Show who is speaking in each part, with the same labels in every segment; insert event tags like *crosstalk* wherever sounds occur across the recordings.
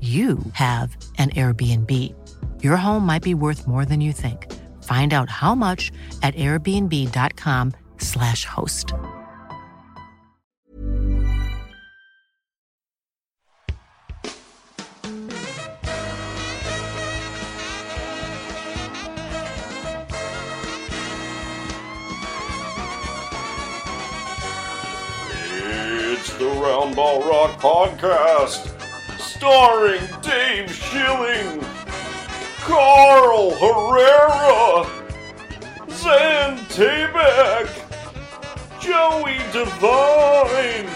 Speaker 1: you have an Airbnb. Your home might be worth more than you think. Find out how much at airbnb.com/slash host.
Speaker 2: It's the Round Ball Rock Podcast, starring Dave Schilling, Carl Herrera, Zan Tabak, Joey Devine,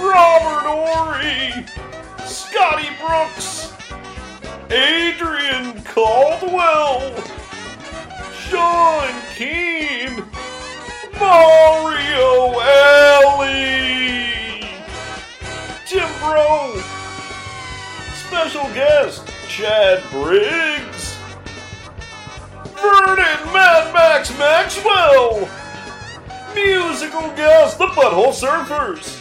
Speaker 2: Robert Ory, Scotty Brooks, Adrian Caldwell, Sean Keane, Mario Ellie! Tim Bro! Special guest, Chad Briggs! Vernon Mad Max Maxwell! Musical guest, the Butthole Surfers!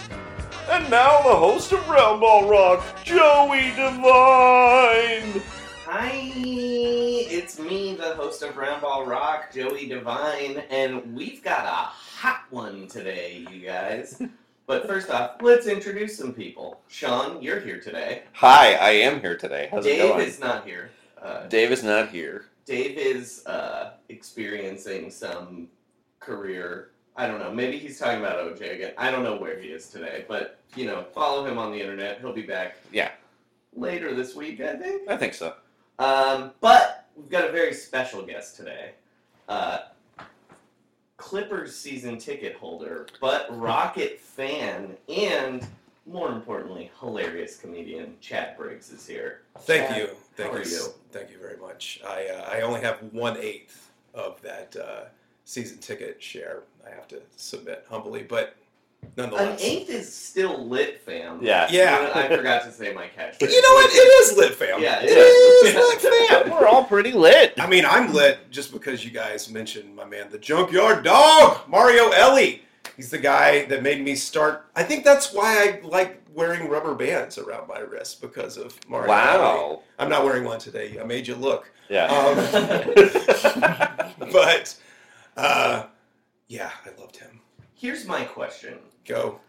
Speaker 2: And now the host of Round Ball Rock, Joey Devine!
Speaker 3: Hi, it's me, the host of Roundball Rock, Joey Devine, and we've got a hot one today, you
Speaker 4: *laughs*
Speaker 3: guys. But first off, let's introduce some people. Sean, you're here today.
Speaker 4: Hi, I am here today. How's it
Speaker 3: Dave
Speaker 4: going?
Speaker 3: is not here. Uh,
Speaker 4: Dave is not here.
Speaker 3: Dave is uh, experiencing some career. I don't know. Maybe he's talking about OJ again. I don't know where he is today, but you know, follow him on the internet. He'll be back.
Speaker 4: Yeah.
Speaker 3: Later this week, I think.
Speaker 4: I think so.
Speaker 3: Um, but we've got a very special guest today. Uh, Clippers season ticket holder, but Rocket fan, and more importantly, hilarious comedian Chad Briggs is here.
Speaker 5: Thank
Speaker 3: Chad,
Speaker 5: you. Thank
Speaker 3: how
Speaker 5: you.
Speaker 3: are you?
Speaker 5: Thank you very much. I uh, I only have one eighth of that uh, season ticket share. I have to submit humbly, but
Speaker 3: An
Speaker 5: nonetheless.
Speaker 3: eighth is still lit, fam.
Speaker 4: Yeah.
Speaker 3: You
Speaker 5: Yeah.
Speaker 3: know, I forgot to say my catchphrase.
Speaker 5: But you know what? It is lit, fam.
Speaker 3: Yeah, it
Speaker 5: it
Speaker 3: is.
Speaker 5: is
Speaker 3: *laughs*
Speaker 5: *laughs* lit, fam.
Speaker 4: We're all pretty lit.
Speaker 5: I mean, I'm lit just because you guys mentioned my man, the Junkyard Dog, Mario Ellie. He's the guy that made me start. I think that's why I like wearing rubber bands around my wrist because of Mario. Ellie.
Speaker 4: Wow.
Speaker 5: I'm not wearing one today. I made you look.
Speaker 4: Yeah.
Speaker 3: *laughs*
Speaker 5: Um, but uh, yeah, I loved him.
Speaker 3: Here's my question:
Speaker 5: Go.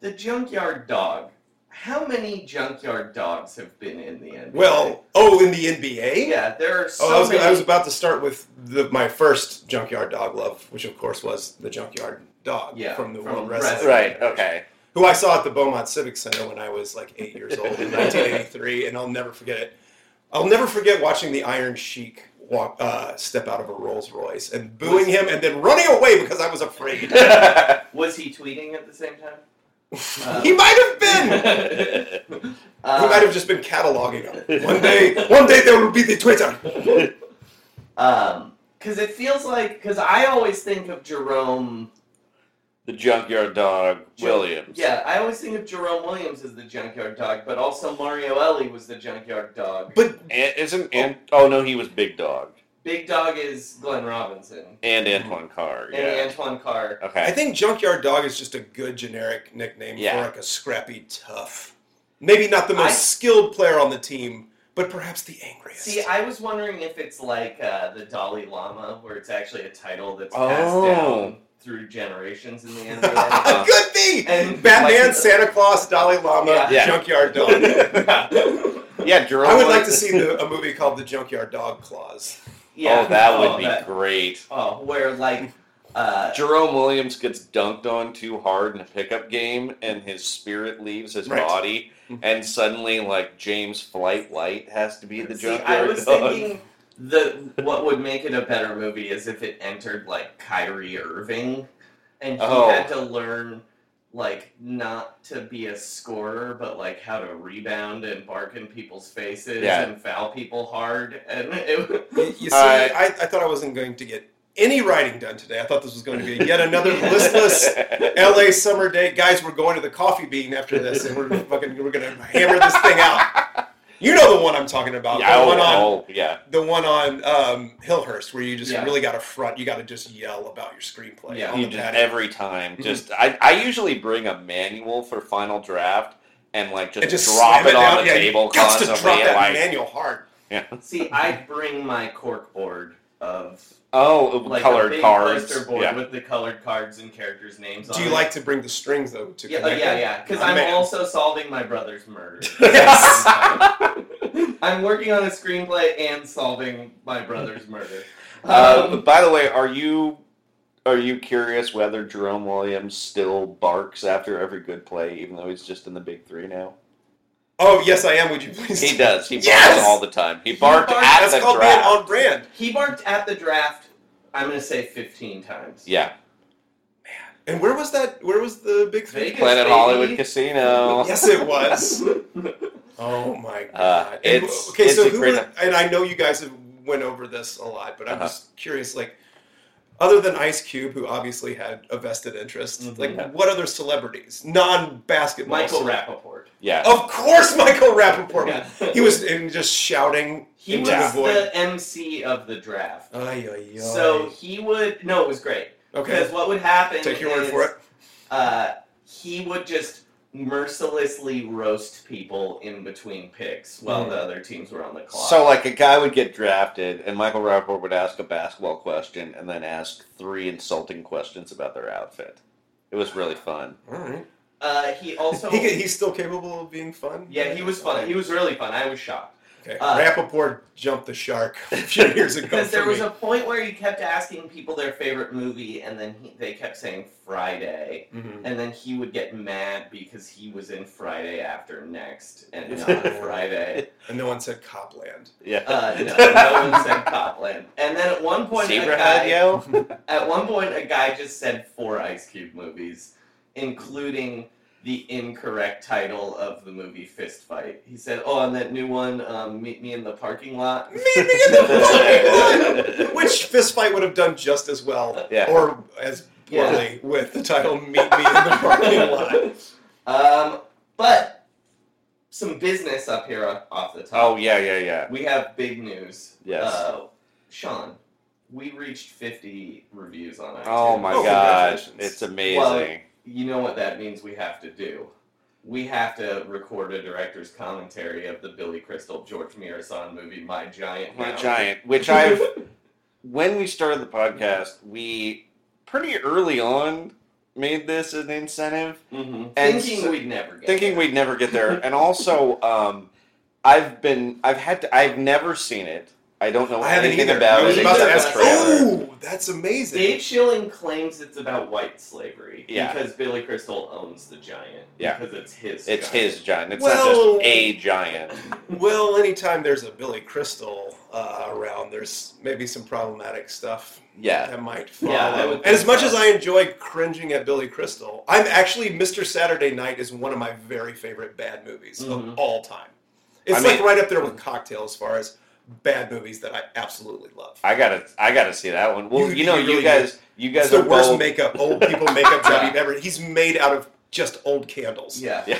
Speaker 3: The junkyard dog. How many junkyard dogs have been in the NBA?
Speaker 5: Well, oh, in the NBA.
Speaker 3: yeah, there are so
Speaker 5: Oh, I was,
Speaker 3: many.
Speaker 5: I was about to start with the, my first junkyard dog love, which of course was the junkyard dog
Speaker 3: Yeah,
Speaker 5: from the
Speaker 3: from
Speaker 5: World
Speaker 3: Wrestling.
Speaker 5: Wrestling,
Speaker 4: right. Okay.
Speaker 5: who I saw at the Beaumont Civic Center when I was like eight years old in 1983, and I'll never forget it. I'll never forget watching the Iron Sheik walk uh, step out of a Rolls Royce and booing him, and then running away because I was afraid.
Speaker 3: Was he tweeting at the same time?
Speaker 5: he might have been.
Speaker 3: Uh,
Speaker 5: We might have just been cataloging them. One day, one day there will be the Twitter.
Speaker 3: Um, because it feels like because I always think of Jerome
Speaker 4: the junkyard dog Williams.
Speaker 3: Yeah, I always think of Jerome Williams as the junkyard dog, but also Mario Ellie was the junkyard dog.
Speaker 5: But
Speaker 4: And, isn't and oh no, he was Big Dog
Speaker 3: Big Dog is Glenn Robinson
Speaker 4: and Antoine Carr.
Speaker 3: and
Speaker 4: Yeah.
Speaker 3: Antoine Carr.
Speaker 4: okay.
Speaker 5: I think Junkyard Dog is just a good generic nickname
Speaker 4: Yeah.
Speaker 5: for like a scrappy, tough, maybe not the most
Speaker 3: I-
Speaker 5: skilled player on the team, but perhaps the angriest. *laughs*
Speaker 3: See, I was wondering if it's like uh, the Dalai Lama, where it's actually a title that's
Speaker 4: Oh.
Speaker 3: passed down through generations in the
Speaker 4: *laughs*
Speaker 3: NBA.
Speaker 5: Could be.
Speaker 3: And-
Speaker 5: Batman,
Speaker 3: like-
Speaker 5: Santa Claus, Dalai Lama,
Speaker 3: Yeah.
Speaker 4: Yeah.
Speaker 6: *laughs*
Speaker 5: Junkyard Dog.
Speaker 4: *laughs* yeah, Jerome.
Speaker 5: I would like
Speaker 4: Williams-
Speaker 5: to see the, a movie called The Junkyard Dog Clause.
Speaker 3: yeah,
Speaker 4: oh, that would
Speaker 3: oh,
Speaker 4: be
Speaker 3: that-
Speaker 4: great.
Speaker 3: Oh, where like uh,
Speaker 4: Jerome Williams gets dunked on too hard in a pickup game, and his spirit leaves his
Speaker 5: Right.
Speaker 4: body, and suddenly, like James Flight Light has to be *laughs* the
Speaker 3: See, I
Speaker 4: junkyard
Speaker 3: was
Speaker 4: dog.
Speaker 3: thinking the what would make it a better movie is if it entered like Kyrie Irving, and he
Speaker 4: Oh.
Speaker 3: had to learn like not to be a scorer, but like how to rebound and bark in people's faces
Speaker 4: Yeah.
Speaker 3: and foul people hard. And *laughs* it,
Speaker 5: You, you see,
Speaker 4: Alright.
Speaker 5: I, I thought I wasn't going to get any writing done today. I thought this was going to be yet another
Speaker 4: *laughs*
Speaker 5: listless LA summer day. Guys, we're going to the coffee bean after this, and we're
Speaker 4: *laughs*
Speaker 5: gonna fucking we're gonna hammer this thing out. You know the one I'm talking about.
Speaker 4: *laughs* yeah,
Speaker 5: the
Speaker 4: oh,
Speaker 5: one on
Speaker 4: oh, yeah,
Speaker 5: the one on um, Hillhurst where you just
Speaker 3: Yeah.
Speaker 5: really got to front. You got to just yell about your screenplay.
Speaker 3: Yeah.
Speaker 5: on
Speaker 4: you
Speaker 5: the
Speaker 4: just
Speaker 5: patio. Mm-hmm.
Speaker 4: every time. Just I, I usually bring a manual for Final Draft and like just,
Speaker 5: and just
Speaker 4: drop
Speaker 5: slam
Speaker 4: it on
Speaker 5: down.
Speaker 4: the
Speaker 5: yeah,
Speaker 4: table
Speaker 5: You got to
Speaker 4: constantly.
Speaker 5: drop that
Speaker 4: like,
Speaker 5: manual hard.
Speaker 3: see, I bring my cork board of
Speaker 4: oh,
Speaker 3: like a
Speaker 4: colored
Speaker 3: big
Speaker 4: cards.
Speaker 3: poster board
Speaker 4: yeah.
Speaker 3: with the colored cards and characters' names.
Speaker 5: Do
Speaker 3: on
Speaker 5: you
Speaker 3: it.
Speaker 5: like to bring the strings though? To
Speaker 3: Yeah,
Speaker 4: oh,
Speaker 3: uh,
Speaker 5: connect
Speaker 3: yeah,
Speaker 5: it?
Speaker 3: yeah. Because
Speaker 5: My
Speaker 3: I'm
Speaker 5: man.
Speaker 3: also solving my brother's
Speaker 4: *laughs*
Speaker 3: murder.
Speaker 5: Yes.
Speaker 3: I'm working on a screenplay and solving my brother's murder.
Speaker 4: Uh,
Speaker 3: Um,
Speaker 4: by the way, are you are you curious whether Jerome Williams still barks after every good play, even though he's just in the big three now?
Speaker 5: Oh yes, I am. Would you please?
Speaker 4: He does. He barks
Speaker 5: Yes!
Speaker 4: all the time. He barked
Speaker 3: barks-
Speaker 4: at
Speaker 5: That's
Speaker 4: the
Speaker 5: called being
Speaker 4: draft.
Speaker 5: on brand.
Speaker 3: he barked at the draft. I'm gonna say 15 times.
Speaker 4: yeah,
Speaker 5: And where was that? Where was the big three?
Speaker 3: Vegas.
Speaker 4: Planet
Speaker 3: baby.
Speaker 4: Hollywood Casino.
Speaker 5: Yes, it was. *laughs* oh my god! And,
Speaker 4: it's-
Speaker 5: okay,
Speaker 4: it's
Speaker 5: so
Speaker 4: a
Speaker 5: who
Speaker 4: great-
Speaker 5: were, and I know you guys have went over this a lot, but I'm
Speaker 4: Uh-huh.
Speaker 5: just curious, like. Other than Ice Cube, who obviously had a vested interest,
Speaker 3: Mhm.
Speaker 5: like what other celebrities, non-basketball?
Speaker 3: Michael
Speaker 5: cele-
Speaker 3: Rappaport.
Speaker 4: yeah.
Speaker 5: Of course, Michael Rappaport.
Speaker 3: Yeah.
Speaker 5: He was and just shouting
Speaker 3: He
Speaker 5: into
Speaker 3: was
Speaker 5: the void.
Speaker 3: the MC of the draft.
Speaker 5: Ay, ay, ay.
Speaker 3: so he would. No, it was great.
Speaker 5: okay,
Speaker 3: Because what would happen?
Speaker 5: take your word
Speaker 3: is,
Speaker 5: for it.
Speaker 3: uh, he would just mercilessly roast people in between picks while the other teams were on the clock.
Speaker 4: So, uh, like, a guy would get drafted, and Michael Rappaport would ask a basketball question and then ask three insulting questions about their outfit. It was really fun.
Speaker 5: All right.
Speaker 3: uh, he also
Speaker 5: He could, he's still capable of being fun.
Speaker 3: yeah he was fun. He was really fun. I was shocked
Speaker 5: Okay.
Speaker 3: uh,
Speaker 5: Rappaport jumped the shark a
Speaker 3: *laughs*
Speaker 5: few years ago.
Speaker 3: because there
Speaker 5: for
Speaker 3: was
Speaker 5: me.
Speaker 3: a point where he kept asking people their favorite movie, and then he, they kept saying Friday,
Speaker 5: Mhm.
Speaker 3: and then he would get mad because he was in Friday after next and not Friday.
Speaker 5: and no one said Copland.
Speaker 4: Yeah.
Speaker 3: Uh, no, no one said Copland. And then at one point, a
Speaker 4: Zebra
Speaker 3: guy,
Speaker 4: head, yo?
Speaker 3: At one point, a guy just said four Ice Cube movies, including the incorrect title of the movie Fist Fight. He said, "Oh, and that new one, um, Meet *laughs* Me in the Parking Lot."
Speaker 5: Meet me in the parking lot! *laughs* Which fist fight would have done just as well,
Speaker 4: Yeah.
Speaker 5: or as
Speaker 3: Yeah.
Speaker 5: poorly, with the title "Meet Me in the Parking
Speaker 3: *laughs*
Speaker 5: Lot."
Speaker 3: Um, but some business up here off- off the
Speaker 4: Oh,
Speaker 3: top.
Speaker 4: yeah, yeah, *laughs* yeah.
Speaker 3: We have big news.
Speaker 4: Yes.
Speaker 3: Uh, Sean, we reached 50 reviews on iTunes.
Speaker 4: Oh, my
Speaker 5: Oh,
Speaker 4: gosh.
Speaker 5: congratulations.
Speaker 4: It's amazing.
Speaker 3: Well, you know what that means we have to do. We have to record a director's commentary of the Billy Crystal George Mirasan movie My Giant.
Speaker 4: My
Speaker 3: Now.
Speaker 4: giant, which I've *laughs* when we started the podcast, we pretty early on made this an incentive,
Speaker 3: Mhm.
Speaker 4: And
Speaker 3: thinking
Speaker 4: so-
Speaker 3: we'd never get.
Speaker 4: thinking
Speaker 3: there.
Speaker 4: we'd never get there.
Speaker 5: *laughs*
Speaker 4: And also, um, I've been, I've had to, I've never seen it. I don't know
Speaker 5: I haven't
Speaker 4: anything
Speaker 5: either.
Speaker 4: about
Speaker 5: I was
Speaker 4: it.
Speaker 5: about to
Speaker 4: except
Speaker 5: ask. Oh!
Speaker 4: the trailer.
Speaker 5: Ooh, that's amazing.
Speaker 3: Dave Schilling claims it's about white slavery
Speaker 4: Yeah.
Speaker 3: because Billy Crystal owns the giant.
Speaker 4: Yeah.
Speaker 3: because it's his.
Speaker 4: It's
Speaker 3: giant.
Speaker 4: his giant. It's
Speaker 5: Well-
Speaker 4: not just a giant.
Speaker 5: Well, anytime there's a Billy Crystal uh, around, there's maybe some problematic stuff
Speaker 4: Yeah.
Speaker 5: that might follow.
Speaker 3: Yeah, I would
Speaker 5: and as
Speaker 3: think
Speaker 5: much
Speaker 3: so.
Speaker 5: as I enjoy cringing at Billy Crystal, I'm actually Mr. Saturday Night is one of my very favorite bad movies
Speaker 3: Mhm.
Speaker 5: of all time. It's
Speaker 4: Mm-hmm. I
Speaker 5: like
Speaker 4: mean-
Speaker 5: right up there with Cocktail as far as bad movies that I absolutely love.
Speaker 4: I gotta, I gotta see that one. Well,
Speaker 5: You-
Speaker 4: you, know,
Speaker 5: you
Speaker 4: you,
Speaker 5: really
Speaker 4: guys, you
Speaker 5: It's
Speaker 4: guys
Speaker 5: the
Speaker 4: are
Speaker 5: worst
Speaker 4: both-
Speaker 5: makeup, old people makeup job you've ever. He's made out of just old candles.
Speaker 3: Yeah.
Speaker 4: *laughs* Yeah.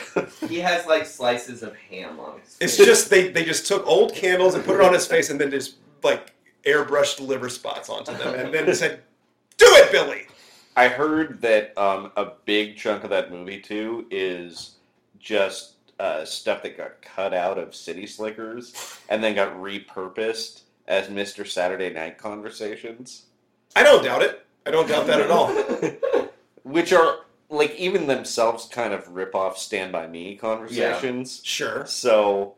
Speaker 3: He has like slices of ham on his
Speaker 5: It's
Speaker 3: face.
Speaker 5: just they, they just took old candles and put it on his face and then just like airbrushed liver spots onto them and
Speaker 4: *laughs*
Speaker 5: then said, "Do it, Billy."
Speaker 4: I heard that um, a big chunk of that movie too is just uh, stuff that got cut out of City Slickers and then got repurposed as Mr. Saturday Night Conversations,
Speaker 5: I don't doubt it. I don't doubt that at
Speaker 3: *laughs*
Speaker 5: all.
Speaker 4: which are like even themselves kind of rip off Stand By Me conversations.
Speaker 5: Sure.
Speaker 4: So.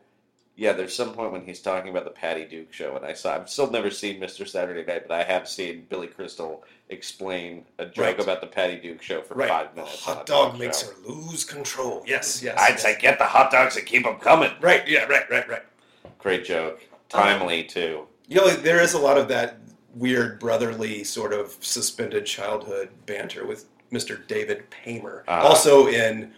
Speaker 4: Yeah, there's some point when he's talking about the Patty Duke show, and I saw. I've still never seen Mr. Saturday Night, but I have seen Billy Crystal explain a joke
Speaker 5: Right.
Speaker 4: about the Patty Duke show for
Speaker 5: Right.
Speaker 4: five
Speaker 5: The
Speaker 4: minutes. on
Speaker 5: hot
Speaker 4: a
Speaker 5: dog
Speaker 4: talk
Speaker 5: makes
Speaker 4: show.
Speaker 5: her lose control. Yes. Yes.
Speaker 4: I'd
Speaker 5: yes.
Speaker 4: say get the hot dogs and keep them coming.
Speaker 5: Right. Yeah. Right. Right. Right.
Speaker 4: Great joke. Timely too.
Speaker 5: You know, there is a lot of that weird brotherly sort of suspended childhood banter with Mr. David Paymer,
Speaker 4: Ah.
Speaker 5: also in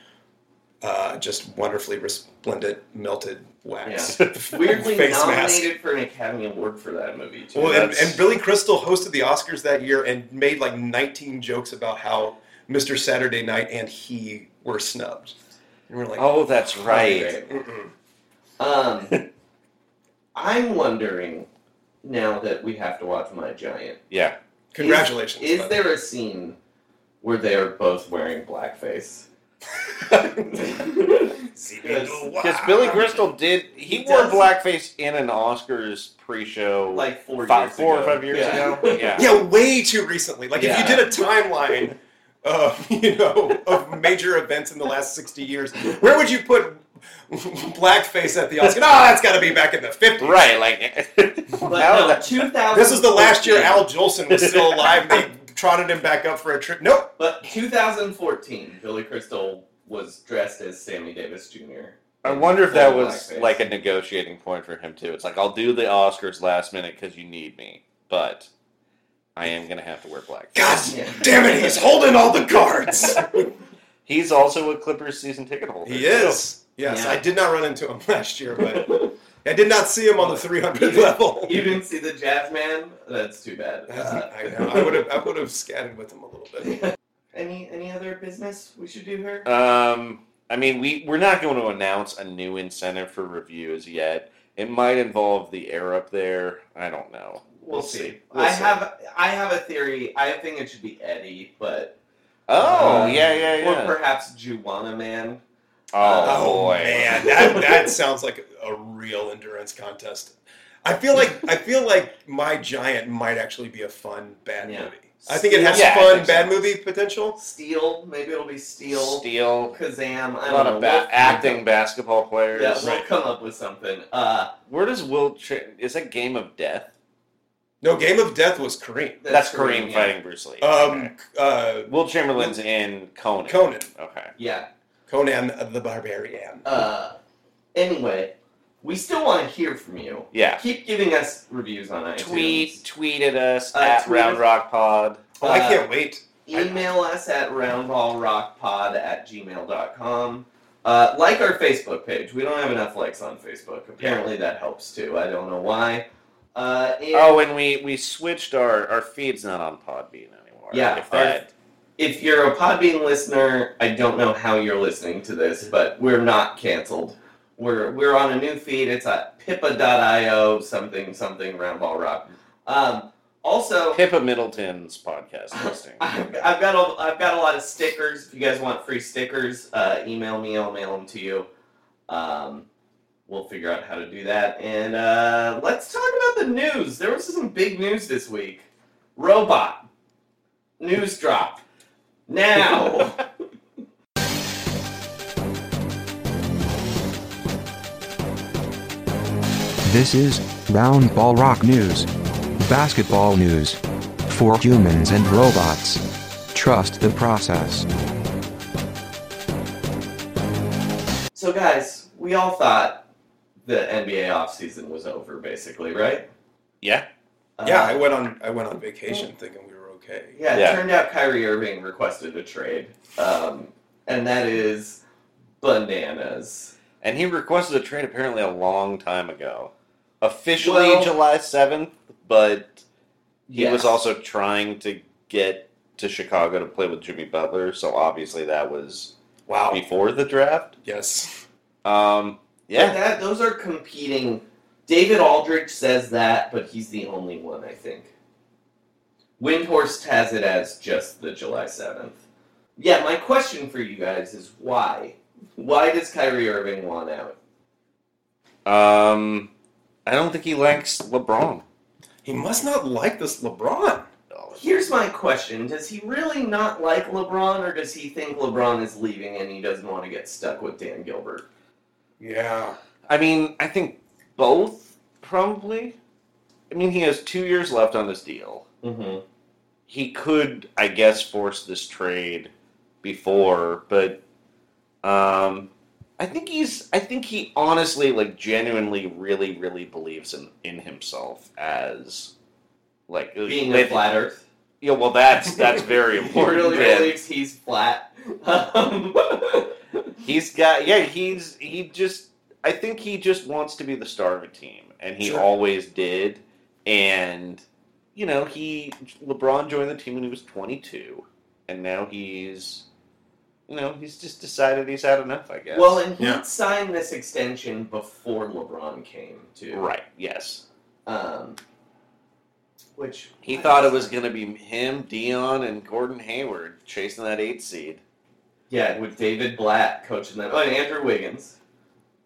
Speaker 5: uh, just wonderfully resplendent melted wax. *laughs*
Speaker 3: weirdly
Speaker 5: face mask.
Speaker 3: nominated for an Academy Award for that movie too.
Speaker 5: Well, and,
Speaker 4: That's-
Speaker 5: and Billy Crystal hosted the Oscars that year and made like 19 jokes about how Mr. Saturday Night and he were snubbed. And we're like,
Speaker 4: Oh, that's right.
Speaker 5: mm-mm.
Speaker 4: *laughs*
Speaker 3: Um, I'm wondering now that we have to watch My Giant.
Speaker 4: Yeah.
Speaker 5: congratulations.
Speaker 3: Is,
Speaker 5: by
Speaker 3: is
Speaker 5: the way.
Speaker 3: there a scene where they are both wearing blackface?
Speaker 4: Because Billy Crystal did. He,
Speaker 3: He
Speaker 4: wore
Speaker 3: does.
Speaker 4: blackface in an Oscers pre-show
Speaker 3: like four
Speaker 4: fi-
Speaker 3: years
Speaker 4: four
Speaker 3: ago.
Speaker 4: or five years
Speaker 3: Yeah. *laughs*
Speaker 4: ago. Yeah.
Speaker 5: Yeah, way too recently. Like if
Speaker 3: Yeah.
Speaker 5: you did a timeline of *laughs* you know of major events in the last sixty years, where would you put blackface at the Oscar? Oh, that's got to be back in the fifties.
Speaker 4: Right. Like *laughs*
Speaker 3: But
Speaker 4: Now
Speaker 3: no,
Speaker 4: that-
Speaker 3: 2000.
Speaker 5: This is the last year Al Jolson was still alive. They trotted him back up for a trip. Nope.
Speaker 3: But 2014, Billy Crystal was dressed as Sammy Davis
Speaker 4: *laughs*
Speaker 3: Jr.
Speaker 4: I wonder if that
Speaker 3: Full
Speaker 4: was
Speaker 3: blackface.
Speaker 4: like a negotiating point for him too. It's like I'll do the Oscars last minute because you need me, but I am gonna have to wear blackface.
Speaker 5: God
Speaker 3: Yeah.
Speaker 5: damn it! He's holding all the cards.
Speaker 4: He's also a Clippers season ticket holder.
Speaker 5: He
Speaker 4: too.
Speaker 5: is. Yes,
Speaker 3: Yeah.
Speaker 5: I did not run into him *laughs* last year, but I did not see him on the three hundred level.
Speaker 3: You didn't see the Jazz Man? That's too bad. Uh,
Speaker 5: *laughs* I know. I would have. I would have scattered with him a little bit.
Speaker 3: any any other business we should do here?
Speaker 4: Um, I mean, we we're not going to announce a new incentive for reviews yet. It might involve the air up there. I don't know.
Speaker 3: We'll see.
Speaker 4: We'll
Speaker 3: I
Speaker 4: see.
Speaker 3: have I have a theory. I think it should be Eddie, but
Speaker 4: Oh
Speaker 3: uh,
Speaker 4: yeah, yeah,
Speaker 3: or
Speaker 4: yeah.
Speaker 3: perhaps Juana Man.
Speaker 4: oh,
Speaker 5: Oh
Speaker 4: boy,
Speaker 5: man, that that sounds like a real endurance contest. I feel like I feel like My Giant might actually be a fun bad
Speaker 3: Yeah.
Speaker 5: movie. I think it has
Speaker 4: Yeah, I
Speaker 5: fun
Speaker 4: think so.
Speaker 5: bad movie potential.
Speaker 3: Steel, maybe it'll be Steel.
Speaker 4: Steel.
Speaker 3: Kazam. I
Speaker 4: A
Speaker 3: don't
Speaker 4: lot
Speaker 3: know.
Speaker 4: of ba-
Speaker 3: We'll-
Speaker 4: acting basketball
Speaker 3: Yeah,
Speaker 4: players.
Speaker 3: we'll come up with something. Uh,
Speaker 4: Where does Will? Ch- is that Game of Death?
Speaker 5: No, Game of Death was Kareem.
Speaker 4: That's, Kareem
Speaker 3: Korean, yeah.
Speaker 4: fighting Bruce Lee. Okay.
Speaker 5: Um, uh,
Speaker 4: Will Chamberlain's in Conan.
Speaker 5: Conan,
Speaker 4: Okay.
Speaker 3: Yeah.
Speaker 5: Conan the Barbarian.
Speaker 3: Uh, anyway, we still want to hear from you.
Speaker 4: Yeah.
Speaker 3: Keep giving us reviews on iTunes.
Speaker 4: Tweet tweeted us
Speaker 3: Uh,
Speaker 4: at
Speaker 3: tweet
Speaker 4: Round
Speaker 3: us-
Speaker 4: Rock Pod.
Speaker 5: Oh, I
Speaker 3: Uh,
Speaker 5: can't wait.
Speaker 3: Email us at roundballrockpod at gmail.com. Uh, like our Facebook page. We don't have enough likes on Facebook. Apparently that helps too. I don't know why. Uh, and
Speaker 4: Oh, and we we switched our our feed's not on Podbean anymore.
Speaker 3: Yeah,
Speaker 4: If that,
Speaker 3: If you're a Podbean listener, I don't know how you're listening to this, but we're not canceled. We're we're on a new feed. It's at pippa.io something something roundball rock. Um, also,
Speaker 4: Pippa Middleton's podcast listing.
Speaker 3: *laughs* I've, I've got a, I've got a lot of stickers. If you guys want free stickers, uh, email me. I'll mail them to you. Um, we'll figure out how to do that. And uh, let's talk about the news. There was some big news this week. Robot news drop now.
Speaker 4: *laughs*
Speaker 7: This is Round Ball Rock News. Basketball news. For humans and robots. Trust the process.
Speaker 3: So, guys, we all thought the NBA offseason was over, basically, right?
Speaker 4: yeah.
Speaker 3: Uh,
Speaker 5: yeah, I went on. I went on vacation thinking we were okay.
Speaker 3: yeah, it
Speaker 4: Yeah.
Speaker 3: turned out Kyrie Irving requested a trade. Um, and that is bananas.
Speaker 4: And he requested a trade apparently a long time ago. officially
Speaker 3: Well-
Speaker 4: July 7th, but he
Speaker 3: Yes.
Speaker 4: was also trying to get to Chicago to play with Jimmy Butler, so obviously that was
Speaker 5: Wow.
Speaker 4: before the draft.
Speaker 5: Yes.
Speaker 4: Um,
Speaker 3: But
Speaker 4: yeah,
Speaker 3: that, those are competing. David Aldrich says that, but he's the only one, I think. Windhorst has it as just the July 7th. Yeah, my question for you guys is why? Why does Kyrie Irving want out?
Speaker 4: um, I don't think he likes LeBron.
Speaker 5: He must not like this LeBron.
Speaker 3: Here's my question Does he really not like LeBron, or does he think LeBron is leaving and he doesn't want to get stuck with Dan Gilbert?
Speaker 5: Yeah.
Speaker 4: I mean, I think both probably. I mean, he has two years left on his deal.
Speaker 3: Mm-hmm.
Speaker 4: He could, I guess, force this trade before, but um, I think he's. I think he honestly, like, genuinely, really, really believes in in himself as like
Speaker 3: Being a
Speaker 4: with-
Speaker 3: flat earth.
Speaker 4: Yeah, well, that's
Speaker 5: *laughs*
Speaker 4: that's
Speaker 3: *laughs*
Speaker 4: very
Speaker 3: He
Speaker 4: important.
Speaker 3: really
Speaker 4: yeah.
Speaker 3: believes he's flat. *laughs* Um,
Speaker 4: He's got yeah, he's he just I think he just wants to be the star of a team and he
Speaker 5: Sure.
Speaker 4: always did and you know, he LeBron joined the team when he was 22 and now he's you know, he's just decided he's had enough, I guess.
Speaker 3: Well, and he
Speaker 5: Yeah.
Speaker 3: signed this extension before LeBron came too.
Speaker 4: right, yes.
Speaker 3: Um, which
Speaker 4: He thought it was going to be him, Dion and Gordon Hayward chasing that 8 seed.
Speaker 3: yeah with David Blatt coaching them. Oh, and Andrew Wiggins.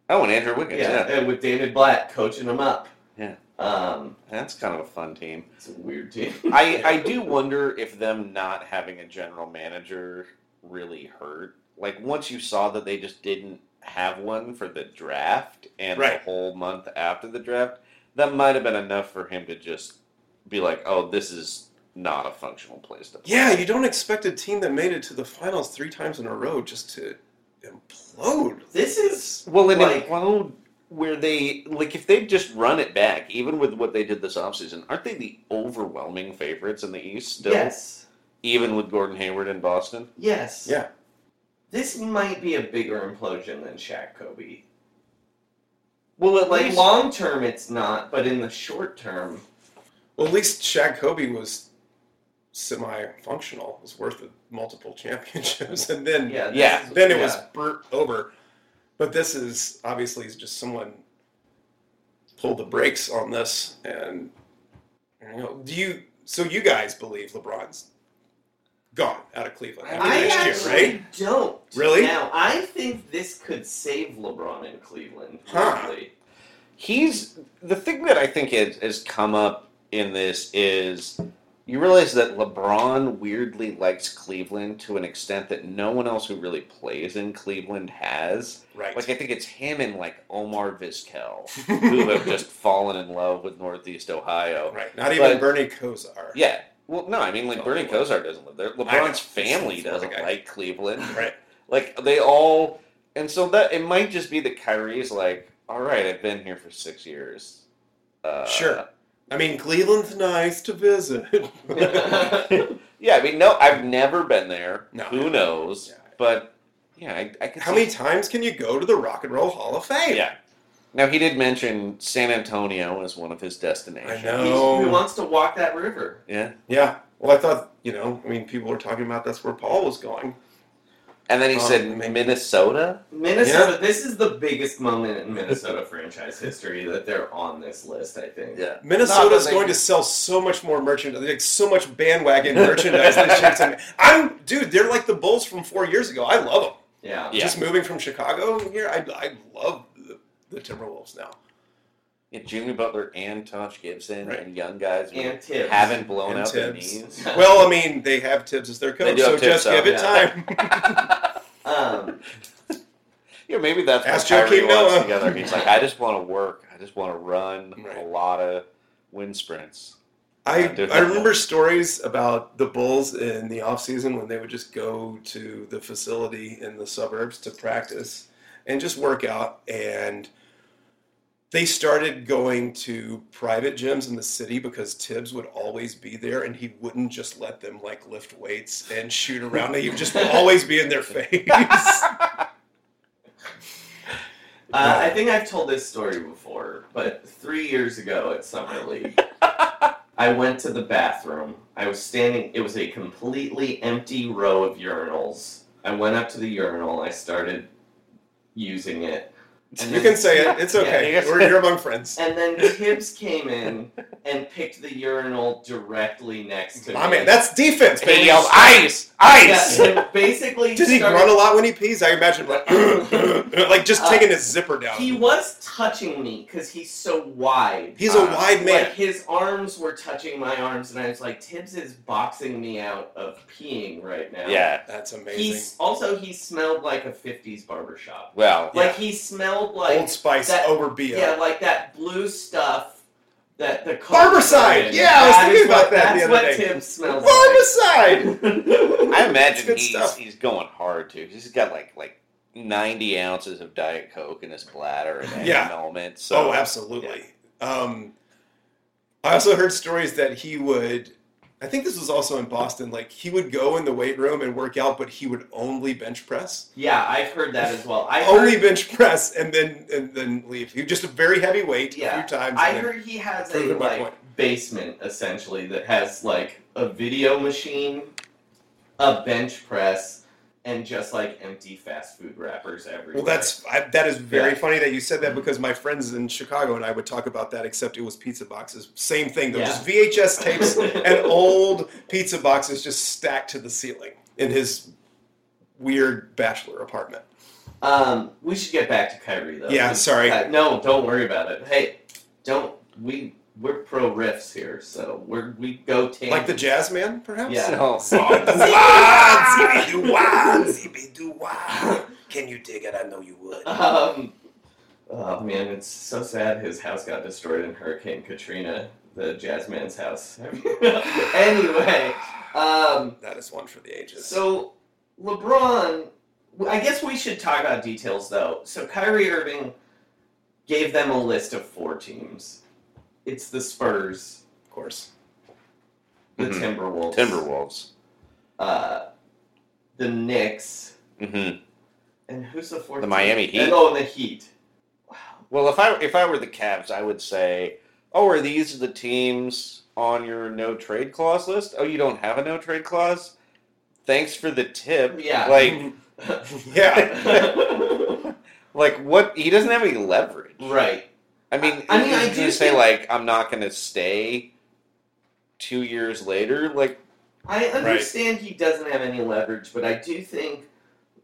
Speaker 4: Oh, and Andrew Wiggins. Yeah.
Speaker 3: Yeah, and with David Blatt coaching them up.
Speaker 4: Yeah.
Speaker 3: Um,
Speaker 4: That's kind of a fun team.
Speaker 3: it's a weird team.
Speaker 4: *laughs* I, I do wonder if them not having a general manager really hurt. Like once you saw that they just didn't have one for the draft and the
Speaker 5: Right.
Speaker 4: whole month after the draft, that might have been enough for him to just be like, "Oh, this is not a functional place to play."
Speaker 5: Yeah, you don't expect a team that made it to the finals three times in a row just to implode.
Speaker 3: This is
Speaker 4: Well, and
Speaker 3: like
Speaker 4: like, well, where they like if they just run it back, even with what they did this offseason, aren't they the overwhelming favorites in the East still?
Speaker 3: yes,
Speaker 4: Even with Gordon Hayward in Boston.
Speaker 3: yes.
Speaker 5: Yeah.
Speaker 3: This might be a bigger implosion than Shaq Kobe.
Speaker 4: Well, at
Speaker 3: Like
Speaker 4: least-
Speaker 3: long term, it's not, but in the short term,
Speaker 5: Well, at least Shaq Kobe was semi-functional. It was worth the multiple championships, *laughs* and then
Speaker 3: yeah. this
Speaker 4: Yeah.
Speaker 3: is-
Speaker 5: then it was
Speaker 3: yeah.
Speaker 5: burnt over. But this is obviously is just someone pulled the brakes on this, and you know, do you? So you guys believe LeBron's gone out of Cleveland after
Speaker 3: I
Speaker 5: next
Speaker 3: actually
Speaker 5: year, right?
Speaker 3: don't.
Speaker 5: Really?
Speaker 3: Now, I think this could save LeBron in Cleveland.
Speaker 5: Huh.
Speaker 3: weirdly.
Speaker 4: he's the thing that I think has, has come up in this is you realize that LeBron weirdly likes Cleveland to an extent that no one else who really plays in Cleveland has.
Speaker 5: Right.
Speaker 4: Like I think it's him and like Omar
Speaker 5: *laughs*
Speaker 4: Vizquel who have just fallen in love with Northeast Ohio.
Speaker 5: right. Not even
Speaker 4: But-
Speaker 5: Bernie Oh, Kosar.
Speaker 4: Yeah. Well, no, I mean like Bernie Kosar doesn't live there. LeBron's family
Speaker 5: It's not
Speaker 4: doesn't
Speaker 5: like I-
Speaker 4: like Cleveland.
Speaker 5: Right.
Speaker 4: Like they all, and so that it might just be that Kyrie's like, all right, I've been here for six years. Uh,
Speaker 5: Sure. I mean, Cleveland's nice to
Speaker 3: *laughs*
Speaker 5: visit.
Speaker 4: Yeah, I mean, no, I've never been there.
Speaker 5: No.
Speaker 4: Who knows?
Speaker 5: Yeah.
Speaker 4: But yeah, I, I could.
Speaker 5: How
Speaker 4: see-
Speaker 5: many times can you go to the Rock and Roll Hall of Fame?
Speaker 4: Yeah. Now he did mention San Antonio as one of his destinations.
Speaker 5: I
Speaker 3: He-
Speaker 5: know.
Speaker 3: He wants to walk that river.
Speaker 4: Yeah,
Speaker 5: Yeah. Well, I thought, you know, I mean, people were talking about that's where Paul was going.
Speaker 4: and then he
Speaker 5: Um,
Speaker 4: said
Speaker 5: maybe-
Speaker 4: Minnesota.
Speaker 3: Minnesota, this is the biggest moment in Minnesota franchise history that they're on this list, I think.
Speaker 4: Yeah.
Speaker 5: Minnesota's
Speaker 4: Not that
Speaker 5: going
Speaker 4: they-
Speaker 5: to sell so much more merchandise, like so much bandwagon merchandise this year. It's
Speaker 4: *laughs*
Speaker 5: am- I'm, dude, they're like the Bulls from four years ago. I love them.
Speaker 3: Yeah.
Speaker 4: Yeah.
Speaker 5: Just moving from Chicago here, I, I love the, the Timberwolves now.
Speaker 4: Yeah, Jimmy Butler and Tosh Gibson
Speaker 5: Right.
Speaker 4: and young guys who
Speaker 3: And Tibbs.
Speaker 4: haven't blown
Speaker 5: And
Speaker 4: out their
Speaker 5: Tibbs.
Speaker 4: knees.
Speaker 5: *laughs*
Speaker 4: *laughs*
Speaker 5: Well, I mean, they have Tibbs as their
Speaker 4: They
Speaker 5: coach,
Speaker 4: do
Speaker 5: so
Speaker 4: have Tibbs,
Speaker 5: just
Speaker 4: so,
Speaker 5: give it
Speaker 4: yeah.
Speaker 5: time.
Speaker 3: Um,
Speaker 4: Yeah, maybe that's
Speaker 5: Ask
Speaker 4: what Kyrie
Speaker 5: Joakim
Speaker 4: wants
Speaker 5: Noah.
Speaker 4: together. He's like, I just want to work. I just want to run a
Speaker 5: Right.
Speaker 4: lot of wind sprints.
Speaker 5: I,
Speaker 4: Uh, dude,
Speaker 5: I remember stories about the Bulls in the offseason when they would just go to the facility in the suburbs to practice and just work out. And they started going to private gyms in the city because Tibbs would always be there and he wouldn't just let them like lift weights and shoot around. He would just always be in their face.
Speaker 3: Uh, I think I've told this story before, but three years ago at Summer
Speaker 4: *laughs*
Speaker 3: League, I went to the bathroom. I was standing, it was a completely empty row of urinals. I went up to the urinal, I started using it. And
Speaker 5: You
Speaker 3: then-
Speaker 5: can say it. It's okay.
Speaker 4: Yeah, you can-
Speaker 5: We're, you're among friends.
Speaker 3: And then Tibbs
Speaker 5: *laughs*
Speaker 3: came in and picked the urinal directly next to me.
Speaker 5: My man, that's defense,
Speaker 4: He
Speaker 5: baby.
Speaker 4: yelled, ice, ice.
Speaker 3: Yeah, and basically
Speaker 5: Does he
Speaker 3: started-
Speaker 5: grunt a lot when he pees? I imagine, like, *clears throat* like just
Speaker 3: Uh,
Speaker 5: taking his zipper down.
Speaker 3: He was touching me because he's so wide.
Speaker 5: He's a
Speaker 4: uh,
Speaker 5: wide man.
Speaker 3: Like his arms were touching my arms, and I was like, Tibbs is boxing me out of peeing right now.
Speaker 4: Yeah.
Speaker 5: that's amazing.
Speaker 3: He's also he smelled like a '50s barbershop.
Speaker 4: Well,
Speaker 3: Like he smelled like
Speaker 5: Old Spice
Speaker 3: that-
Speaker 5: over beer.
Speaker 3: yeah, like that blue stuff that the
Speaker 5: Barberside!
Speaker 3: is.
Speaker 5: Yeah, I was
Speaker 3: That is
Speaker 5: thinking
Speaker 3: what-
Speaker 5: about that the
Speaker 3: That's
Speaker 5: other
Speaker 3: what
Speaker 5: day.
Speaker 3: Tibbs smells
Speaker 5: Barbicide!
Speaker 3: *laughs* like.
Speaker 4: I imagine
Speaker 5: good
Speaker 4: he's
Speaker 5: stuff.
Speaker 4: he's going hard too. He's got like like ninety ounces of diet coke in his bladder and
Speaker 5: Yeah.
Speaker 4: any moment. So
Speaker 5: oh, absolutely. Um, I also heard stories that he would. I think this was also in Boston. Like he would go in the weight room and work out, but he would only bench press,
Speaker 3: yeah, I've heard that as well. I
Speaker 5: only
Speaker 3: heard-
Speaker 5: bench press, and then and then leave. He just a very heavy weight
Speaker 3: Yeah,
Speaker 5: a few times.
Speaker 3: I
Speaker 5: and then-
Speaker 3: heard he has a
Speaker 5: Proven my
Speaker 3: like
Speaker 5: point.
Speaker 3: basement essentially that has like a video machine, a bench press, and just like empty fast food wrappers everywhere.
Speaker 5: Well, that's I, that is very
Speaker 3: Yeah. Mm-hmm.
Speaker 5: funny that you said that because my friends in Chicago and I would talk about that, except it was pizza boxes. Same thing though,
Speaker 3: Yeah.
Speaker 5: just VHS
Speaker 3: *laughs*
Speaker 5: tapes and old pizza boxes just stacked to the ceiling in his weird bachelor apartment.
Speaker 3: Um, we should get back to Kyrie though.
Speaker 5: Yeah,
Speaker 3: Because,
Speaker 5: sorry.
Speaker 3: uh, no, don't worry about it. Hey, don't we? We're pro riffs here, so we're we go tangents.
Speaker 5: Like the jazz man, perhaps. Ah,
Speaker 3: Yeah.
Speaker 5: *laughs*
Speaker 4: No.
Speaker 3: *laughs*
Speaker 5: Can you dig it? I know you
Speaker 3: *laughs*
Speaker 5: would.
Speaker 3: Um, oh man, it's so sad his house got destroyed in Hurricane Katrina, the jazz man's house. *laughs* anyway, um,
Speaker 5: That is one for the ages.
Speaker 3: so LeBron, I guess we should talk about details though. So Kyrie Irving gave them a list of four teams. It's the Spurs,
Speaker 5: of course,
Speaker 3: the
Speaker 4: Mhm.
Speaker 3: Timberwolves,
Speaker 4: Timberwolves.
Speaker 3: uh, the Knicks,
Speaker 4: hmm
Speaker 3: and who's the fourth?
Speaker 4: The Miami
Speaker 3: team? And-
Speaker 4: Heat.
Speaker 3: oh, and the Heat. *laughs*
Speaker 4: Well, if I if I were the Cavs, I would say, oh, are these the teams on your no trade clause list? Oh, you don't have a no trade clause. Thanks for the tip.
Speaker 3: Yeah. *laughs*
Speaker 4: Like *laughs*
Speaker 5: yeah.
Speaker 4: like what? He doesn't have any leverage.
Speaker 3: right.
Speaker 4: I mean,
Speaker 3: I- I mean,
Speaker 4: he's
Speaker 3: I
Speaker 4: gonna
Speaker 3: do
Speaker 4: say
Speaker 3: think-
Speaker 4: like I'm not going to stay. Two years later, like
Speaker 3: I understand he doesn't have any leverage, but I do think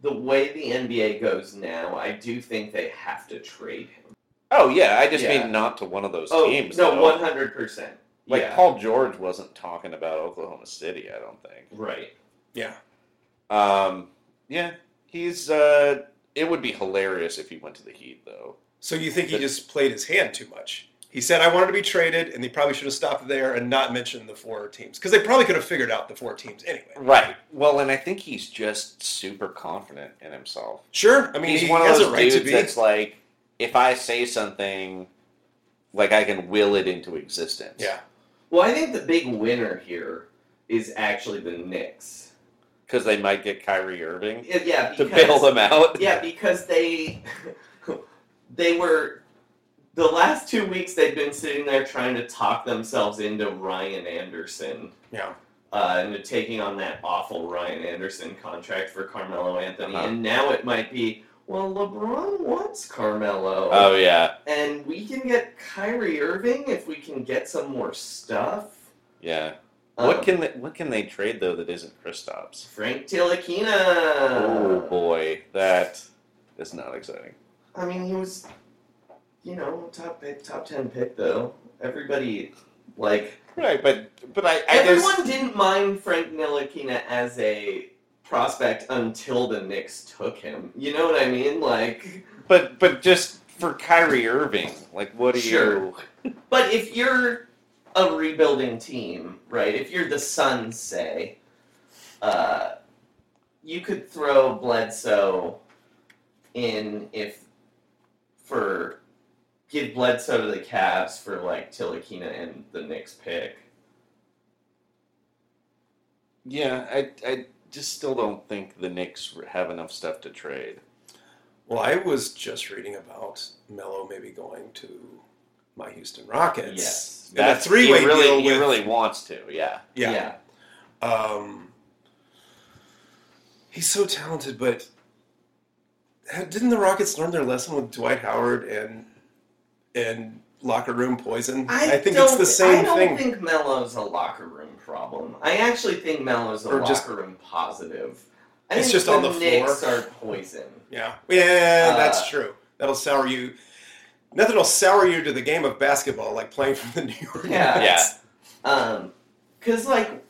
Speaker 3: the way the NBA goes now, I do think they have to trade him.
Speaker 4: oh yeah, I just
Speaker 3: Yeah.
Speaker 4: mean not to one of those
Speaker 3: Oh
Speaker 4: teams.
Speaker 3: no,
Speaker 4: though.
Speaker 3: one hundred percent.
Speaker 4: Like
Speaker 3: yeah,
Speaker 4: Paul George wasn't talking about Oklahoma City, I don't think.
Speaker 3: right.
Speaker 5: yeah.
Speaker 4: Um, yeah, he's. Uh, it would be hilarious if he went to the Heat, though.
Speaker 5: So you think he
Speaker 4: But-
Speaker 5: just played his hand too much? He said, "I wanted to be traded," and he probably should have stopped there and not mentioned the four teams because they probably could have figured out the four teams anyway.
Speaker 4: Right. Well, and I think he's just super confident in himself.
Speaker 5: Sure, I mean
Speaker 4: he's
Speaker 5: he
Speaker 4: one of
Speaker 5: has
Speaker 4: those
Speaker 5: a right to
Speaker 4: dudes
Speaker 5: be.
Speaker 4: that's like, if I say something, like I can will it into existence.
Speaker 5: yeah,
Speaker 3: Well, I think the big winner here is actually the Knicks.
Speaker 4: because they might get Kyrie Irving
Speaker 3: Yeah, Yeah,
Speaker 4: to
Speaker 3: because,
Speaker 4: bail them out.
Speaker 3: Yeah, because they they were the last two weeks they've been sitting there trying to talk themselves into Ryan Anderson.
Speaker 5: yeah.
Speaker 3: uh, into taking on that awful Ryan Anderson contract for Carmelo Anthony.
Speaker 4: Uh-huh.
Speaker 3: And now it might be, well, LeBron wants Carmelo.
Speaker 4: *laughs* Oh yeah,
Speaker 3: and we can get Kyrie Irving if we can get some more stuff.
Speaker 4: yeah. What
Speaker 3: Um,
Speaker 4: can they, what can they trade though that isn't Kristaps?
Speaker 3: Frank
Speaker 5: uh,
Speaker 3: Tilakina.
Speaker 4: oh boy, that is not exciting.
Speaker 3: I mean, he was, you know, top pick, top 10 pick, though. Everybody, like,
Speaker 4: Right, but but I, I just-
Speaker 3: everyone didn't mind Frank Nilakina as a prospect until the Knicks took him. You know what I mean? Like,
Speaker 4: but but just for Kyrie Irving, like what do
Speaker 3: Sure.
Speaker 4: you?
Speaker 3: But if you're a rebuilding team, right? If you're the Suns, say, uh, you could throw Bledsoe in if for give Bledsoe to the Cavs for like Tilakina and the Knicks pick.
Speaker 4: Yeah, I I just still don't think the Knicks have enough stuff to trade.
Speaker 5: Well, I was just reading about Mello maybe going to my Houston Rockets.
Speaker 3: Yes.
Speaker 5: in a
Speaker 4: That's-
Speaker 5: three-way
Speaker 4: he really,
Speaker 5: deal
Speaker 4: He
Speaker 5: with-
Speaker 4: really wants to. Yeah.
Speaker 5: yeah. Um, he's so talented, but had- didn't the Rockets learn their lesson with Dwight Howard and and locker room poison?
Speaker 3: I,
Speaker 5: think
Speaker 3: don't,
Speaker 5: it's the same
Speaker 3: I don't
Speaker 5: thing.
Speaker 3: think Melo's a locker room problem. I actually think Melo's a
Speaker 5: Or
Speaker 3: locker
Speaker 5: just-
Speaker 3: room positive. I
Speaker 5: It's
Speaker 3: think
Speaker 5: just on the floor.
Speaker 3: Knicks are
Speaker 5: *laughs*
Speaker 3: poison.
Speaker 5: yeah, yeah,
Speaker 3: Uh,
Speaker 5: that's true. That'll sour you. Nothing will sour you to the game of basketball like playing for the *laughs* New York
Speaker 3: Yeah.
Speaker 5: Nets.
Speaker 3: Um, cause like,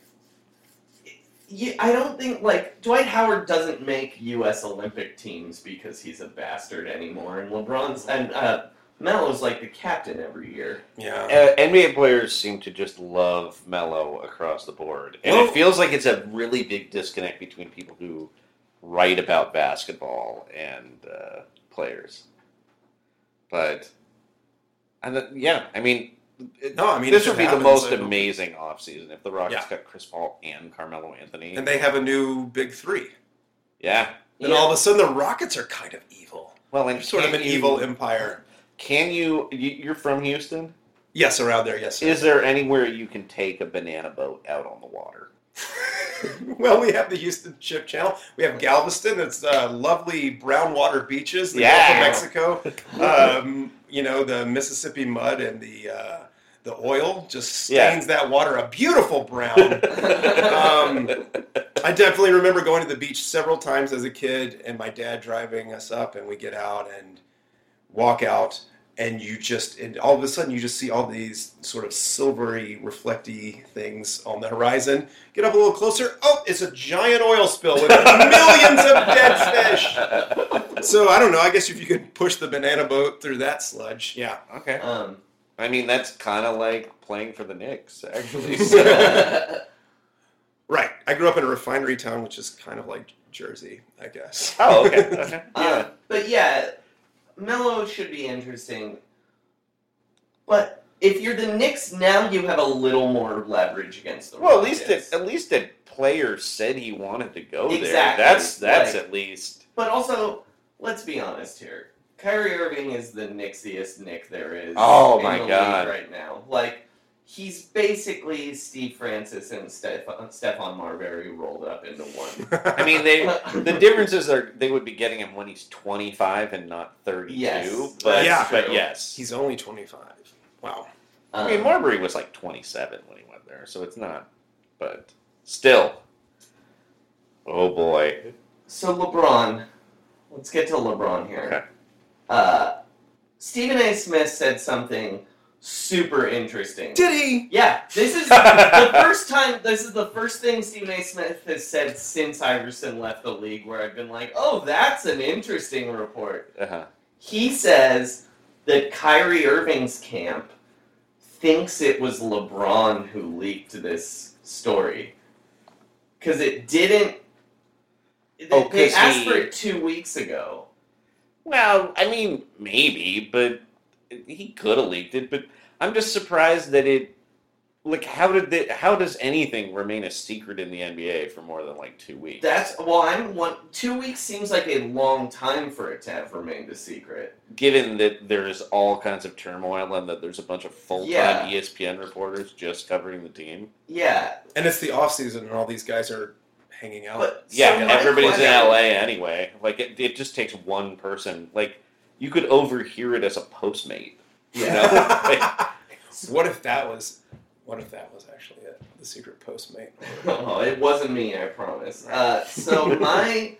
Speaker 3: you, I don't think like Dwight Howard doesn't make U.S. Olympic teams because he's a bastard anymore, and LeBron's and uh, Melo's like the captain every year.
Speaker 5: Yeah.
Speaker 4: Uh, NBA players seem to just love Mello across the board, and
Speaker 5: Well-
Speaker 4: it feels like it's a really big disconnect between people who write about basketball and uh, players. But, and the, yeah, I mean, it-
Speaker 5: No, I mean,
Speaker 4: this
Speaker 5: if it
Speaker 4: would be the
Speaker 5: happens,
Speaker 4: most
Speaker 5: it'll-
Speaker 4: amazing offseason if the Rockets
Speaker 5: Yeah.
Speaker 4: got Chris Paul and Carmelo Anthony.
Speaker 5: And they have a new big three.
Speaker 4: yeah,
Speaker 5: And all of a sudden, the Rockets are kind of evil.
Speaker 4: well, and
Speaker 5: They're sort of
Speaker 4: can
Speaker 5: an
Speaker 4: you-
Speaker 5: evil empire.
Speaker 4: Can you? you- You're from Houston.
Speaker 5: Yes, around there. Yes. Sir.
Speaker 4: Is there anywhere you can take a banana boat out on the water?
Speaker 5: Well, we have the Houston Ship Channel. We have Galveston. It's uh, lovely brown water beaches, the
Speaker 4: Yeah.
Speaker 5: Gulf of
Speaker 4: *laughs*
Speaker 5: Mexico. Um, you know, the Mississippi mud and the uh, the oil just
Speaker 4: Yeah.
Speaker 5: stains that water a beautiful brown. um, I definitely remember going to the beach several times as a kid, and my dad driving us up, and we get out and walk out, and you just, and all of a sudden, you just see all these sort of silvery, reflecty things on the horizon. Get up a little closer. Oh, it's a giant oil spill with millions of dead fish. So I don't know. I guess if you could push the banana boat through that sludge, yeah.
Speaker 4: Okay.
Speaker 3: Um,
Speaker 4: I mean, that's kind of like playing for the Knicks,
Speaker 3: *laughs*
Speaker 4: actually. So,
Speaker 5: Right. I grew up in a refinery town, which is kind of like Jersey, I guess.
Speaker 4: oh, *laughs* okay. okay.
Speaker 3: Uh, but yeah, Melo should be interesting. But if you're the Knicks now, you have a little more leverage against the
Speaker 4: Well, at least
Speaker 3: Rockets.
Speaker 4: it, at least a player said he wanted to go there.
Speaker 3: Exactly.
Speaker 4: That's that's
Speaker 3: Like-
Speaker 4: at least.
Speaker 3: But also, let's be honest here. Kyrie Irving is the Knixiest Nick there is.
Speaker 4: Oh
Speaker 3: in
Speaker 4: my
Speaker 3: the league
Speaker 4: God.
Speaker 3: Right now, like he's basically Steve Francis and Stefan Stephon Marbury rolled up into one.
Speaker 4: *laughs* I mean, they
Speaker 3: *laughs*
Speaker 4: the differences are they would be getting him when he's twenty five and not thirty two.
Speaker 3: Yes,
Speaker 4: but
Speaker 5: that's
Speaker 4: but
Speaker 3: true.
Speaker 4: yes,
Speaker 5: He's only 25. Wow.
Speaker 4: I mean
Speaker 3: Um,
Speaker 4: Marbury was like twenty seven when he went there, so it's not. But still, oh boy,
Speaker 3: So LeBron, let's get to LeBron here.
Speaker 4: Okay.
Speaker 3: Uh, Stephen A. Smith said something super interesting.
Speaker 5: Did he?
Speaker 3: yeah, this
Speaker 4: *laughs*
Speaker 3: is the first time. This is the first thing Stephen A. Smith has said since Iverson left the league, where I've been like, "Oh, that's an interesting report."
Speaker 4: uh-huh.
Speaker 3: He says that Kyrie Irving's camp thinks it was LeBron who leaked this story because it didn't. They,
Speaker 4: Oh, 'cause
Speaker 3: they asked
Speaker 4: he-
Speaker 3: for it two weeks ago.
Speaker 4: Well, I mean, maybe, but he could have leaked it. But I'm just surprised that it. Like, how did the, how does anything remain a secret in the NBA for more than like two weeks?
Speaker 3: That's well, I'm one. Two weeks seems like a long time for it to have remained a secret.
Speaker 4: Given that there's all kinds of turmoil and that there's a bunch of full-time E
Speaker 3: Yeah.
Speaker 4: ESPN reporters just covering the team.
Speaker 3: Yeah,
Speaker 5: And it's the off season, and all these guys are hanging out.
Speaker 3: but
Speaker 4: Yeah,
Speaker 3: so my
Speaker 4: everybody's in
Speaker 3: question-
Speaker 4: LA anyway. Like, it, it just takes one person. Like, you could overhear it as a postmate. You know?
Speaker 3: *laughs*
Speaker 4: Like,
Speaker 5: what if that was? What if that was actually it? The secret postmate.
Speaker 3: *laughs* oh, it wasn't me, I promise.
Speaker 4: *laughs*
Speaker 3: Uh, so my,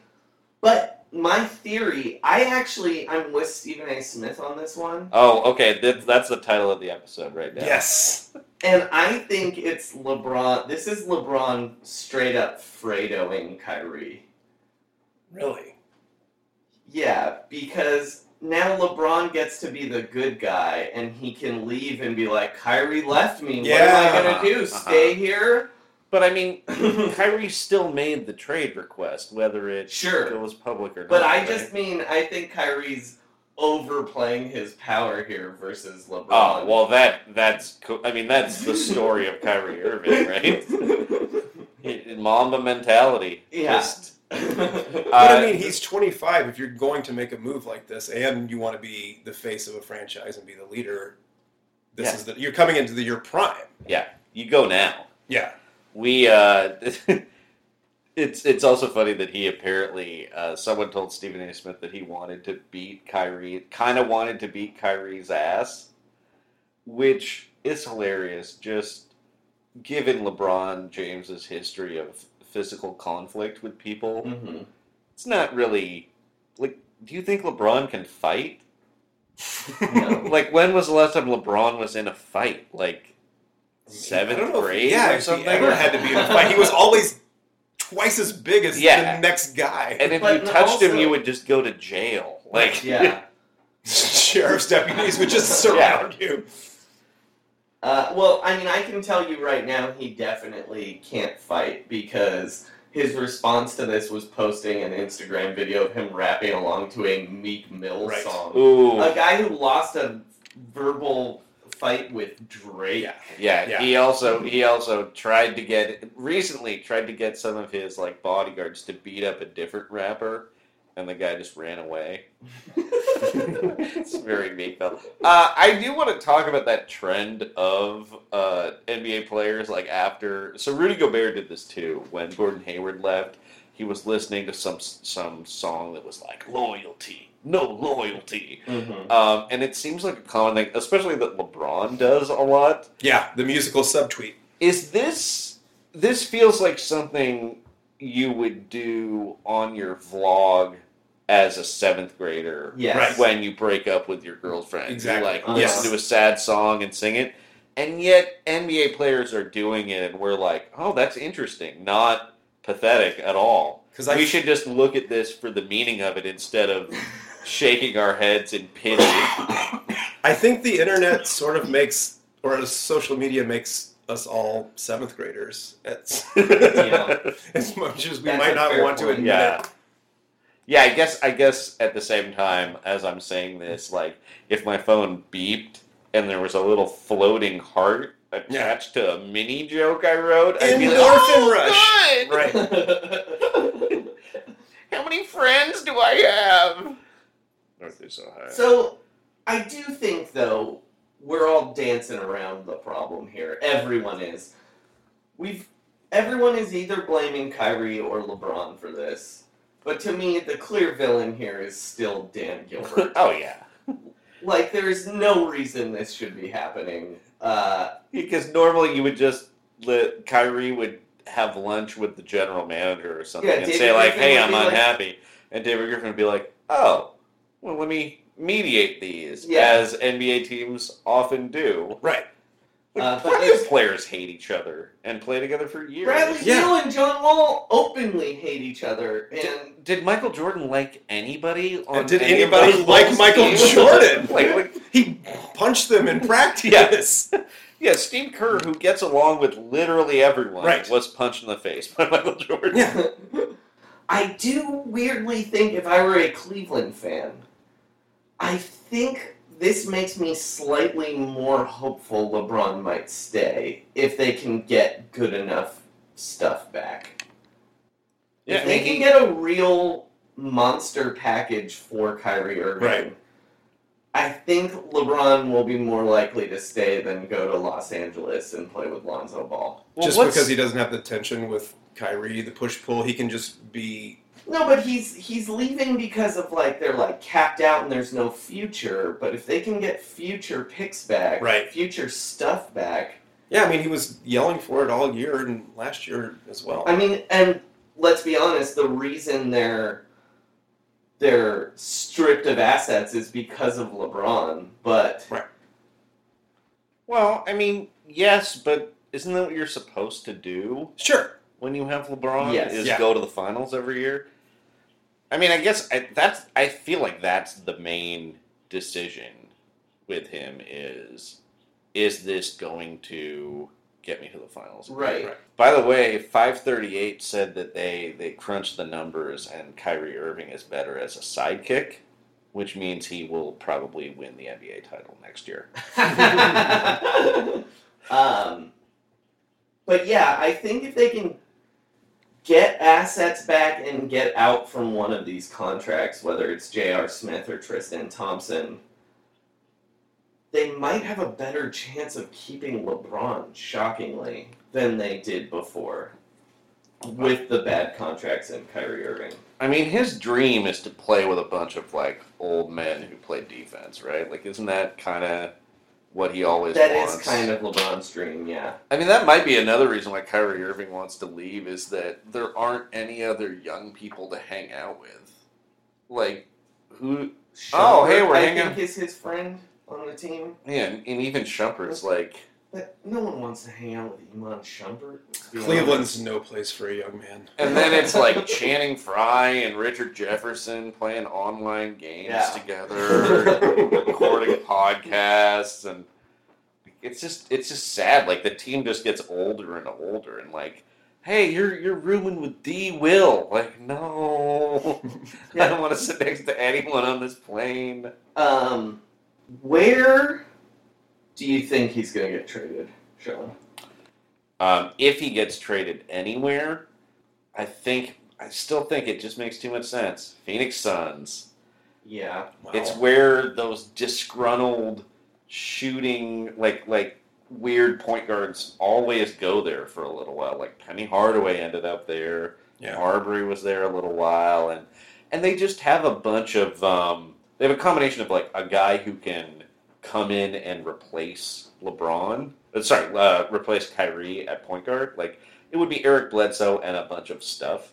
Speaker 3: but my theory, I actually, I'm with Stephen A. Smith on this one,
Speaker 4: oh, okay. That, that's the title of the episode right now.
Speaker 5: Yes.
Speaker 3: and I think it's LeBron. This is LeBron straight up Fredoing Kyrie.
Speaker 5: Really?
Speaker 3: Yeah, because now LeBron gets to be the good guy, and he can leave and be like, Kyrie left me. What am I
Speaker 5: Yeah.
Speaker 3: gonna do?
Speaker 4: Uh-huh.
Speaker 3: Stay here?
Speaker 4: But
Speaker 3: *clears throat*
Speaker 4: I mean, Kyrie still made the trade request, whether it
Speaker 3: Sure.
Speaker 4: goes public or not.
Speaker 3: But I
Speaker 4: right?
Speaker 3: just mean I think Kyrie's overplaying his power here versus LeBron.
Speaker 4: Oh well, that that's co- I mean that's
Speaker 3: *laughs*
Speaker 4: the story of Kyrie Irving, right? Mamba mentality.
Speaker 3: Yeah.
Speaker 4: Just
Speaker 5: But I
Speaker 4: Uh,
Speaker 5: mean, he's 25. If you're going to make a move like this, and you want to be the face of a franchise and be the leader, this
Speaker 4: Yeah.
Speaker 5: is the you're coming into the your prime.
Speaker 4: yeah, you go now.
Speaker 5: Yeah,
Speaker 4: We uh, *laughs* it's it's also funny that he apparently uh, someone told Stephen A. Smith that he wanted to beat Kyrie, kind of wanted to beat Kyrie's ass, which is hilarious. Just given LeBron James's history of physical conflict with people,
Speaker 5: Mm-hmm.
Speaker 3: hmm
Speaker 4: it's not really like. Do you think LeBron can fight?
Speaker 3: No.
Speaker 4: *laughs* like when was the last time LeBron was in a fight? Like seventh
Speaker 5: I don't know if-
Speaker 4: grade
Speaker 5: yeah,
Speaker 4: or something.
Speaker 5: He ever had to be in a fight. He was always twice as big as
Speaker 4: Yeah.
Speaker 5: the next guy.
Speaker 4: and if
Speaker 3: But
Speaker 4: you touched him,
Speaker 3: also-
Speaker 4: you would just go to jail.
Speaker 3: *laughs*
Speaker 4: Like
Speaker 3: yeah.
Speaker 5: *laughs* Sheriff's deputies would
Speaker 4: *laughs*
Speaker 5: just surround you.
Speaker 3: Uh, well, I mean, I can tell you right now, he definitely can't fight because his response to this was posting an Instagram video of him rapping along to a Meek Mill
Speaker 5: Right.
Speaker 3: song.
Speaker 4: ooh,
Speaker 3: A guy who lost a verbal fight with Drake.
Speaker 5: Yeah.
Speaker 4: yeah,
Speaker 5: Yeah.
Speaker 4: He also he also tried to get recently tried to get some of his like bodyguards to beat up a different rapper, and the guy just ran away. it's very meek though. Uh, I do want to talk about that trend of uh, NBA players like after. So Rudy Gobert did this too when Gordon Hayward left. He was listening to some some song that was like loyalty, no loyalty,
Speaker 3: Mhm.
Speaker 4: um, and it seems like a common thing, especially that LeBron does a lot.
Speaker 5: Yeah, the musical subtweet.
Speaker 4: Is this this feels like something you would do on your vlog as a seventh grader
Speaker 3: Yes.
Speaker 5: Right.
Speaker 4: when you break up with your girlfriend.
Speaker 5: Exactly.
Speaker 4: You like
Speaker 3: Yes.
Speaker 4: listen to a sad song and sing it. And yet NBA players are doing it and we're like, oh that's interesting, not pathetic at all.
Speaker 5: 'Cause I-
Speaker 4: we should just look at this for the meaning of it instead
Speaker 5: *laughs*
Speaker 4: of shaking our heads in pity.
Speaker 5: I think the
Speaker 3: *laughs*
Speaker 5: internet sort of makes, or social media makes us all seventh graders. That's,
Speaker 3: Yeah.
Speaker 5: *laughs* as much as we
Speaker 3: That's a
Speaker 5: might not
Speaker 3: fair
Speaker 5: want to
Speaker 3: point.
Speaker 5: admit.
Speaker 4: Yeah. Yeah, I guess I guess at the same time as I'm saying this, like if my phone beeped and there was a little floating heart attached to a mini joke I wrote, I'd be like,
Speaker 5: Endorphin
Speaker 4: "Oh,
Speaker 5: rush."
Speaker 4: good!
Speaker 5: Right.
Speaker 4: *laughs* How many friends do I have? North is Ohio.
Speaker 3: so, I do think, though, we're all dancing around the problem here. Everyone is. We've. Everyone is either blaming Kyrie or LeBron for this. But to me, the clear villain here is still Dan Gilbert.
Speaker 5: *laughs*
Speaker 4: oh yeah,
Speaker 3: like, there is no reason this should be happening. Uh,
Speaker 4: because normally you would just let Kyrie would have lunch with the general manager or something
Speaker 3: Yeah,
Speaker 4: and
Speaker 3: David
Speaker 4: say like,
Speaker 3: Griffin
Speaker 4: "Hey,
Speaker 3: would
Speaker 4: I'm
Speaker 3: be like-
Speaker 4: unhappy," and David Griffin would be like, "Oh, well, let me." Mediate these,
Speaker 3: Yeah.
Speaker 4: as NBA teams often do.
Speaker 5: Right.
Speaker 4: Like,
Speaker 3: Uh, but
Speaker 4: why do
Speaker 3: it's-
Speaker 4: players hate each other and play together for years?
Speaker 3: Bradley
Speaker 5: Yeah.
Speaker 3: Beal and John Wall openly hate each other, and
Speaker 4: Did, did Michael Jordan like Uh, anybody on?
Speaker 5: And did
Speaker 4: any of
Speaker 5: anybody
Speaker 4: *laughs* those
Speaker 5: like
Speaker 4: Bulls
Speaker 5: Michael
Speaker 4: teams?
Speaker 5: Jordan?
Speaker 4: *laughs* like, like,
Speaker 5: He punched them in practice.
Speaker 4: yeah, Steve Kerr, who gets along with literally everyone,
Speaker 5: Right.
Speaker 4: was punched in the face *laughs* by Michael Jordan.
Speaker 5: Yeah.
Speaker 3: I do weirdly think if I were a Cleveland fan, I think this makes me slightly more hopeful LeBron might stay if they can get good enough stuff back.
Speaker 4: Yeah, I
Speaker 3: if they
Speaker 4: mean,
Speaker 3: can
Speaker 4: he-
Speaker 3: get a real monster package for Kyrie Irving.
Speaker 5: Right.
Speaker 3: I think LeBron will be more likely to stay than go to Los Angeles and play with Lonzo Ball.
Speaker 4: well,
Speaker 5: just
Speaker 4: what's-
Speaker 5: because he doesn't have the tension with Kyrie, the push pull, he can just be.
Speaker 3: No, but he's he's leaving because of like they're like capped out and there's no future. But if they can get future picks back,
Speaker 5: Right.
Speaker 3: future stuff back.
Speaker 5: Yeah, I mean, he was yelling for it all year and last year as well.
Speaker 3: I mean, and let's be honest, the reason they're they're stripped of assets is because of LeBron. But
Speaker 4: well, I mean, yes, but isn't that what you're supposed to do
Speaker 5: sure.
Speaker 4: when you have LeBron?
Speaker 3: Yes.
Speaker 4: is
Speaker 5: Yeah.
Speaker 4: go to the finals every year. I mean, I guess I, that's. I feel like that's the main decision with him is is this going to get me to the finals?
Speaker 3: right,
Speaker 4: By the way, 538 said that they, they crunched the numbers and Kyrie Irving is better as a sidekick, which means he will probably win the NBA title next year.
Speaker 3: um, but yeah, I think if they can get assets back and get out from one of these contracts, whether it's J.R. Smith or Tristan Thompson, they might have a better chance of keeping LeBron, shockingly, than they did before with the bad contracts and Kyrie Irving.
Speaker 4: I mean, his dream is to play with a bunch of like old men who play defense, right? Like, isn't that kind of what he always
Speaker 3: That
Speaker 4: wants?
Speaker 3: is kind of LeBron's dream, yeah.
Speaker 4: I mean, that might be another reason why Kyrie Irving wants to leave is that there aren't any other young people to hang out with. Like, who? Oh, hey, we're
Speaker 3: I
Speaker 4: hanging-
Speaker 3: think is his friend on the team.
Speaker 4: Yeah, and, and even Shumpert's like,
Speaker 3: But no one wants to hang out with Iman Shumpert. let's be honest.
Speaker 5: Cleveland's no place for a young man.
Speaker 4: and then it's like Channing Frye and Richard Jefferson playing online games
Speaker 3: Yeah.
Speaker 4: together, recording podcasts, and it's just it's just sad. Like the team just gets older and older, and like. Hey, you're you're rooming with D. Will. Like, no, *laughs* I don't want to sit next to anyone on this plane.
Speaker 3: Um, where do you think he's going to get traded, Sean?
Speaker 4: Um, if he gets traded anywhere, I think I still think it just makes too much sense. Phoenix Suns.
Speaker 3: Yeah.
Speaker 5: Wow.
Speaker 4: It's where those disgruntled shooting like like weird point guards always go there for a little while. Like Penny Hardaway ended up there.
Speaker 5: yeah.
Speaker 4: Marbury was there a little while, and and they just have a bunch of um, they have a combination of like a guy who can come in and replace LeBron, uh, sorry, uh, replace Kyrie at point guard. Like it would be Eric Bledsoe and a bunch of stuff,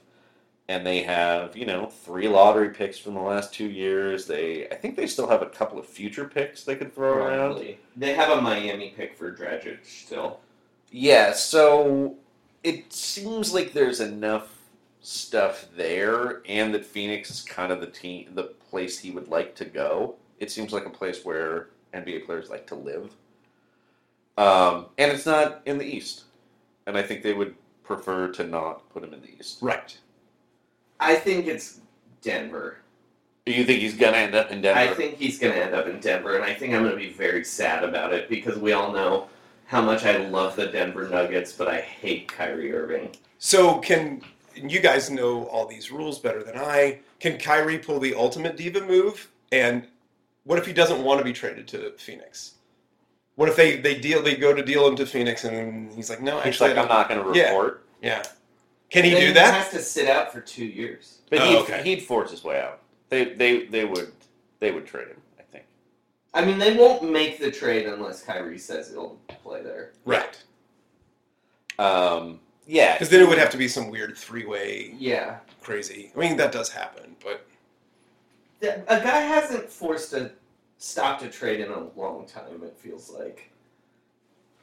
Speaker 4: and they have you know three lottery picks from the last two years. They I think they still have a couple of future picks they could throw around.
Speaker 3: Probably. They have a Miami pick for Dragic still.
Speaker 4: Yeah, so it seems like there's enough stuff there, and that Phoenix is kind of the team, the place he would like to go. It seems like a place where NBA players like to live, um, and it's not in the East. And I think they would prefer to not put him in the East.
Speaker 5: Right.
Speaker 3: I think it's Denver.
Speaker 4: Do you think he's gonna end up in Denver?
Speaker 3: I think he's going to end up in Denver, and I think I'm going to be very sad about it because we all know how much I love the Denver Nuggets, but I hate Kyrie Irving.
Speaker 5: So can you guys know all these rules better than I? Can Kyrie pull the ultimate diva move? And what if he doesn't want to be traded to Phoenix? What if they, they deal they go to deal him to Phoenix and he's like, no,
Speaker 4: he's
Speaker 5: actually,
Speaker 4: like,
Speaker 5: I
Speaker 4: I'm not gonna
Speaker 5: Yeah.
Speaker 4: report,
Speaker 5: don't- Yeah. Can he
Speaker 3: Then
Speaker 5: do that?
Speaker 3: He has to sit out for two years.
Speaker 4: but
Speaker 5: Oh,
Speaker 4: he'd,
Speaker 5: okay.
Speaker 4: he'd force his way out. They they they would they would trade him. I think.
Speaker 3: I mean, they won't make the trade unless Kyrie says he'll play there.
Speaker 5: Right.
Speaker 4: Um, yeah,
Speaker 5: Because then it would have to be some weird three way
Speaker 3: Yeah.
Speaker 5: crazy. I mean, that does happen, but
Speaker 3: Th- A guy hasn't forced a stop to trade in a long time, it feels like.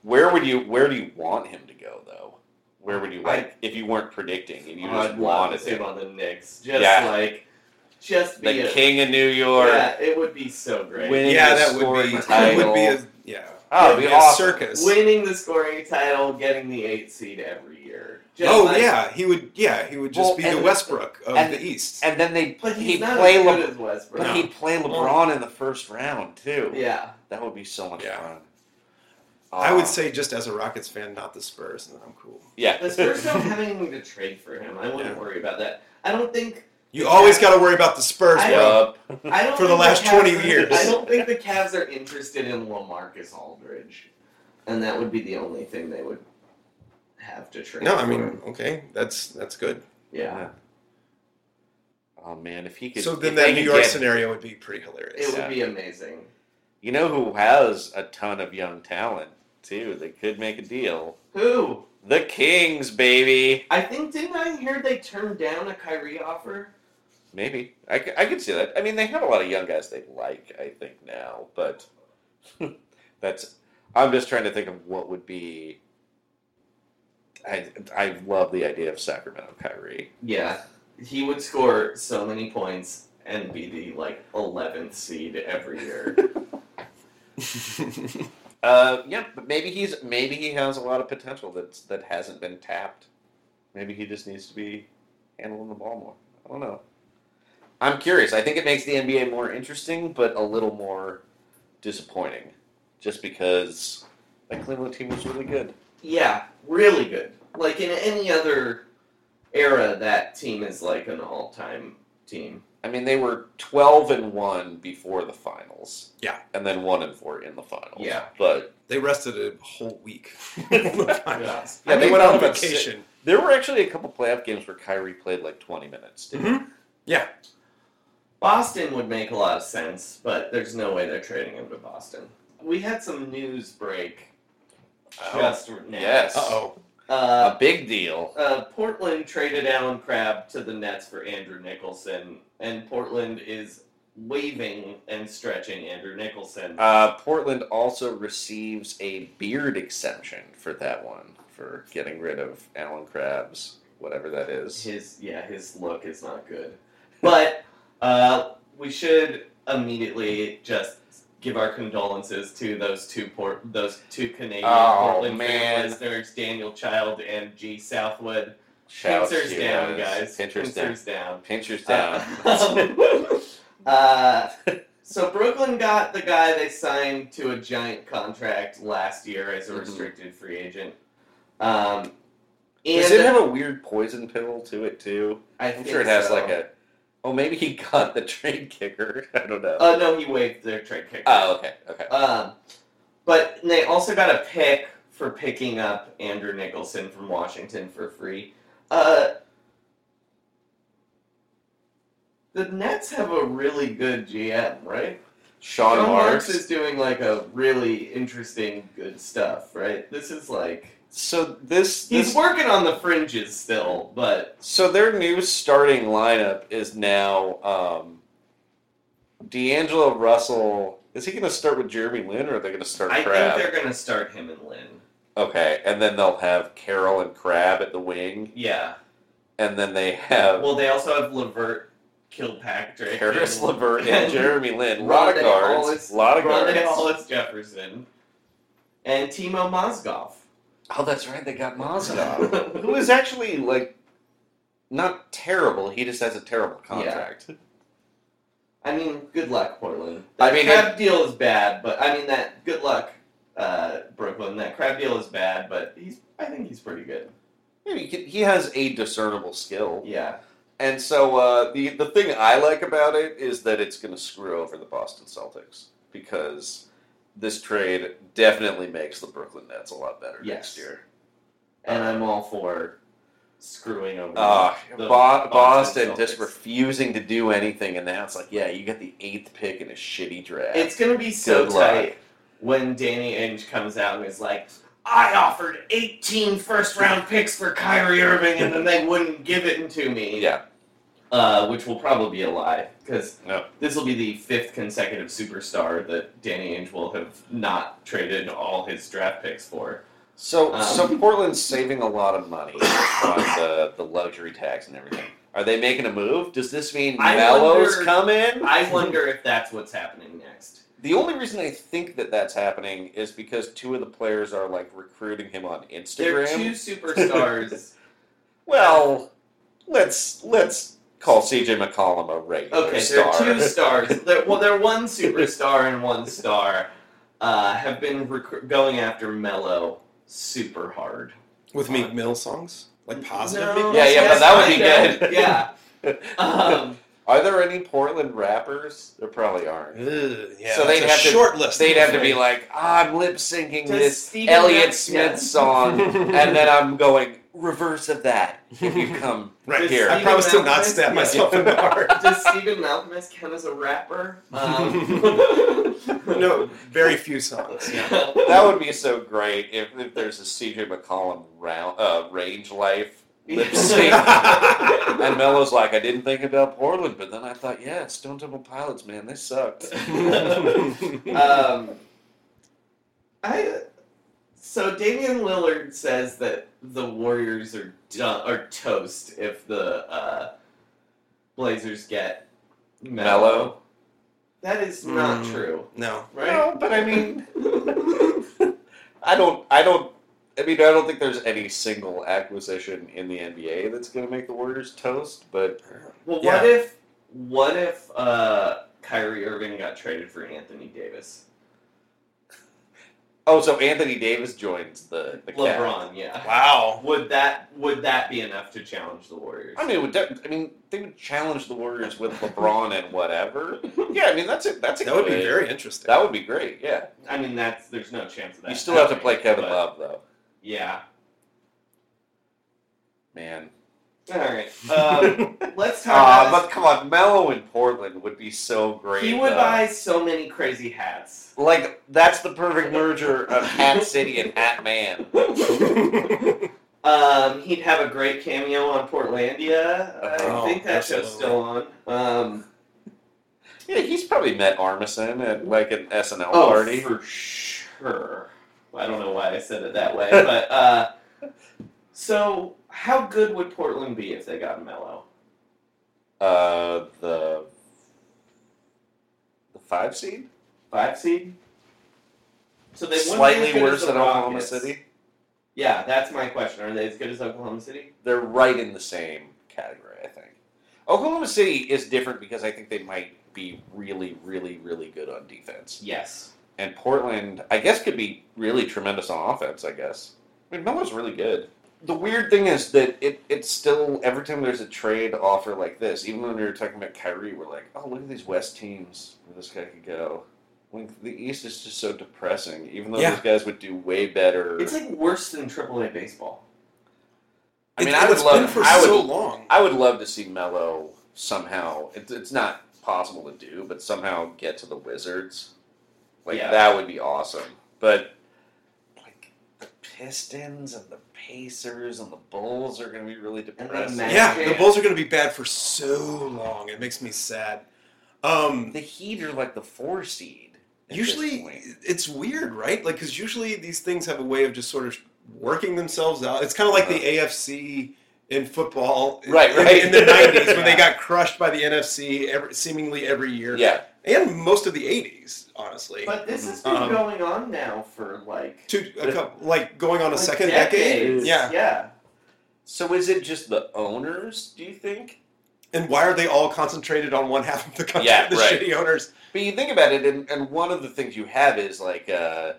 Speaker 4: Where would you where do you want him to go though? Where would you
Speaker 3: I-
Speaker 4: like if you weren't predicting and you just
Speaker 3: I'd love to
Speaker 4: wanted
Speaker 3: see him
Speaker 4: him?
Speaker 3: on the Knicks. Just
Speaker 4: Yeah.
Speaker 3: like, just be
Speaker 4: The
Speaker 3: a,
Speaker 4: king of New York.
Speaker 3: Yeah, it would be so great.
Speaker 4: Winning
Speaker 5: yeah,
Speaker 4: the
Speaker 5: that would
Speaker 4: scoring
Speaker 5: be that
Speaker 4: title.
Speaker 5: would be a yeah.
Speaker 4: Oh,
Speaker 5: That'd
Speaker 4: it'd be
Speaker 5: a
Speaker 4: awesome.
Speaker 5: circus.
Speaker 3: Winning the scoring title, getting the eight seed every year. Just
Speaker 5: oh
Speaker 3: like-
Speaker 5: yeah, he would. Yeah, he would just
Speaker 4: Well,
Speaker 5: be
Speaker 4: and-
Speaker 5: the Westbrook of
Speaker 4: and-
Speaker 5: the East.
Speaker 4: and then they
Speaker 3: But he's
Speaker 4: he'd
Speaker 3: not
Speaker 4: play
Speaker 3: as
Speaker 4: Le-
Speaker 3: good as Westbrook.
Speaker 4: but he'd play LeBron in the first round too.
Speaker 3: Yeah.
Speaker 4: That would be so much
Speaker 5: Yeah.
Speaker 4: fun.
Speaker 5: I
Speaker 4: Uh,
Speaker 5: would say just as a Rockets fan, not the Spurs, and I'm cool.
Speaker 4: *laughs* Yeah.
Speaker 3: The Spurs don't have anything to trade for him. I wouldn't
Speaker 5: Yeah.
Speaker 3: worry about that. I don't think
Speaker 5: You always got to worry about the Spurs,
Speaker 3: I-
Speaker 5: bro.
Speaker 4: Yup.
Speaker 3: I
Speaker 5: *laughs*
Speaker 3: don't
Speaker 5: For the
Speaker 3: think
Speaker 5: last
Speaker 3: Cavs
Speaker 5: 20
Speaker 3: are-
Speaker 5: years.
Speaker 3: I don't think the Cavs are interested in Lamarcus Aldridge, and that would be the only thing they would have to trade.
Speaker 5: No, I
Speaker 3: for
Speaker 5: mean,
Speaker 3: him.
Speaker 5: okay, that's that's good.
Speaker 3: yeah,
Speaker 4: Oh man, if he could
Speaker 5: So then
Speaker 4: if
Speaker 5: that
Speaker 4: they
Speaker 5: New
Speaker 4: could
Speaker 5: York
Speaker 4: get-
Speaker 5: scenario would be pretty hilarious.
Speaker 3: it
Speaker 4: Yeah.
Speaker 3: would be amazing.
Speaker 4: You know who has a ton of young talent too that could make a deal?
Speaker 3: Who?
Speaker 4: The Kings, baby.
Speaker 3: I think didn't I hear they turned down a Kyrie offer?
Speaker 4: Maybe I, c- I could see that. I mean, they have a lot of young guys they like. I think now, but *laughs* that's. I'm just trying to think of what would be. I I love the idea of Sacramento Kyrie.
Speaker 3: Yeah, he would score so many points and be the like eleventh seed
Speaker 5: *laughs*
Speaker 3: every year.
Speaker 4: Uh, yeah, but maybe he's maybe he has a lot of potential that's that hasn't been tapped. Maybe he just needs to be handling the ball more. I don't know. I'm curious. I think it makes the NBA more interesting, but a little more disappointing, just because that Cleveland team was really good.
Speaker 3: yeah, really good. Like in any other era, that team is like an all-time team.
Speaker 4: I mean, they were twelve and one before the finals.
Speaker 5: Yeah.
Speaker 4: and then one and four in the finals.
Speaker 3: Yeah.
Speaker 4: but
Speaker 5: They rested a whole week. yeah,
Speaker 4: *laughs* Yeah,
Speaker 5: they
Speaker 4: they
Speaker 5: went on
Speaker 4: felt it.
Speaker 5: vacation.
Speaker 4: there were actually a couple playoff games where Kyrie played like twenty minutes. Too.
Speaker 5: Yeah,
Speaker 3: Boston would make a lot of sense, but there's no way they're trading him to Boston. We had some news break
Speaker 4: Oh,
Speaker 3: just now.
Speaker 4: Yes,
Speaker 5: Uh oh.
Speaker 3: Uh,
Speaker 4: a big deal.
Speaker 3: uh, Portland traded Alan Crabb to the Nets for Andrew Nicholson, and Portland is waving and stretching Andrew Nicholson.
Speaker 4: Uh, Portland also receives a beard exception for that one for getting rid of Alan Krabs, whatever that is.
Speaker 3: his yeah, his look is not good. But uh, we should immediately just give our condolences to those two port those two Canadian
Speaker 4: Oh,
Speaker 3: Portland
Speaker 4: man.
Speaker 3: listeners, Daniel Child and G Southwood.
Speaker 4: Shouts
Speaker 3: Pincers
Speaker 4: to
Speaker 3: down,
Speaker 4: us.
Speaker 3: guys.
Speaker 4: Pinchers down.
Speaker 3: Pincers down.
Speaker 4: Pinchers down. *laughs*
Speaker 3: Uh, *laughs* uh, so Brooklyn got the guy they signed to a giant contract last year as a
Speaker 4: Mhm.
Speaker 3: restricted free agent. Um, and
Speaker 4: Does it have a weird poison pill to it too?
Speaker 3: I
Speaker 4: I'm
Speaker 3: think
Speaker 4: sure it has
Speaker 3: so.
Speaker 4: like a. Oh, maybe he *laughs* got the train kicker. *laughs* I don't know.
Speaker 3: Uh, no, he waived their trade kicker.
Speaker 4: oh, okay, okay.
Speaker 3: Um, but they also got a pick for picking up Andrew Nicholson from Washington for free. Uh, the Nets have a really good GM, right?
Speaker 4: Sean
Speaker 3: John Marks
Speaker 4: Marks.
Speaker 3: is doing like a really interesting, good stuff, right? This is like
Speaker 4: So this
Speaker 3: he's
Speaker 4: this
Speaker 3: working on the fringes still, but
Speaker 4: So their new starting lineup is now um, D'Angelo Russell. Is he going to start with Jeremy Lin, or are they going to start
Speaker 3: I
Speaker 4: Crab?
Speaker 3: think they're gonna start him and Lynn.
Speaker 4: okay, and then they'll have Carroll and Crab at the wing,
Speaker 3: Yeah.
Speaker 4: and then they have
Speaker 3: Well, they also have Levert, Kilpatrick,
Speaker 4: Harris
Speaker 3: and-
Speaker 4: *laughs* Levert and Jeremy Lin. A lot
Speaker 3: Rondé
Speaker 4: of guards.
Speaker 3: Hollis-
Speaker 4: A lot of guards.
Speaker 3: Rondé Hollis Jefferson, and Timo Mozgov.
Speaker 4: Oh, that's right. They got Mozgov, who is actually like not terrible. He just has a terrible contract.
Speaker 3: I mean, good luck, Portland.
Speaker 4: I
Speaker 3: That
Speaker 4: mean,
Speaker 3: crab deal is bad, but I mean that good luck, uh, Brooklyn. That crab deal is bad, but he's I think he's pretty good.
Speaker 4: Yeah, he, can- he has a discernible skill.
Speaker 3: Yeah.
Speaker 4: And so uh, the the thing I like about it is that it's going to screw over the Boston Celtics because this trade definitely makes the Brooklyn Nets a lot better
Speaker 3: Yes.
Speaker 4: next year.
Speaker 3: and I'm all for screwing over
Speaker 4: Uh,
Speaker 3: the
Speaker 4: Bo- Boston
Speaker 3: Celtics.
Speaker 4: just refusing to do anything, and now it's like, yeah, you got the eighth pick in a shitty draft.
Speaker 3: It's gonna be so
Speaker 4: Good luck.
Speaker 3: tight when Danny Ainge comes out and is like, "I offered 18 first round picks for Kyrie Irving, and then they wouldn't give it to me."
Speaker 4: yeah,
Speaker 3: Uh, which will probably be a lie because
Speaker 4: no,
Speaker 3: this will be the fifth consecutive superstar that Danny Ainge will have not traded all his draft picks for.
Speaker 4: So,
Speaker 3: Um,
Speaker 4: so Portland's saving a lot of money on the, the luxury tax and everything. Are they making a move? Does this mean
Speaker 3: I
Speaker 4: Melo's
Speaker 3: wonder-
Speaker 4: come in? *laughs*
Speaker 3: I wonder if that's what's happening next.
Speaker 4: the only reason I think that that's happening is because two of the players are like recruiting him on
Speaker 3: They're
Speaker 4: Instagram.
Speaker 3: two
Speaker 4: *laughs*
Speaker 3: superstars.
Speaker 4: well, let's let's call CJ McCollum a regular
Speaker 3: Okay,
Speaker 4: star.
Speaker 3: there are two stars. They're- well, they're one superstar and one star. Uh, have been rec- going after Mello super hard.
Speaker 5: With Meek Mill songs? Like positive
Speaker 3: No,
Speaker 5: Meek Mill
Speaker 4: Yeah, yeah, but
Speaker 5: songs?
Speaker 4: that would be
Speaker 3: yes,
Speaker 4: good.
Speaker 3: Yeah. Um,
Speaker 4: are there any Portland rappers? There probably aren't.
Speaker 5: Ugh, yeah,
Speaker 4: So they'd
Speaker 5: that's a
Speaker 4: have to-
Speaker 5: short list.
Speaker 4: They'd have to be like, I'm lip syncing
Speaker 3: Does
Speaker 4: this
Speaker 3: Stevie
Speaker 4: Elliott
Speaker 3: Nicks-
Speaker 4: Smith
Speaker 3: yeah. *laughs*
Speaker 4: song, and then I'm going reverse of that. If you come
Speaker 5: *laughs* right
Speaker 4: here,
Speaker 5: I promise to not stab
Speaker 3: Yeah.
Speaker 5: myself
Speaker 4: *laughs*
Speaker 5: in the heart.
Speaker 3: does Stephen Malcolmus count as a rapper? Um,
Speaker 5: no, very few songs.
Speaker 4: that would be so great if, if there's a CJ McCollum round, uh, range life
Speaker 3: *laughs*
Speaker 4: lip sync. and Melo's like, I didn't think about Portland, but then I thought, yeah, Stone Temple Pilots, man,
Speaker 5: *laughs*
Speaker 4: they sucked.
Speaker 3: um, I so Damian Lillard says that the Warriors are done, are toast if the uh, Blazers get
Speaker 4: Melo? Hmm.
Speaker 3: That is not
Speaker 5: Mm.
Speaker 3: true,
Speaker 5: No.
Speaker 3: right?
Speaker 4: No, but I mean, I don't, I don't. I mean, I don't think there's any single acquisition in the NBA that's going to make the Warriors toast, but
Speaker 3: Well,
Speaker 5: Yeah.
Speaker 3: what if what if uh, Kyrie Irving got traded for Anthony Davis?
Speaker 4: Oh, so Anthony Davis joins the the Cavs.
Speaker 3: LeBron, yeah.
Speaker 5: Wow.
Speaker 3: Would that would that be enough to challenge the Warriors?
Speaker 4: I mean, it would de- I mean, they would challenge the Warriors with LeBron and whatever. Yeah, I mean that's it. That's a
Speaker 5: That would be
Speaker 4: good-
Speaker 5: very interesting.
Speaker 4: That would be great. Yeah,
Speaker 3: I mean, that's there's no chance of that.
Speaker 4: you still have to play
Speaker 3: happening,
Speaker 4: Kevin
Speaker 3: but
Speaker 4: Love though,
Speaker 3: Yeah.
Speaker 4: man.
Speaker 3: All
Speaker 4: *laughs*
Speaker 3: right. Um, let's talk
Speaker 4: Uh,
Speaker 3: about.
Speaker 4: but come on, Melo in Portland would be so
Speaker 3: this-
Speaker 4: great.
Speaker 3: he would
Speaker 4: though.
Speaker 3: buy so many crazy hats.
Speaker 4: Like that's the perfect merger of Hat City and Hat Man.
Speaker 3: Um, he'd have a great cameo on Portlandia. I
Speaker 5: Oh,
Speaker 3: think that show's
Speaker 5: absolutely.
Speaker 3: still on. Um,
Speaker 4: *laughs* Yeah, he's probably met Armisen at like an SNL
Speaker 3: oh,
Speaker 4: party.
Speaker 3: for sure. I don't know why I said it that way, but uh, so how good would Portland be if they got Mello?
Speaker 4: Uh, the the five seed,
Speaker 3: Five seed. So they wouldn't be as
Speaker 4: slightly
Speaker 3: good as
Speaker 4: worse
Speaker 3: the
Speaker 4: than Oklahoma
Speaker 3: Rockets.
Speaker 4: City.
Speaker 3: Yeah, that's my question. Are they as good as Oklahoma City?
Speaker 4: They're right in the same category, I think. Oklahoma City is different because I think they might be really, really, really good on defense.
Speaker 3: Yes.
Speaker 4: And Portland, I guess, could be really tremendous on offense, I guess. I mean, Melo's really good. The weird thing is that it, it's still, every time there's a trade offer like this, even when we were talking about Kyrie, we're like, oh, look at these West teams where this guy could go. Like, the East is just so depressing, even though
Speaker 5: Yeah.
Speaker 4: these guys would do way better.
Speaker 3: It's like worse than AAA baseball.
Speaker 4: I mean,
Speaker 5: It's-
Speaker 4: I would
Speaker 5: it's
Speaker 4: love,
Speaker 5: been for
Speaker 4: I would,
Speaker 5: so long.
Speaker 4: I would love to see Melo somehow. It's, it's not possible to do, but somehow get to the Wizards. Like
Speaker 3: Yeah.
Speaker 4: that would be awesome. But like the Pistons and the Pacers and the Bulls are going to be really
Speaker 3: the
Speaker 4: depressing.
Speaker 3: Magic.
Speaker 5: Yeah, the
Speaker 3: Yeah.
Speaker 5: Bulls are going to be bad for so long. It makes me sad. Um,
Speaker 4: The Heat are like the four seed. at this
Speaker 5: usually,
Speaker 4: point.
Speaker 5: it's weird, right? Like, because usually these things have a way of just sort of working themselves out. It's kind of like the AFC in football, in-
Speaker 4: Uh-huh. Right,
Speaker 5: in,
Speaker 4: right.
Speaker 5: in the '90s when they
Speaker 4: *laughs* Yeah.
Speaker 5: got crushed by the NFC every, seemingly every year.
Speaker 4: yeah,
Speaker 5: and most of the '80s, honestly.
Speaker 3: But this has been
Speaker 5: Um,
Speaker 3: going on now for like
Speaker 5: Two, a couple, like going on a
Speaker 3: like
Speaker 5: second
Speaker 3: decades.
Speaker 5: decade, yeah.
Speaker 3: Yeah.
Speaker 4: So is it just the owners? Do you think?
Speaker 5: And why are they all concentrated on one half of the country? *laughs*
Speaker 4: Yeah,
Speaker 5: the
Speaker 4: right.
Speaker 5: shitty owners.
Speaker 4: But you think about it, and, and one of the things you have is like uh,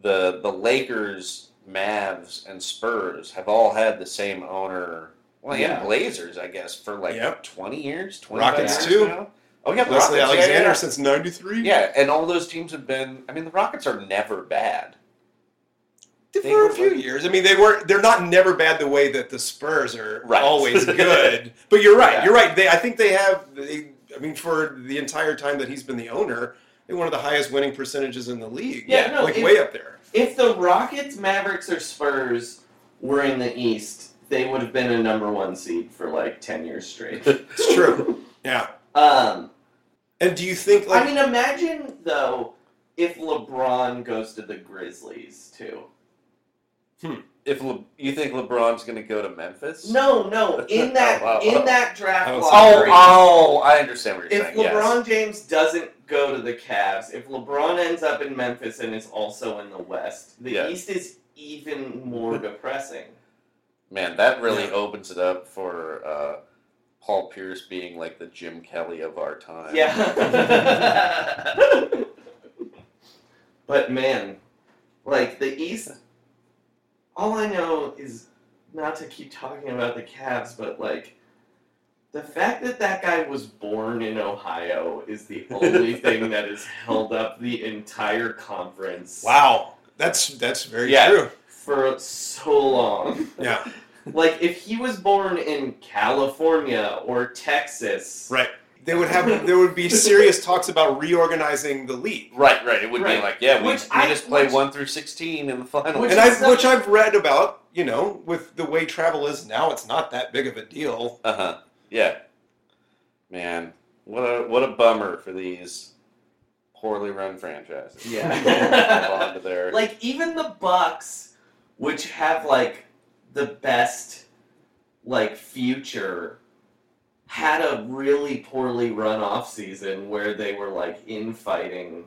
Speaker 4: the the Lakers, Mavs, and Spurs have all had the same owner. Well,
Speaker 3: Yeah.
Speaker 4: and Blazers, I guess, for like
Speaker 5: Yep.
Speaker 4: twenty years, twenty
Speaker 5: Rockets,
Speaker 4: years
Speaker 5: too.
Speaker 4: Now. Oh yeah, the
Speaker 5: Leslie
Speaker 4: Rockets, yeah,
Speaker 5: Alexander
Speaker 4: yeah,
Speaker 5: since '93.
Speaker 4: yeah. yeah, and all those teams have been. I mean, the Rockets are never bad. They
Speaker 5: for
Speaker 4: were
Speaker 5: a few
Speaker 4: like-
Speaker 5: years. I mean, they were they're not never bad the way that the Spurs are
Speaker 4: Right. *laughs*
Speaker 5: always good. but you're right.
Speaker 3: Yeah.
Speaker 5: You're right. They I think they have. They, I mean, for the entire time that he's been the owner, they one of the highest winning percentages in the league.
Speaker 3: Yeah, no,
Speaker 5: like
Speaker 3: it-
Speaker 5: way up
Speaker 4: *laughs*
Speaker 5: there.
Speaker 3: If the Rockets, Mavericks, or Spurs were in the East, they would have been a number one seed for like ten
Speaker 5: *laughs*
Speaker 3: years straight.
Speaker 5: It's true. yeah.
Speaker 3: um,
Speaker 5: And do you think like
Speaker 3: I mean, imagine though if LeBron goes to the Grizzlies
Speaker 5: *laughs*
Speaker 3: too.
Speaker 4: If Le- you think LeBron's going to go to Memphis,
Speaker 3: No, no, in
Speaker 5: *laughs*
Speaker 3: that
Speaker 4: Wow.
Speaker 3: in that draft
Speaker 5: That was
Speaker 4: Oh,
Speaker 3: lottery,
Speaker 4: oh, I understand what you're
Speaker 3: if
Speaker 4: saying. yes.
Speaker 3: LeBron James doesn't go to the Cavs, if LeBron ends up in Memphis and is also in the West, the
Speaker 4: Yeah.
Speaker 3: East is even more
Speaker 4: *laughs*
Speaker 3: depressing.
Speaker 4: Man, that really
Speaker 5: Yeah.
Speaker 4: opens it up for uh, Paul Pierce being like the Jim Kelly of our time. *laughs*
Speaker 3: Yeah. but man, like the East, all I know is not to keep talking about the Cavs, but like the fact that that guy was born in Ohio is the only thing that
Speaker 4: *laughs*
Speaker 3: has held up the entire conference
Speaker 5: wow? That's that's very
Speaker 4: Yeah.
Speaker 5: true.
Speaker 3: for so long.
Speaker 5: Yeah.
Speaker 3: *laughs* Like if he was born in California or Texas,
Speaker 5: Right. They would have there would be serious talks about reorganizing the league.
Speaker 4: Right, right. It would
Speaker 3: Right.
Speaker 4: be like, yeah, we,
Speaker 3: Which
Speaker 4: we
Speaker 3: I-
Speaker 4: just play
Speaker 3: which-
Speaker 4: one through sixteen in the final.
Speaker 3: Which
Speaker 5: and
Speaker 3: is
Speaker 5: I've,
Speaker 3: not-
Speaker 5: which I've read about, you know, with the way travel is now, it's not that big of a deal.
Speaker 4: uh huh. Yeah. Man, what a what a bummer for these poorly run franchises.
Speaker 3: Yeah.
Speaker 4: Move on to their-
Speaker 3: *laughs* like even the bucks which have like the best like future had a really poorly run off season where they were like infighting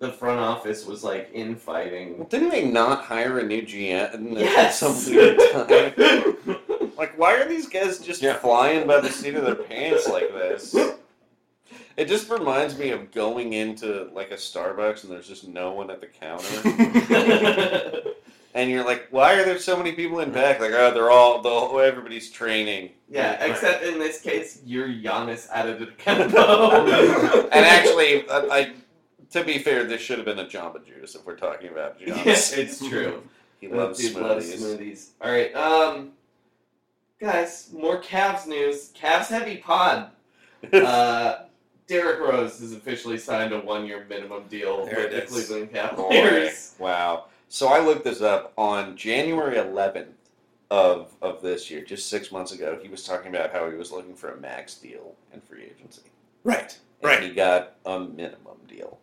Speaker 3: the front office was like infighting
Speaker 4: Well, didn't they not hire a new GM at
Speaker 3: Yes.
Speaker 4: some weird time? *laughs* Like, why are these guys just
Speaker 5: Yeah.
Speaker 4: flying by the seat of their pants like this? It just reminds me of going into like a Starbucks and there's just no one at the *laughs* counter. and you're like, why are there so many people in back? Like, oh, they're all, the whole, everybody's training.
Speaker 3: yeah, except in this case, you're Giannis
Speaker 4: *laughs*
Speaker 3: Adetokounmpo. *laughs*
Speaker 4: And actually, I, I, to be fair, this should have been a Jamba Juice if we're talking about
Speaker 3: yeah,
Speaker 4: Giannis.
Speaker 3: it's true.
Speaker 4: He
Speaker 3: That
Speaker 4: loves
Speaker 3: dude loves
Speaker 4: smoothies.
Speaker 3: smoothies. All right, um, guys, more Cavs news. Cavs
Speaker 5: *laughs*
Speaker 3: heavy pod. Uh, Derrick Rose has officially signed a one-year minimum deal
Speaker 5: There it
Speaker 3: with the
Speaker 5: is.
Speaker 3: Cleveland
Speaker 4: Boy,
Speaker 3: Cavaliers.
Speaker 4: *laughs* wow. So I looked this up on January 11th of of this year, just six months ago. He was talking about how he was looking for a max deal in free agency,
Speaker 5: Right.
Speaker 4: and
Speaker 5: Right.
Speaker 4: he got a minimum deal.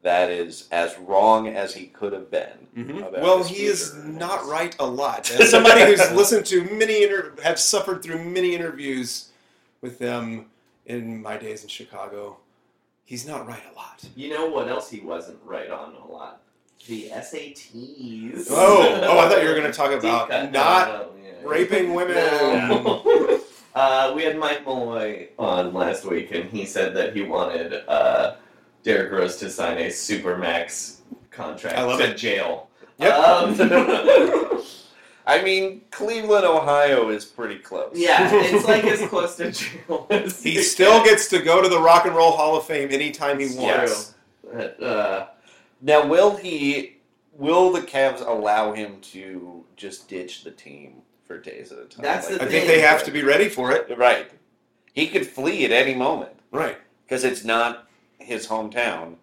Speaker 4: That is as wrong as he could have been. about
Speaker 5: Mm-hmm. Well,
Speaker 4: his
Speaker 5: he is
Speaker 4: future.
Speaker 5: not right *laughs* a lot. As somebody who's listened to many inter- have suffered through many interviews with them in my days in Chicago, he's not right a lot.
Speaker 3: You know what else he wasn't right on a lot? The SATs.
Speaker 5: Oh, oh, I thought you were going to talk
Speaker 3: Deep
Speaker 5: about
Speaker 3: cut.
Speaker 5: not
Speaker 3: No, no, yeah.
Speaker 5: raping women.
Speaker 3: No. uh, we had Mike Malloy on last week, and he said that he wanted uh, Derrick Rose to sign a supermax contract
Speaker 5: I love
Speaker 3: to
Speaker 5: it.
Speaker 3: jail.
Speaker 5: Yep.
Speaker 3: Um,
Speaker 4: *laughs* I mean, Cleveland, Ohio is pretty close.
Speaker 3: yeah, it's like as close to jail *laughs* as
Speaker 5: *laughs* He still gets to go to the Rock and Roll Hall of Fame anytime he
Speaker 3: It's
Speaker 5: wants.
Speaker 3: true. Uh,
Speaker 4: Now, will he? Will the Cavs allow him to just ditch the team for days at a time?
Speaker 3: That's the
Speaker 5: I think they have to be ready for it.
Speaker 4: Right. He could flee at any moment
Speaker 5: Right.
Speaker 4: because it's not his hometown,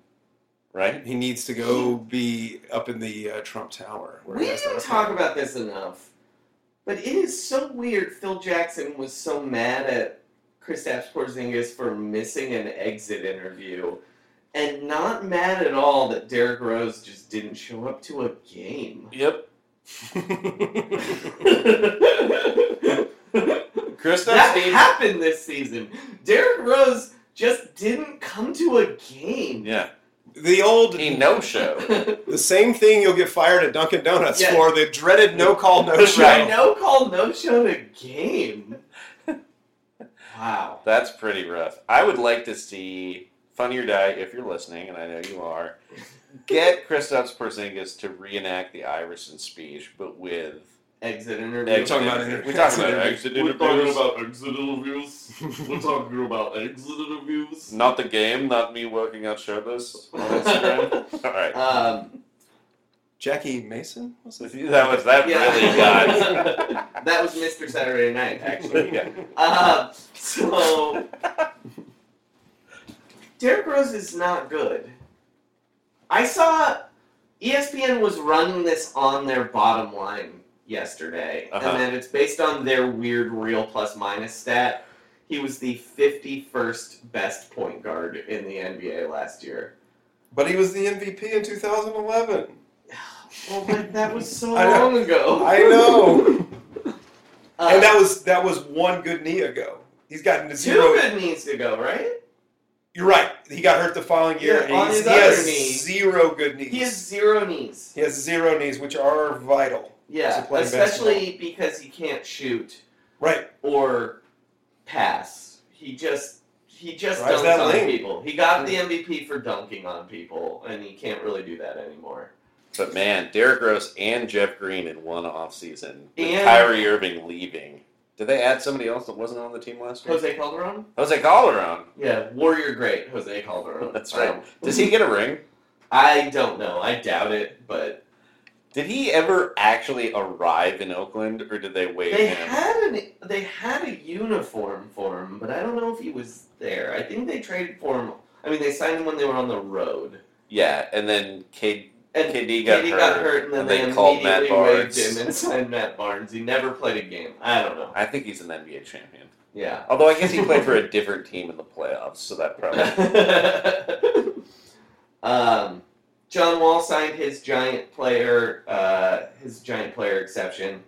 Speaker 4: right?
Speaker 5: He needs to go be up in the uh, Trump Tower. where
Speaker 3: We
Speaker 5: he has
Speaker 3: don't
Speaker 5: to-
Speaker 3: talk about this enough, but it is so weird. Phil Jackson was so mad at Kristaps Porzingis for missing an exit interview, and not mad at all that Derrick Rose just didn't show up to a game. *laughs*
Speaker 4: Yep.
Speaker 3: that
Speaker 4: Kristaps needs.
Speaker 3: happened this season. Derrick Rose just didn't come to a game.
Speaker 4: Yeah.
Speaker 5: The old
Speaker 4: He no showed.
Speaker 3: *laughs*
Speaker 5: The same thing you'll get fired at Dunkin' Donuts
Speaker 3: Yeah.
Speaker 5: for the dreaded no call, no
Speaker 3: *laughs*
Speaker 4: Right.
Speaker 5: show.
Speaker 3: No call, no show to game. Wow.
Speaker 4: That's pretty rough. I would like to see Funny or Die, if you're listening, and I know you are, get Kristaps Porzingis to reenact the Iverson speech, but with.
Speaker 3: Exit interview.
Speaker 4: We're
Speaker 5: talking about
Speaker 4: We're
Speaker 5: interviews.
Speaker 4: talking about exit
Speaker 3: *laughs*
Speaker 2: We're talking
Speaker 4: interviews.
Speaker 2: about exit interviews. We're talking about exit interviews.
Speaker 4: Not the game, not me working out shirtless on Instagram. All right.
Speaker 3: Um,
Speaker 5: Jackie Mason was it?
Speaker 4: That was that
Speaker 3: Yeah.
Speaker 4: really
Speaker 3: *laughs*
Speaker 4: got.
Speaker 3: that was Mr. Saturday Night, actually.
Speaker 4: *laughs* Yeah.
Speaker 3: Uh,
Speaker 5: *laughs*
Speaker 3: so, Derrick Rose is not good. I saw E ESPN was running this on their bottom line yesterday,
Speaker 4: Uh-huh.
Speaker 3: and then it's based on their weird real plus minus stat. He was the 51st best point guard in the NBA last year.
Speaker 5: But he was the MVP in 2011.
Speaker 3: *laughs* Well, but that was
Speaker 5: *laughs*
Speaker 3: so
Speaker 5: I know.
Speaker 3: long ago.
Speaker 5: I know,
Speaker 3: Uh,
Speaker 5: and that was that was one good knee ago. He's gotten to
Speaker 3: two
Speaker 5: zero.
Speaker 3: good needs to go, right?
Speaker 5: You're right. He got hurt the following year.
Speaker 3: Yeah,
Speaker 5: and
Speaker 3: on
Speaker 5: he's-
Speaker 3: his
Speaker 5: he has
Speaker 3: other knee.
Speaker 5: zero good knees.
Speaker 3: He has zero knees.
Speaker 5: He has zero knees, which are vital.
Speaker 3: Yeah,
Speaker 5: to playing
Speaker 3: especially because he can't shoot
Speaker 5: Right.
Speaker 3: or pass. He just he just
Speaker 5: Drives
Speaker 3: dunks
Speaker 5: that
Speaker 3: on
Speaker 5: lane.
Speaker 3: people. He got
Speaker 4: Hmm.
Speaker 3: the MVP for dunking on people, and he can't really do that anymore.
Speaker 4: But man, Derrick Rose and Jeff Green in one offseason. With
Speaker 3: And-
Speaker 4: Kyrie Irving leaving. Did they add somebody else that wasn't on the team last year?
Speaker 3: Jose Calderon,
Speaker 4: Jose Calderon.
Speaker 3: yeah, Warrior great Jose Calderon.
Speaker 4: *laughs* That's right.
Speaker 3: Um,
Speaker 4: Does he get a ring?
Speaker 3: I don't know. I doubt it, but
Speaker 4: Did he ever actually arrive in Oakland or did they waive
Speaker 3: they
Speaker 4: him?
Speaker 3: had an they had a uniform for him, but I don't know if he was there. I think they traded for him. I mean, they signed him when they were on the road.
Speaker 4: yeah, and then Kid
Speaker 3: And
Speaker 4: KD got,
Speaker 3: Katie
Speaker 4: hurt,
Speaker 3: got hurt, and then
Speaker 4: and
Speaker 3: they,
Speaker 4: they, called Matt
Speaker 3: immediately waived him
Speaker 4: Barnes.
Speaker 3: and signed Matt Barnes. He never played a game. I don't know.
Speaker 4: I think he's an NBA champion.
Speaker 3: Yeah.
Speaker 4: Although I guess he played for a different team in the playoffs, so that probably
Speaker 3: *laughs* um, John Wall signed his giant player, uh, his giant player exception,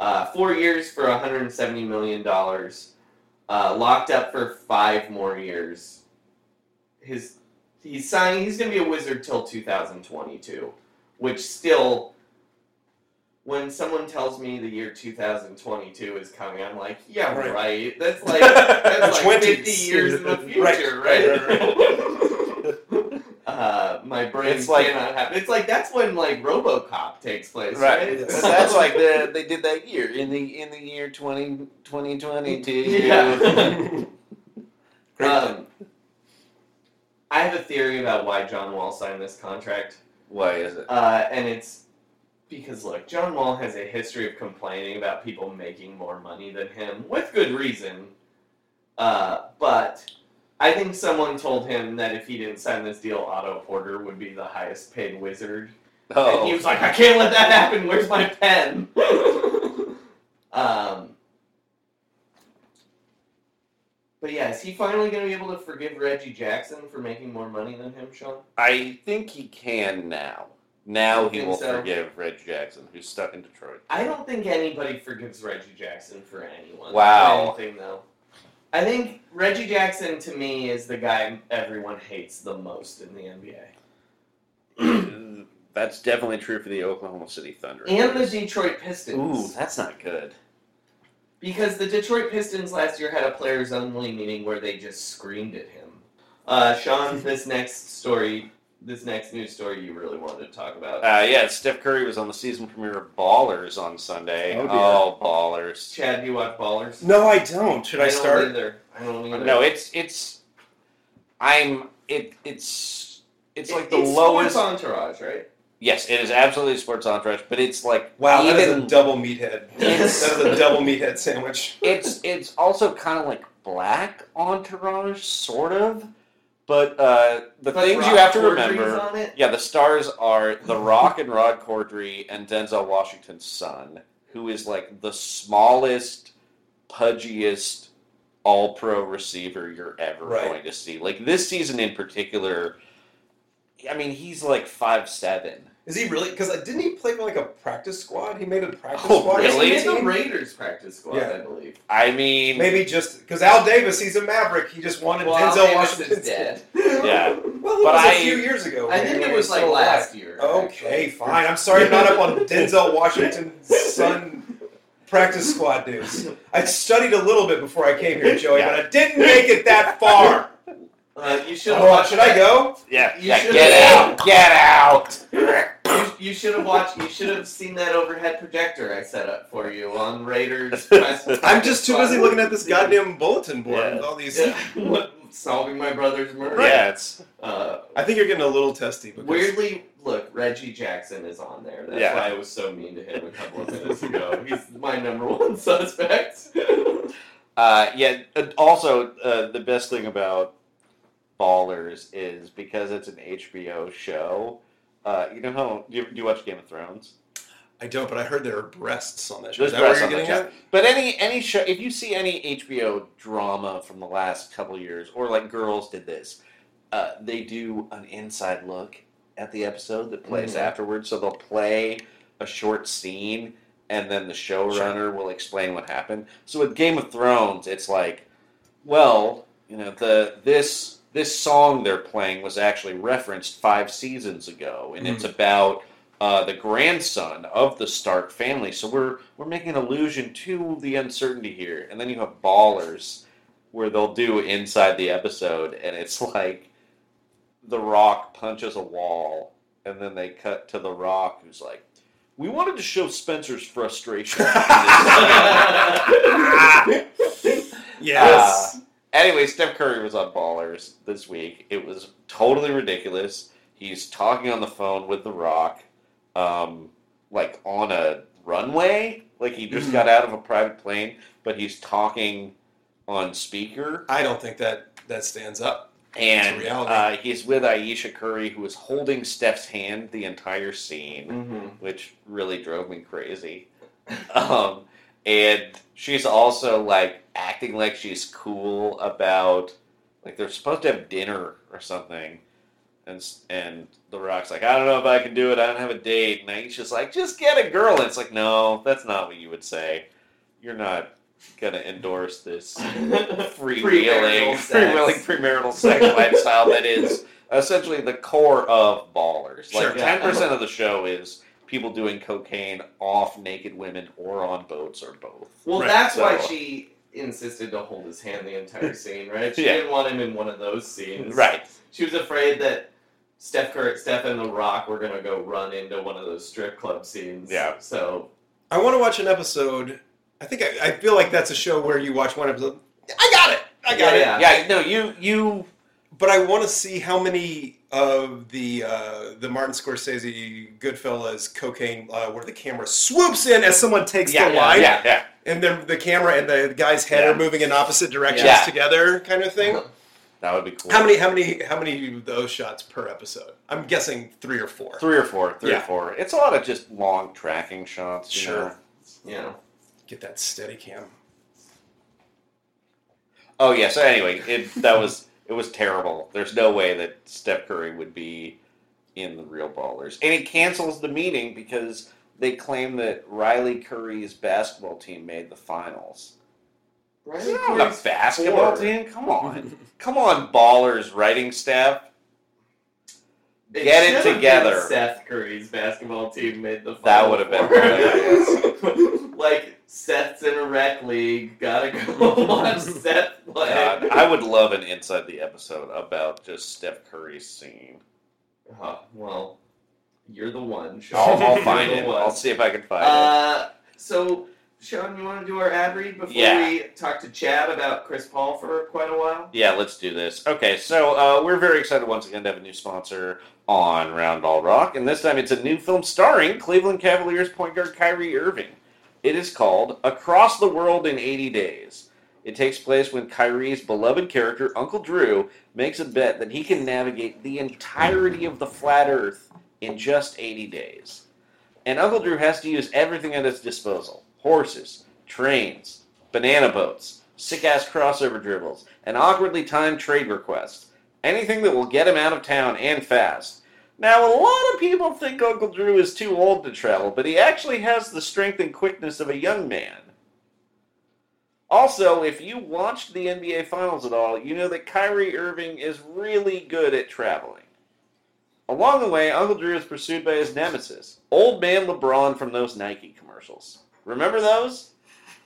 Speaker 3: uh, four years for 170 million dollars, uh, locked up for five more years. His he's signing. He's going to be a wizard till 2022, which still when someone tells me the year 2022 is coming, I'm like, yeah,
Speaker 5: Right.
Speaker 3: right. That's like that's
Speaker 5: The 20s.
Speaker 3: like 50 years in the
Speaker 5: Right,
Speaker 3: future,
Speaker 5: right,
Speaker 3: right? uh, my brain
Speaker 4: It's like-
Speaker 3: cannot have. It's like that's when like RoboCop takes place, right?
Speaker 4: Right.
Speaker 5: Yes.
Speaker 4: So that's like the, they did that year in the in the year 20, 2022.
Speaker 3: Yeah. *laughs*
Speaker 5: Great.
Speaker 3: um, I have a theory about why John Wall signed this contract.
Speaker 4: Why is it?
Speaker 3: Uh, and it's because, look, John Wall has a history of complaining about people making more money than him, with good reason. Uh, but I think someone told him that if he didn't sign this deal, Otto Porter would be the highest paid wizard. And he was like, I can't let that happen. Where's my pen? *laughs* um, but yeah, is he finally going to be able to forgive Reggie Jackson for making more money than him, Sean?
Speaker 4: I think he can now. Now
Speaker 3: You
Speaker 4: he
Speaker 3: think
Speaker 4: will
Speaker 3: so?
Speaker 4: forgive Red Jackson, who's stuck in Detroit.
Speaker 3: I don't think anybody forgives Reggie Jackson for anyone.
Speaker 4: Wow.
Speaker 3: For anything though. I think Reggie Jackson to me is the guy everyone hates the most in the NBA.
Speaker 4: that's definitely true for the Oklahoma City Thunder.
Speaker 3: And the Detroit Pistons.
Speaker 4: Ooh, that's not good.
Speaker 3: Because the Detroit Pistons last year had a players only meeting where they just screamed at him. Uh,
Speaker 5: *laughs*
Speaker 3: Sean, this next story, this next news story you really wanted to talk
Speaker 5: Ah.
Speaker 3: about.
Speaker 4: Uh, yeah, Steph Curry was on the season premiere of Ballers on Sunday.
Speaker 5: Oh, dear.
Speaker 4: Oh, Ballers.
Speaker 3: Chad, do you watch Ballers?
Speaker 5: No, I don't. Should I,
Speaker 3: don't
Speaker 5: start?
Speaker 3: Either. I don't either.
Speaker 4: No, it's it's. I'm it it's it's
Speaker 3: It-
Speaker 4: like the
Speaker 3: sports
Speaker 4: lowest.
Speaker 5: *laughs*
Speaker 3: entourage, right?
Speaker 4: Yes, it is absolutely sports entourage, but it's like
Speaker 5: Wow, that is
Speaker 4: even
Speaker 5: a double meathead.
Speaker 4: *laughs* Yes.
Speaker 5: that is a double meathead sandwich.
Speaker 4: it's it's also kind of like black entourage, sort of. But uh, the
Speaker 3: But
Speaker 4: things you
Speaker 3: Rob
Speaker 4: have to
Speaker 3: Corddry's
Speaker 4: remember,
Speaker 3: on it?
Speaker 4: yeah, the stars are
Speaker 3: *laughs*
Speaker 4: The Rock and Rod Corddry and Denzel Washington's son, who is like the smallest, pudgiest All-Pro receiver you're ever
Speaker 5: Right.
Speaker 4: going to see. Like this season in particular, I mean, he's like five seven.
Speaker 5: Is he really? Because didn't he play for like a practice squad? He made a practice
Speaker 4: Oh,
Speaker 5: squad.
Speaker 4: really?
Speaker 3: He's in the
Speaker 5: team?
Speaker 3: Raiders practice squad,
Speaker 5: Yeah.
Speaker 3: I believe.
Speaker 4: I mean,
Speaker 5: Maybe just because Al Davis, he's a maverick. He just wanted
Speaker 3: Well,
Speaker 5: Denzel
Speaker 3: Davis is
Speaker 5: Washington's
Speaker 3: dead.
Speaker 4: yeah.
Speaker 5: Well, it
Speaker 4: But
Speaker 5: was a
Speaker 4: I-
Speaker 5: few years ago.
Speaker 3: I think
Speaker 5: when
Speaker 3: it
Speaker 5: he
Speaker 3: was like
Speaker 5: still
Speaker 3: last
Speaker 5: alive.
Speaker 3: year.
Speaker 5: Okay, fine. I'm sorry I'm not up
Speaker 3: *laughs*
Speaker 5: on Denzel Washington's son practice squad news. I studied a little bit before I came here, Joey, but I didn't make it that
Speaker 3: *laughs*
Speaker 5: far.
Speaker 3: Uh,
Speaker 5: *laughs*
Speaker 3: you should have
Speaker 5: Oh, should I go?
Speaker 4: Yeah,
Speaker 3: You
Speaker 4: yeah
Speaker 3: should've-
Speaker 4: get out, get out.
Speaker 3: *laughs* You, you should have watched. You should have seen that overhead projector I set up for you
Speaker 5: *laughs*
Speaker 3: on Raiders. practice
Speaker 5: I'm just too
Speaker 3: squad.
Speaker 5: busy looking at this goddamn bulletin board
Speaker 4: Yeah.
Speaker 5: with all these.
Speaker 3: Yeah, what- *laughs* solving my brother's murder.
Speaker 4: Yeah, it's
Speaker 3: Uh,
Speaker 5: I think you're getting a little testy. Because
Speaker 3: weirdly, look, Reggie Jackson is on there. That's
Speaker 4: Yeah.
Speaker 3: why I was so mean to him a couple of minutes ago. He's my number one *laughs* suspect.
Speaker 4: uh, yeah. uh, Also, uh, the best thing about Ballers is because it's an HBO show. Uh, you know how do you, do you watch Game of Thrones?
Speaker 5: I don't, but I heard there are breasts on that show.
Speaker 4: There's
Speaker 5: Is that where
Speaker 4: breasts
Speaker 5: you're
Speaker 4: on that
Speaker 5: getting
Speaker 4: show.
Speaker 5: at?
Speaker 4: But any any show, if you see any HBO drama from the last couple of years, or like Girls did this, uh, they do an inside look at the episode that plays
Speaker 3: Mhm.
Speaker 4: afterwards. So they'll play a short scene, and then the showrunner will explain what happened. So with Game of Thrones, it's like, well, you know, the this this song they're playing was actually referenced five seasons ago, and it's about uh, the grandson of the Stark family. So we're we're making an allusion to the uncertainty here, and then you have ballers where they'll do inside the episode, and it's like the Rock punches a wall, and then they cut to the Rock who's like, "We wanted to show Spencer's frustration."
Speaker 5: Yes.
Speaker 4: Uh, Anyway, Steph Curry was on Ballers this week. It was totally ridiculous. He's talking on
Speaker 3: *laughs*
Speaker 4: the phone with The Rock, um, like on a runway. Like he
Speaker 3: Mm-hmm.
Speaker 4: just got out of a private plane, but he's talking on speaker.
Speaker 5: I don't think that that stands up.
Speaker 4: And
Speaker 5: It's reality.
Speaker 4: uh, he's with Aisha Curry, who is holding Steph's hand the entire scene
Speaker 3: mm-hmm.
Speaker 4: which really drove me crazy. Um, and she's also like acting like she's cool about like they're supposed to have dinner or something. And, s- and The Rock's like, I don't know if I can do it. I don't have a date. And Aisha's like, just get a girl. And it's like, no, that's not what you would say. You're not gonna endorse this freewheeling,
Speaker 3: Premarital sex.
Speaker 4: freewheeling premarital sex lifestyle that is essentially the core of ballers.
Speaker 5: Sure.
Speaker 4: Like ten percent of the show is people doing cocaine off naked women or on boats or both.
Speaker 3: Well,
Speaker 5: Right,
Speaker 3: that's why
Speaker 4: so-
Speaker 3: she insisted to hold his hand the
Speaker 4: *laughs*
Speaker 3: entire scene, right? She
Speaker 4: Yeah.
Speaker 3: didn't want him in one of those scenes.
Speaker 4: Right.
Speaker 3: She was afraid that Steph Curry, Steph and The Rock were going to go run into one of those strip club scenes.
Speaker 4: Yeah.
Speaker 3: So,
Speaker 5: I want to watch an episode. I think I, I feel like that's a show where you watch one episode. I got it. I got
Speaker 3: Yeah,
Speaker 5: it.
Speaker 3: yeah.
Speaker 4: Yeah, no, you you
Speaker 5: But I want to see how many of the uh, the Martin Scorsese Goodfellas cocaine uh, where the camera swoops in as someone takes
Speaker 4: yeah,
Speaker 5: the
Speaker 4: yeah,
Speaker 5: line
Speaker 4: yeah, yeah.
Speaker 5: and then the camera and the guy's head
Speaker 4: Yeah.
Speaker 5: are moving in opposite directions
Speaker 4: Yeah. Uh-huh.
Speaker 5: together, kind of thing.
Speaker 4: That would be cool.
Speaker 5: How many? How many? How many of those shots per episode? I'm guessing three or four.
Speaker 4: Three or four, three or
Speaker 5: Yeah.
Speaker 4: four. It's a lot of just long tracking shots. you
Speaker 5: Sure.
Speaker 4: know.
Speaker 3: you know.
Speaker 5: Get that steady cam.
Speaker 4: Oh yeah. So anyway, it that was it was terrible. There's no way that Steph Curry would be in the real ballers, and it cancels the meeting because they claim that Riley Curry's basketball team made the finals.
Speaker 3: Right?
Speaker 4: They're not a basketball team. Come on, come on, ballers writing staff. Get it
Speaker 3: should've been
Speaker 4: together.
Speaker 3: Seth Curry's basketball team made the final.
Speaker 4: That would've been
Speaker 3: four.
Speaker 4: better,
Speaker 3: *laughs* like Seth's in a rec league. Gotta go *laughs* watch Seth play. *laughs*
Speaker 4: God, I would love an inside the episode about just Steph Curry's scene.
Speaker 3: Uh, well, you're the one. Sean.
Speaker 4: I'll, I'll
Speaker 3: You're
Speaker 4: find
Speaker 3: the
Speaker 4: it.
Speaker 3: one.
Speaker 4: I'll see if I can find it.
Speaker 3: Uh, so, Sean, you want to do our ad read before
Speaker 4: Yeah.
Speaker 3: we talk to Chad about Chris Paul for quite a while?
Speaker 4: Yeah, let's do this. Okay, so uh, we're very excited once again to have a new sponsor on Roundball Rock, and this time it's a new film starring Cleveland Cavaliers point guard Kyrie Irving. It is called Across the World in 80 Days. It takes place when Kyrie's beloved character, Uncle Drew, makes a bet that he can navigate the entirety of the flat earth in just 80 days. And Uncle Drew has to use everything at his disposal horses, trains, banana boats, sick ass crossover dribbles, and awkwardly timed trade requests. Anything that will get him out of town and fast. Now, a lot of people think Uncle Drew is too old to travel, but he actually has the strength and quickness of a young man. Also, if you watched the NBA Finals at all, you know that Kyrie Irving is really good at traveling. Along the way, Uncle Drew is pursued by his nemesis, Old Man LeBron from those Nike commercials. Remember those?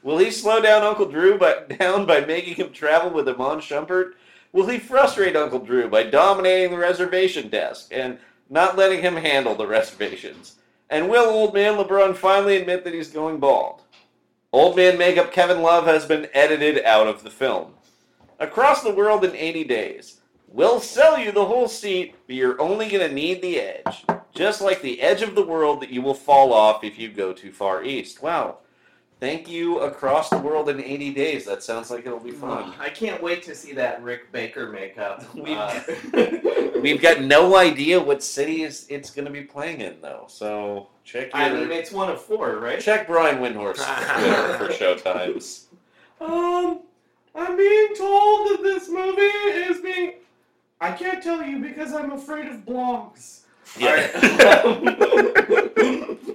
Speaker 4: Will he slow down Uncle Drew by, *laughs* down by making him travel with him on Shumpert? Will he frustrate Uncle Drew by dominating the reservation desk and not letting him handle the *laughs* reservations? And will Old Man LeBron finally admit that he's going bald? Old Man Makeup Kevin Love has been edited out of the film. Across the world in 80 days. We'll sell you the whole seat, but you're only going to need the edge. Just like the edge of the world that you will fall off if you go too far east. Wow. Thank you, Across the World in 80 Days. That sounds like it'll be fun.
Speaker 3: I can't wait to see that Rick Baker makeup.
Speaker 4: We- *laughs*
Speaker 3: Uh,
Speaker 4: We've got no idea what city is it's going to be playing in, though. So check your,
Speaker 3: I mean, it's one of four, right?
Speaker 4: check Brian *laughs* Windhorst for show times.
Speaker 3: Um, I'm being told that this movie is being. I can't tell you because I'm afraid of blogs.
Speaker 4: Yeah.
Speaker 3: Alright. *laughs*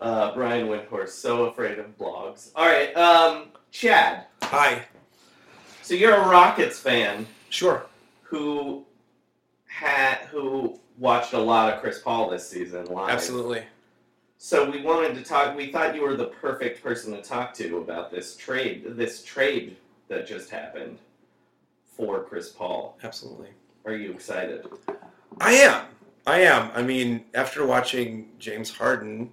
Speaker 3: uh, Brian Windhorst, so afraid of blogs. All right, um, Chad.
Speaker 5: Hi.
Speaker 3: So you're a Rockets fan
Speaker 5: Sure.
Speaker 3: who had who watched a lot of Chris Paul this season live.
Speaker 5: Absolutely.
Speaker 3: So we wanted to talk. We thought you were the perfect person to talk to about this trade, this trade that just happened for Chris Paul.
Speaker 5: Absolutely.
Speaker 3: Are you excited?
Speaker 5: I am. I am. I mean, after watching James Harden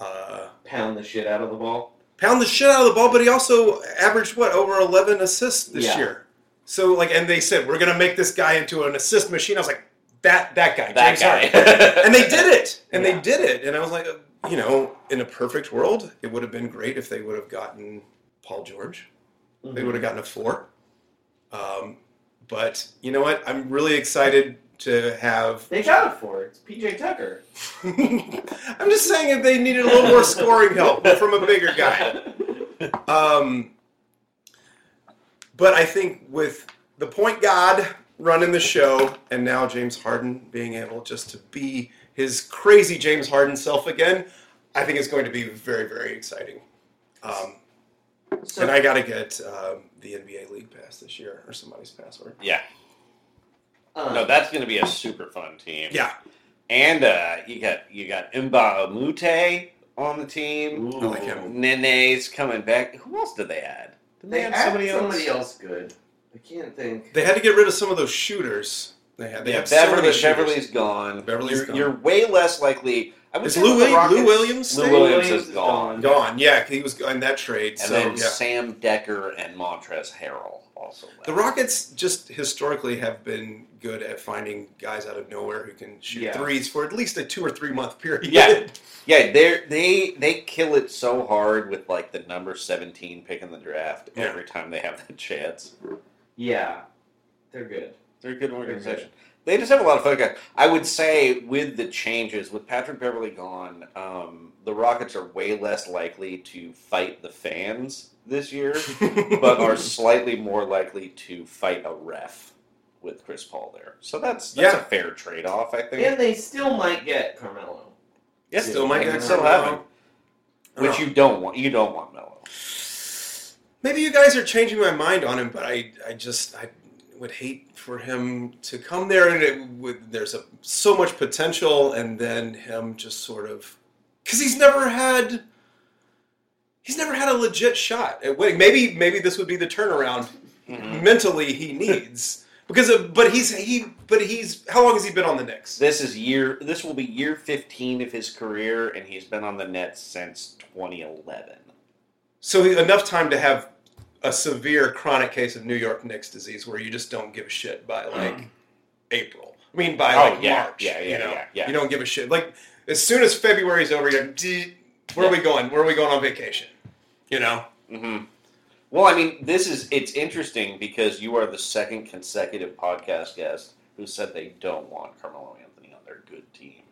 Speaker 5: uh,
Speaker 3: Pound the shit out of the ball.
Speaker 5: pound the shit out of the ball, but he also averaged what over eleven assists this
Speaker 3: Yeah.
Speaker 5: year. So like, and they said we're gonna make this guy into an assist machine. I was like, that that guy,
Speaker 4: That
Speaker 5: James
Speaker 4: guy.
Speaker 5: Harden. and they did it, and
Speaker 3: Yeah.
Speaker 5: they did it, and I was like, uh, you know, in a perfect world, it would have been great if they would have gotten Paul George. They would have gotten a four. Um, but you know what? I'm really excited to have
Speaker 3: They got it for it. It's PJ Tucker.
Speaker 5: *laughs* I'm just saying that they needed a little more scoring help from a bigger guy. Um, but I think with the point god running the show, and now James Harden being able just to be his crazy James Harden self again, I think it's going to be very, very exciting. Um,
Speaker 3: So,
Speaker 5: and I got to get um, the NBA League Pass this year or somebody's password.
Speaker 4: yeah.
Speaker 3: um,
Speaker 4: No, that's going to be a super fun team.
Speaker 5: Yeah.
Speaker 4: and uh, you got you got Mba Mute on the team.
Speaker 5: I like him.
Speaker 4: Nene's coming back. Who else did they add? Did
Speaker 3: They had somebody else. good. I can't think.
Speaker 5: They had to get rid of some of those shooters. They had. They
Speaker 4: Yeah,
Speaker 5: have so
Speaker 4: Beverly,
Speaker 5: many shooters.
Speaker 4: Beverly's gone.
Speaker 5: Beverly's
Speaker 4: you're,
Speaker 5: gone.
Speaker 4: You're way less likely. I would
Speaker 5: Is
Speaker 4: say
Speaker 5: Lou,
Speaker 4: with
Speaker 5: Wil-
Speaker 4: the
Speaker 5: Lou
Speaker 4: Rockets-
Speaker 5: Williams?
Speaker 4: Lou
Speaker 5: staying?
Speaker 4: Williams is gone.
Speaker 5: Gone. Yeah, he was in that trade.
Speaker 4: And
Speaker 5: so
Speaker 4: then
Speaker 5: yeah.
Speaker 4: Sam Decker and Montrez Harrell also left.
Speaker 5: The Rockets just historically have been good at finding guys out of nowhere who can shoot
Speaker 3: Yeah.
Speaker 5: threes for at least a two or three month period. *laughs*
Speaker 4: Yeah. Yeah, they they they kill it so hard with like the number seventeen pick in the draft
Speaker 5: Yeah.
Speaker 4: every time they have that chance.
Speaker 3: Yeah, they're good.
Speaker 4: They're a good organization. They just have a lot of focus. I would say with the changes, with Patrick Beverly gone, um, the Rockets are way less likely to fight the fans this
Speaker 5: *laughs*
Speaker 4: year, but are slightly more likely to fight a ref with Chris Paul there. So that's that's
Speaker 5: Yeah.
Speaker 4: a fair trade off, I think.
Speaker 3: And they still might get Carmelo.
Speaker 4: Yeah,
Speaker 5: still might
Speaker 4: they
Speaker 5: get
Speaker 4: still
Speaker 5: Carmelo.
Speaker 4: have him. Which you don't want. You don't want Melo.
Speaker 5: Maybe you guys are changing my mind on him, but I, I just I would hate for him to come there and it would, there's a, so much potential, and then him just sort of because he's never had he's never had a legit shot at winning. Maybe maybe this would be the turnaround mentally he needs because of, but he's he but he's how long has he been on the Knicks?
Speaker 4: This is year. This will be year 15 of his career, and he's been on the Nets since 2011.
Speaker 5: So he- enough time to have a severe chronic case of New York Knicks disease where you just don't give a shit by like April. I mean by
Speaker 4: Mm. Oh,
Speaker 5: like
Speaker 4: yeah,
Speaker 5: March.
Speaker 4: yeah, yeah,
Speaker 5: you know?
Speaker 4: yeah, yeah.
Speaker 5: You don't give a shit. Like as soon as February's over, you're like, "Dee, where are we going? Where are we going on vacation? You know?
Speaker 4: Well, I mean, this is it's interesting because you are the second consecutive podcast guest who said they don't want Carmelo Anthony on their good team.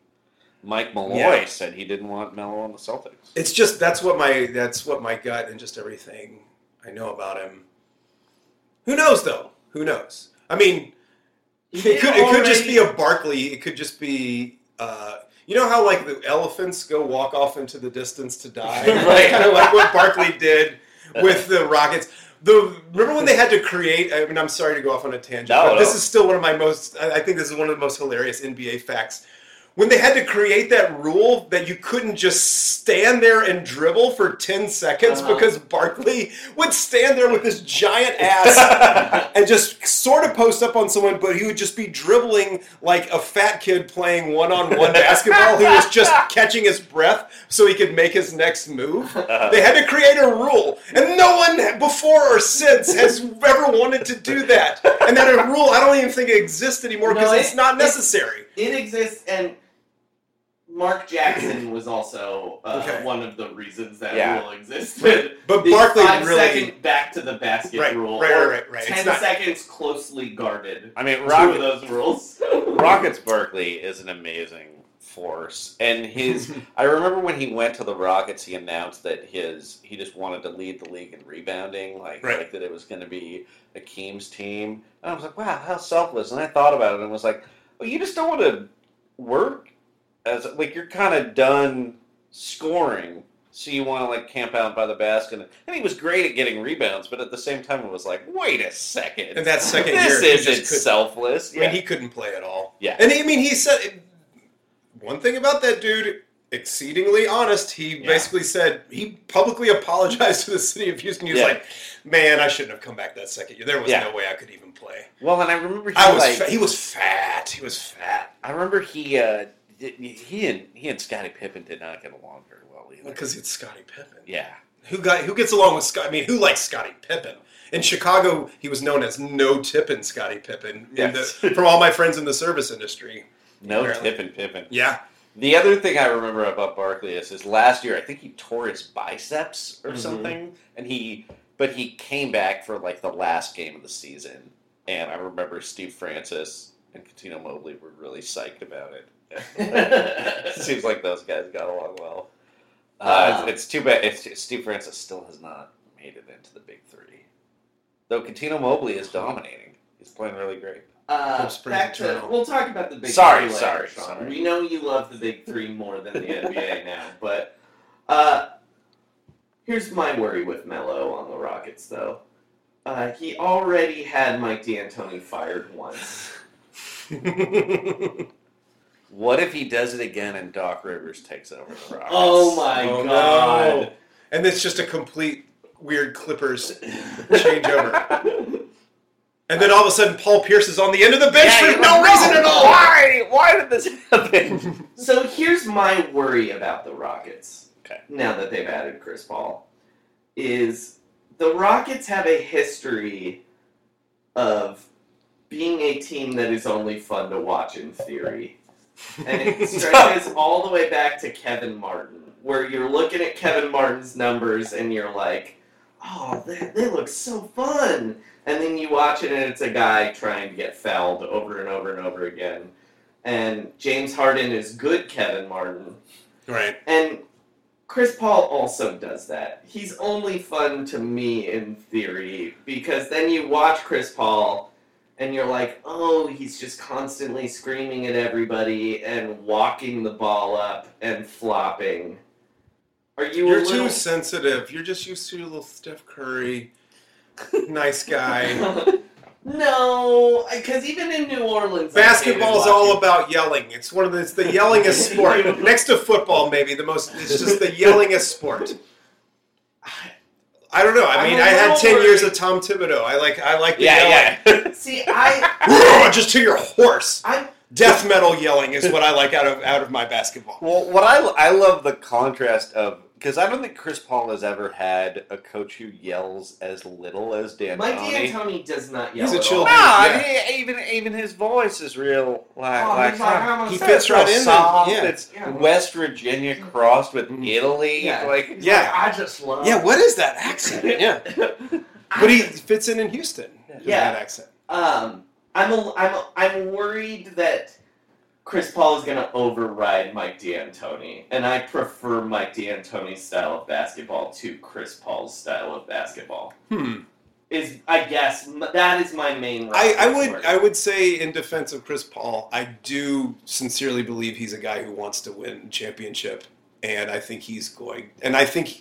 Speaker 4: Mike Malloy
Speaker 5: Yeah.
Speaker 4: said he didn't want Melo on the Celtics.
Speaker 5: It's just that's what my that's what my gut and just everything I know about him. Who knows though? Who knows? I mean, It could, it could just be a Barkley. It could just be, uh, you know how like the elephants go walk off into the distance to die,
Speaker 4: Right.
Speaker 5: kind of like what Barkley did with the Rockets. The remember when they had to create? I mean, I'm sorry to go off on a tangent,
Speaker 4: No,
Speaker 5: but this
Speaker 4: no.
Speaker 5: is still one of my most. I I think this is one of the most hilarious NBA facts. When they had to create that rule that you couldn't just stand there and dribble for 10 seconds because Barkley would stand there with this giant ass and just sort of post up on someone, but he would just be dribbling like a fat kid playing one on one basketball who was
Speaker 3: *laughs*
Speaker 5: just catching his breath so he could make his next move. They had to create a rule, and no one before or since has ever wanted to do that. And that a rule, I don't even think it exists anymore because
Speaker 3: No,
Speaker 5: it's
Speaker 3: it-
Speaker 5: not
Speaker 3: it's-
Speaker 5: necessary.
Speaker 3: It exists, and Mark
Speaker 5: *clears throat*
Speaker 3: Jackson was also uh,
Speaker 5: Okay.
Speaker 3: one of the reasons that
Speaker 4: Yeah.
Speaker 3: rule existed.
Speaker 5: But
Speaker 3: The
Speaker 5: Barkley
Speaker 3: five
Speaker 5: really-
Speaker 3: second back to the basket
Speaker 5: Right,
Speaker 3: rule,
Speaker 5: right, right,
Speaker 3: or
Speaker 5: right, right.
Speaker 3: ten
Speaker 5: It's not-
Speaker 3: seconds closely guarded.
Speaker 4: I mean,
Speaker 3: Two
Speaker 4: Rocket-
Speaker 3: of those rules. *laughs*
Speaker 4: Rockets Barkley is an amazing force,
Speaker 5: *laughs*
Speaker 4: and his. I remember when he went to the Rockets, he announced that his he just wanted to lead the league in rebounding, like,
Speaker 5: Right.
Speaker 4: like that it was going to be Akeem's team. And I was like, wow, how selfless. And I thought about it and was like, well, you just don't want to work as like you're kind of done scoring. So you want to like camp out by the basket, and he was great at getting rebounds, but at the same time, it was like, wait a second,
Speaker 5: And that second year,
Speaker 4: this
Speaker 5: he just
Speaker 4: isn't
Speaker 5: couldn't-
Speaker 4: selfless.
Speaker 5: I mean,
Speaker 4: Yeah.
Speaker 5: he couldn't play at all.
Speaker 4: Yeah.
Speaker 5: And I mean, he said one thing about that dude, exceedingly honest. He basically said he publicly *laughs* apologized to the city of Houston. He was
Speaker 4: Yeah.
Speaker 5: like, "Man, I shouldn't have come back that second year. There was
Speaker 4: Yeah.
Speaker 5: no way I could even play.
Speaker 4: Well, and I remember he
Speaker 5: I was.
Speaker 4: like
Speaker 5: fa- he was fat. He was fat
Speaker 4: I remember he uh, did- he and he and Scottie Pippen did not get along very well either.
Speaker 5: because it's Scottie Pippen.
Speaker 4: yeah,
Speaker 5: Who got who gets along with Scott? I mean, who likes Scottie Pippen? In Chicago, he was known as No Tippin' Scottie Pippen. in
Speaker 4: Yes.
Speaker 5: the- from all my friends in the service industry.
Speaker 4: no
Speaker 5: Apparently.
Speaker 4: Pippen Pippen.
Speaker 5: Yeah.
Speaker 4: The other thing I remember about Barkley is, is last year I think he tore his biceps
Speaker 3: Mm-hmm.
Speaker 4: or something, and he but he came back for like the last game of the season, and I remember Steve Francis and Katina Mobley were really psyched about
Speaker 3: *laughs*
Speaker 4: it. Seems like those guys got along well. Uh,
Speaker 3: Wow.
Speaker 4: it's, it's too bad. It's, Steve Francis still has not made it into the big three, though. Katina Mobley is dominating. He's playing really great.
Speaker 3: Uh,
Speaker 5: Hope springs
Speaker 3: back to,
Speaker 5: eternal.
Speaker 3: we'll talk about the big
Speaker 4: Sorry,
Speaker 3: three
Speaker 4: sorry,
Speaker 3: Sean.
Speaker 4: sorry.
Speaker 3: We know you love the big three more than the NBA *laughs* now, but uh, here's my worry with Melo on the Rockets, though. Uh, he already had Mike D'Antoni fired once.
Speaker 4: What if he does it again and Doc Rivers takes over the Rockets?
Speaker 3: Oh my
Speaker 5: Oh,
Speaker 3: god.
Speaker 5: no. And it's just a complete weird Clippers changeover. and then all of a sudden, Paul Pierce is on the end of the bench
Speaker 4: Yeah,
Speaker 5: for
Speaker 4: you're
Speaker 5: no
Speaker 4: like,
Speaker 5: reason at all.
Speaker 4: Why? Why did this happen?
Speaker 3: So here's my worry about the Rockets.
Speaker 4: Okay.
Speaker 3: Now that they've added Chris Paul, is the Rockets have a history of being a team that is only fun to watch in theory. And it stretches all the way back to Kevin Martin, where you're looking at Kevin Martin's numbers and you're like, oh, they, they look so fun. And then you watch it and it's a guy trying to get fouled over and over and over again and James Harden is good Kevin Martin.
Speaker 5: Right.
Speaker 3: And Chris Paul also does that. He's only fun to me in theory because then you watch Chris Paul and you're like, oh, he's just constantly screaming at everybody and walking the ball up and flopping. Are you
Speaker 5: You're
Speaker 3: a little...
Speaker 5: too sensitive. You're just used to your little Steph Curry, nice guy.
Speaker 3: no, because even in New Orleans, I hated
Speaker 5: Basketball's all
Speaker 3: watching-
Speaker 5: about yelling. It's one of the, it's the yellingest sport. Next to football, maybe the most. It's just the yellingest sport. I don't know. I
Speaker 3: I'm
Speaker 5: mean,
Speaker 3: a
Speaker 5: I had
Speaker 3: little
Speaker 5: ten years
Speaker 3: worried.
Speaker 5: of Tom Thibodeau. I like. I like the yelling.
Speaker 4: yeah, yeah.
Speaker 3: See, I,
Speaker 5: "Roar," just to your horse. *laughs*
Speaker 3: I'm
Speaker 5: Death metal yelling is what I like out of out of my basketball.
Speaker 4: Well, what I I love the contrast of because I don't think Chris Paul has ever had a coach who yells as little as Dan.
Speaker 3: Mike
Speaker 4: Tony.
Speaker 3: D'Antoni does not yell.
Speaker 5: He's a
Speaker 3: at all.
Speaker 5: chill
Speaker 4: No, I
Speaker 5: Yeah.
Speaker 4: mean, even even his voice is real like
Speaker 3: Oh,
Speaker 4: like
Speaker 3: he's like, I'm a
Speaker 4: he
Speaker 3: surfer.
Speaker 4: fits right in. Soft.
Speaker 5: Yeah.
Speaker 4: It's
Speaker 3: Yeah.
Speaker 4: West Virginia crossed with Italy.
Speaker 3: Yeah.
Speaker 4: Like
Speaker 5: Yeah.
Speaker 3: I just love.
Speaker 5: what is that accent?
Speaker 4: *laughs*
Speaker 5: Yeah, but he fits in in Houston. with
Speaker 3: Yeah.
Speaker 5: that accent.
Speaker 3: Um, I'm a, I'm a, I'm worried that Chris Paul is going to override Mike D'Antoni, and I prefer Mike D'Antoni's style of basketball to Chris Paul's style of basketball.
Speaker 5: Hmm.
Speaker 3: Is I guess m- that is my main.
Speaker 5: I, I
Speaker 3: Rockets
Speaker 5: would
Speaker 3: worry.
Speaker 5: I would say in defense of Chris Paul, I do sincerely believe he's a guy who wants to win a championship, and I think he's going. And I think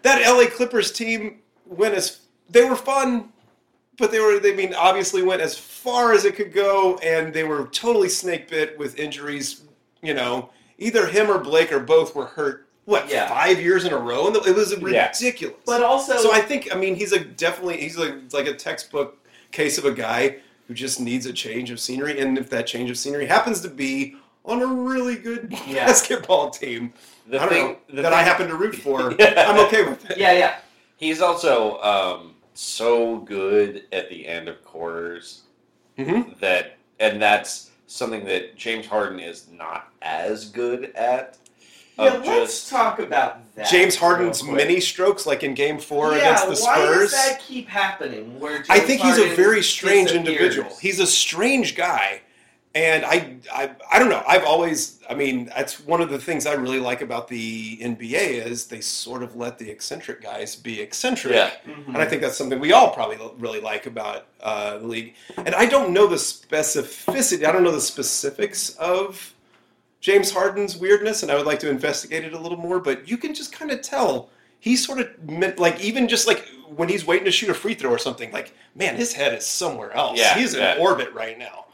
Speaker 5: that LA Clippers team went as they were fun, but they were they mean obviously went as far as it could go, and they were totally snake bit with injuries. You know, either him or Blake or both were hurt. What
Speaker 3: Yeah.
Speaker 5: five years in a row, and it was
Speaker 4: Yeah.
Speaker 5: ridiculous.
Speaker 3: But also,
Speaker 5: *laughs* So I think I mean he's a definitely he's a, like a textbook case of a guy who just needs a change of scenery, and if that change of scenery happens to be on a really good
Speaker 3: Yeah.
Speaker 5: basketball team,
Speaker 4: the
Speaker 5: I don't
Speaker 4: thing
Speaker 5: know,
Speaker 4: the
Speaker 5: that I
Speaker 4: thing-
Speaker 5: happen to root for,
Speaker 4: Yeah.
Speaker 5: I'm okay with it.
Speaker 3: yeah, yeah.
Speaker 4: He's also um, so good at the end of quarters
Speaker 5: Mhm.
Speaker 4: that, and that's something that James Harden is not as good at.
Speaker 3: Yeah,
Speaker 4: Of
Speaker 3: let's
Speaker 4: just
Speaker 3: talk about that.
Speaker 5: James Harden's
Speaker 3: real quick.
Speaker 5: many strokes, like in Game Four
Speaker 3: yeah,
Speaker 5: against the
Speaker 3: why
Speaker 5: Spurs.
Speaker 3: does that keep happening? Where James
Speaker 5: I think he's a
Speaker 3: Harden
Speaker 5: very strange
Speaker 3: disappears?
Speaker 5: individual. He's a strange guy, and I, I, I don't know. I've always, I mean, that's one of the things I really like about the NBA is they sort of let the eccentric guys be eccentric,
Speaker 4: Yeah.
Speaker 5: and I think that's something we all probably lo- really like about uh, the league. And I don't know the specificity. I don't know the specifics of James Harden's weirdness, and I would like to investigate it a little more. But you can just kind of tell he's sort of meant, like even just like when he's waiting to shoot a free throw or something. Like, man, his head is somewhere else.
Speaker 4: Yeah,
Speaker 5: he's in
Speaker 4: yeah.
Speaker 5: orbit right now.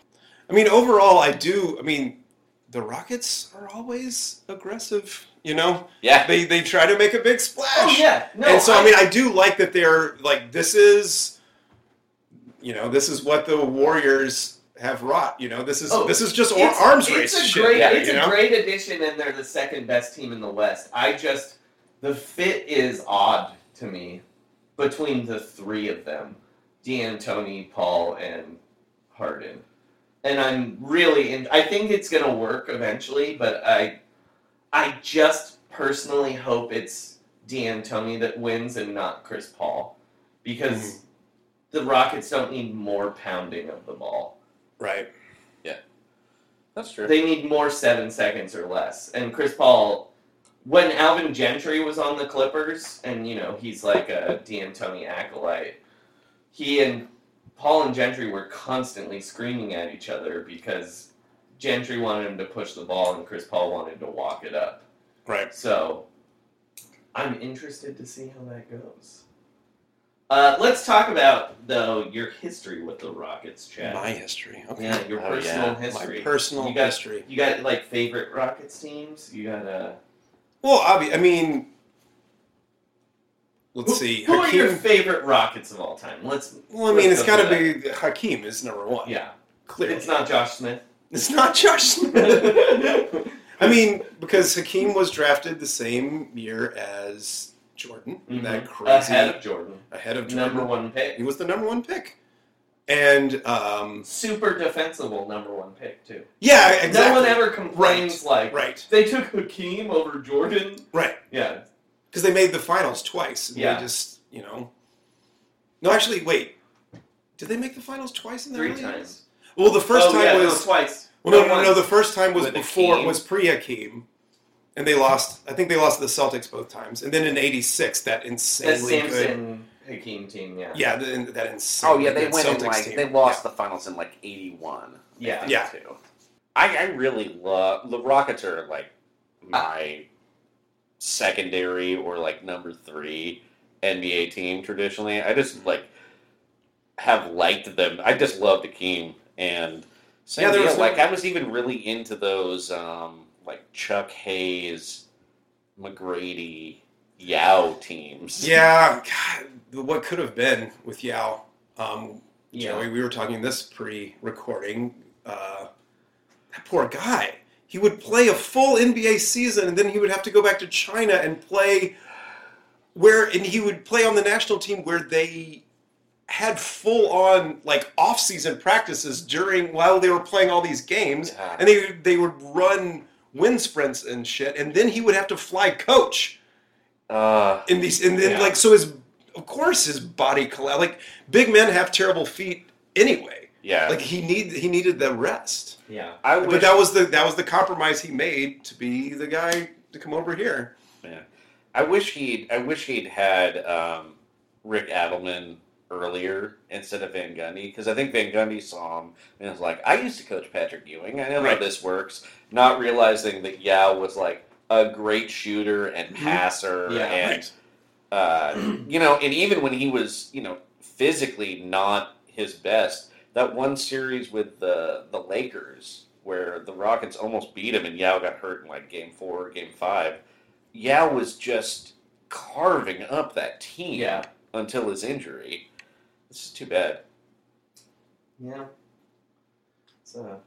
Speaker 5: I mean, overall, I do. I mean, the Rockets are always aggressive. You know,
Speaker 4: Yeah.
Speaker 5: they they try to make a big splash.
Speaker 3: Oh yeah, no.
Speaker 5: and so I mean, I do like that they're like this is, you know, this is what the Warriors have wrought. You know, this is
Speaker 3: Oh,
Speaker 5: this is just
Speaker 3: it's,
Speaker 5: arms
Speaker 3: it's
Speaker 5: race
Speaker 3: a
Speaker 5: shit.
Speaker 3: Great,
Speaker 4: yeah,
Speaker 3: it's
Speaker 5: you
Speaker 3: a
Speaker 5: know?
Speaker 3: great addition, and they're the second best team in the West. I just the fit is odd to me between the three of them: D'Antoni, Paul, and Harden. And I'm really, in, I think it's gonna work eventually, but I, I just personally hope it's D'Antoni that wins and not Chris Paul, because
Speaker 5: Mm-hmm.
Speaker 3: the Rockets don't need more pounding of the ball.
Speaker 5: Right.
Speaker 4: That's true.
Speaker 3: They need more seven seconds or less. And Chris Paul, when Alvin Gentry was on the Clippers, and you know he's like a D'Antoni acolyte, he and Paul and Gentry were constantly screaming at each other because Gentry wanted him to push the ball and Chris Paul wanted to walk it up.
Speaker 5: Right.
Speaker 3: So I'm interested to see how that goes. Uh, let's talk about though your history with the Rockets, Chad.
Speaker 5: My history. Okay.
Speaker 3: yeah, your
Speaker 4: Oh,
Speaker 3: personal
Speaker 4: yeah.
Speaker 3: history.
Speaker 5: My personal
Speaker 3: you got,
Speaker 5: history.
Speaker 3: You got like favorite Rockets teams. You got uh,
Speaker 5: Well, obvi- I mean,
Speaker 3: who,
Speaker 5: let's see.
Speaker 3: Who are your
Speaker 5: Hakeem.
Speaker 3: favorite Rockets of all time? Let's.
Speaker 5: Well, I mean,
Speaker 3: let's
Speaker 5: it's got
Speaker 3: go
Speaker 5: to
Speaker 3: through
Speaker 5: be Hakeem is number
Speaker 3: that.
Speaker 5: one.
Speaker 3: Yeah,
Speaker 5: clearly.
Speaker 3: it's not Josh Smith.
Speaker 5: It's not Josh Smith.
Speaker 3: *laughs*
Speaker 5: I mean, because Hakeem was drafted the same year as Jordan. That crazy
Speaker 3: Mm-hmm. ahead of Jordan,
Speaker 5: ahead of Jordan.
Speaker 3: number one
Speaker 5: He
Speaker 3: pick,
Speaker 5: was the number one pick. And um,
Speaker 3: super defensible number one pick too.
Speaker 5: yeah, exactly.
Speaker 3: No one ever complains like
Speaker 5: Right.
Speaker 3: they took Hakeem over Jordan.
Speaker 5: Right.
Speaker 3: Yeah,
Speaker 5: Because they made the finals twice. And
Speaker 3: Yeah.
Speaker 5: They just, you know. No, actually, wait. Did they make the finals twice in the
Speaker 3: three
Speaker 5: early years?
Speaker 3: times.
Speaker 5: Well, the first
Speaker 3: oh,
Speaker 5: time
Speaker 3: yeah, no,
Speaker 5: was
Speaker 3: twice.
Speaker 5: Well, no, no, no,
Speaker 3: once.
Speaker 5: The first time was
Speaker 4: With
Speaker 5: before
Speaker 4: Hakeem.
Speaker 5: was pre Hakeem, and they lost. I think they lost to the Celtics both times, and then in '86 that
Speaker 3: that
Speaker 5: insanely good.
Speaker 3: Samson Hakeem team. Yeah,
Speaker 5: Yeah, the, that insane.
Speaker 4: Oh yeah, they went
Speaker 5: Celtics
Speaker 4: in like
Speaker 5: team.
Speaker 4: they lost the finals in like '81.
Speaker 3: Yeah.
Speaker 5: Yeah.
Speaker 4: I, I really love the Rockets are like my secondary or like number three NBA team traditionally. I just
Speaker 5: Mm-hmm.
Speaker 4: like have liked them. I just loved Akeem and same
Speaker 5: Yeah, there
Speaker 4: deal,
Speaker 5: was no-
Speaker 4: like I was even really into those um, like Chuck Hayes, McGrady, Yao teams.
Speaker 5: Yeah, God, what could have been with Yao? Um,
Speaker 3: Yeah.
Speaker 5: Joey, we were talking this pre-recording. Uh, that poor guy. He would play a full NBA season, and then he would have to go back to China and play where, and he would play on the national team where they had full-on like off-season practices during while they were playing all these games,
Speaker 4: Yeah.
Speaker 5: and they they would run wind sprints and shit, and then he would have to fly coach
Speaker 4: Uh,
Speaker 5: in these and then
Speaker 4: Yeah.
Speaker 5: like so his of course his body colla- like big men have terrible feet anyway
Speaker 4: yeah.
Speaker 5: like he need he needed the rest
Speaker 3: yeah.
Speaker 4: I
Speaker 5: but that was the that was the compromise he made to be the guy to come over here
Speaker 4: Yeah. I wish he'd I wish he'd had um, Rick Adelman earlier instead of Van Gundy because I think Van Gundy saw him and was like, I used to coach Patrick Ewing. I know how
Speaker 5: Right.
Speaker 4: this works. Not realizing that Yao was like a great shooter and passer
Speaker 3: Yeah.
Speaker 4: and
Speaker 5: Mm-hmm. Right.
Speaker 4: uh, *clears throat* you know, and even when he was you know physically not his best, that one series with the the Lakers where the Rockets almost beat him and Yao got hurt in like game four, or game five. Yao was just carving up that team
Speaker 3: Yeah.
Speaker 4: until his injury. This is too bad.
Speaker 3: Yeah. So it's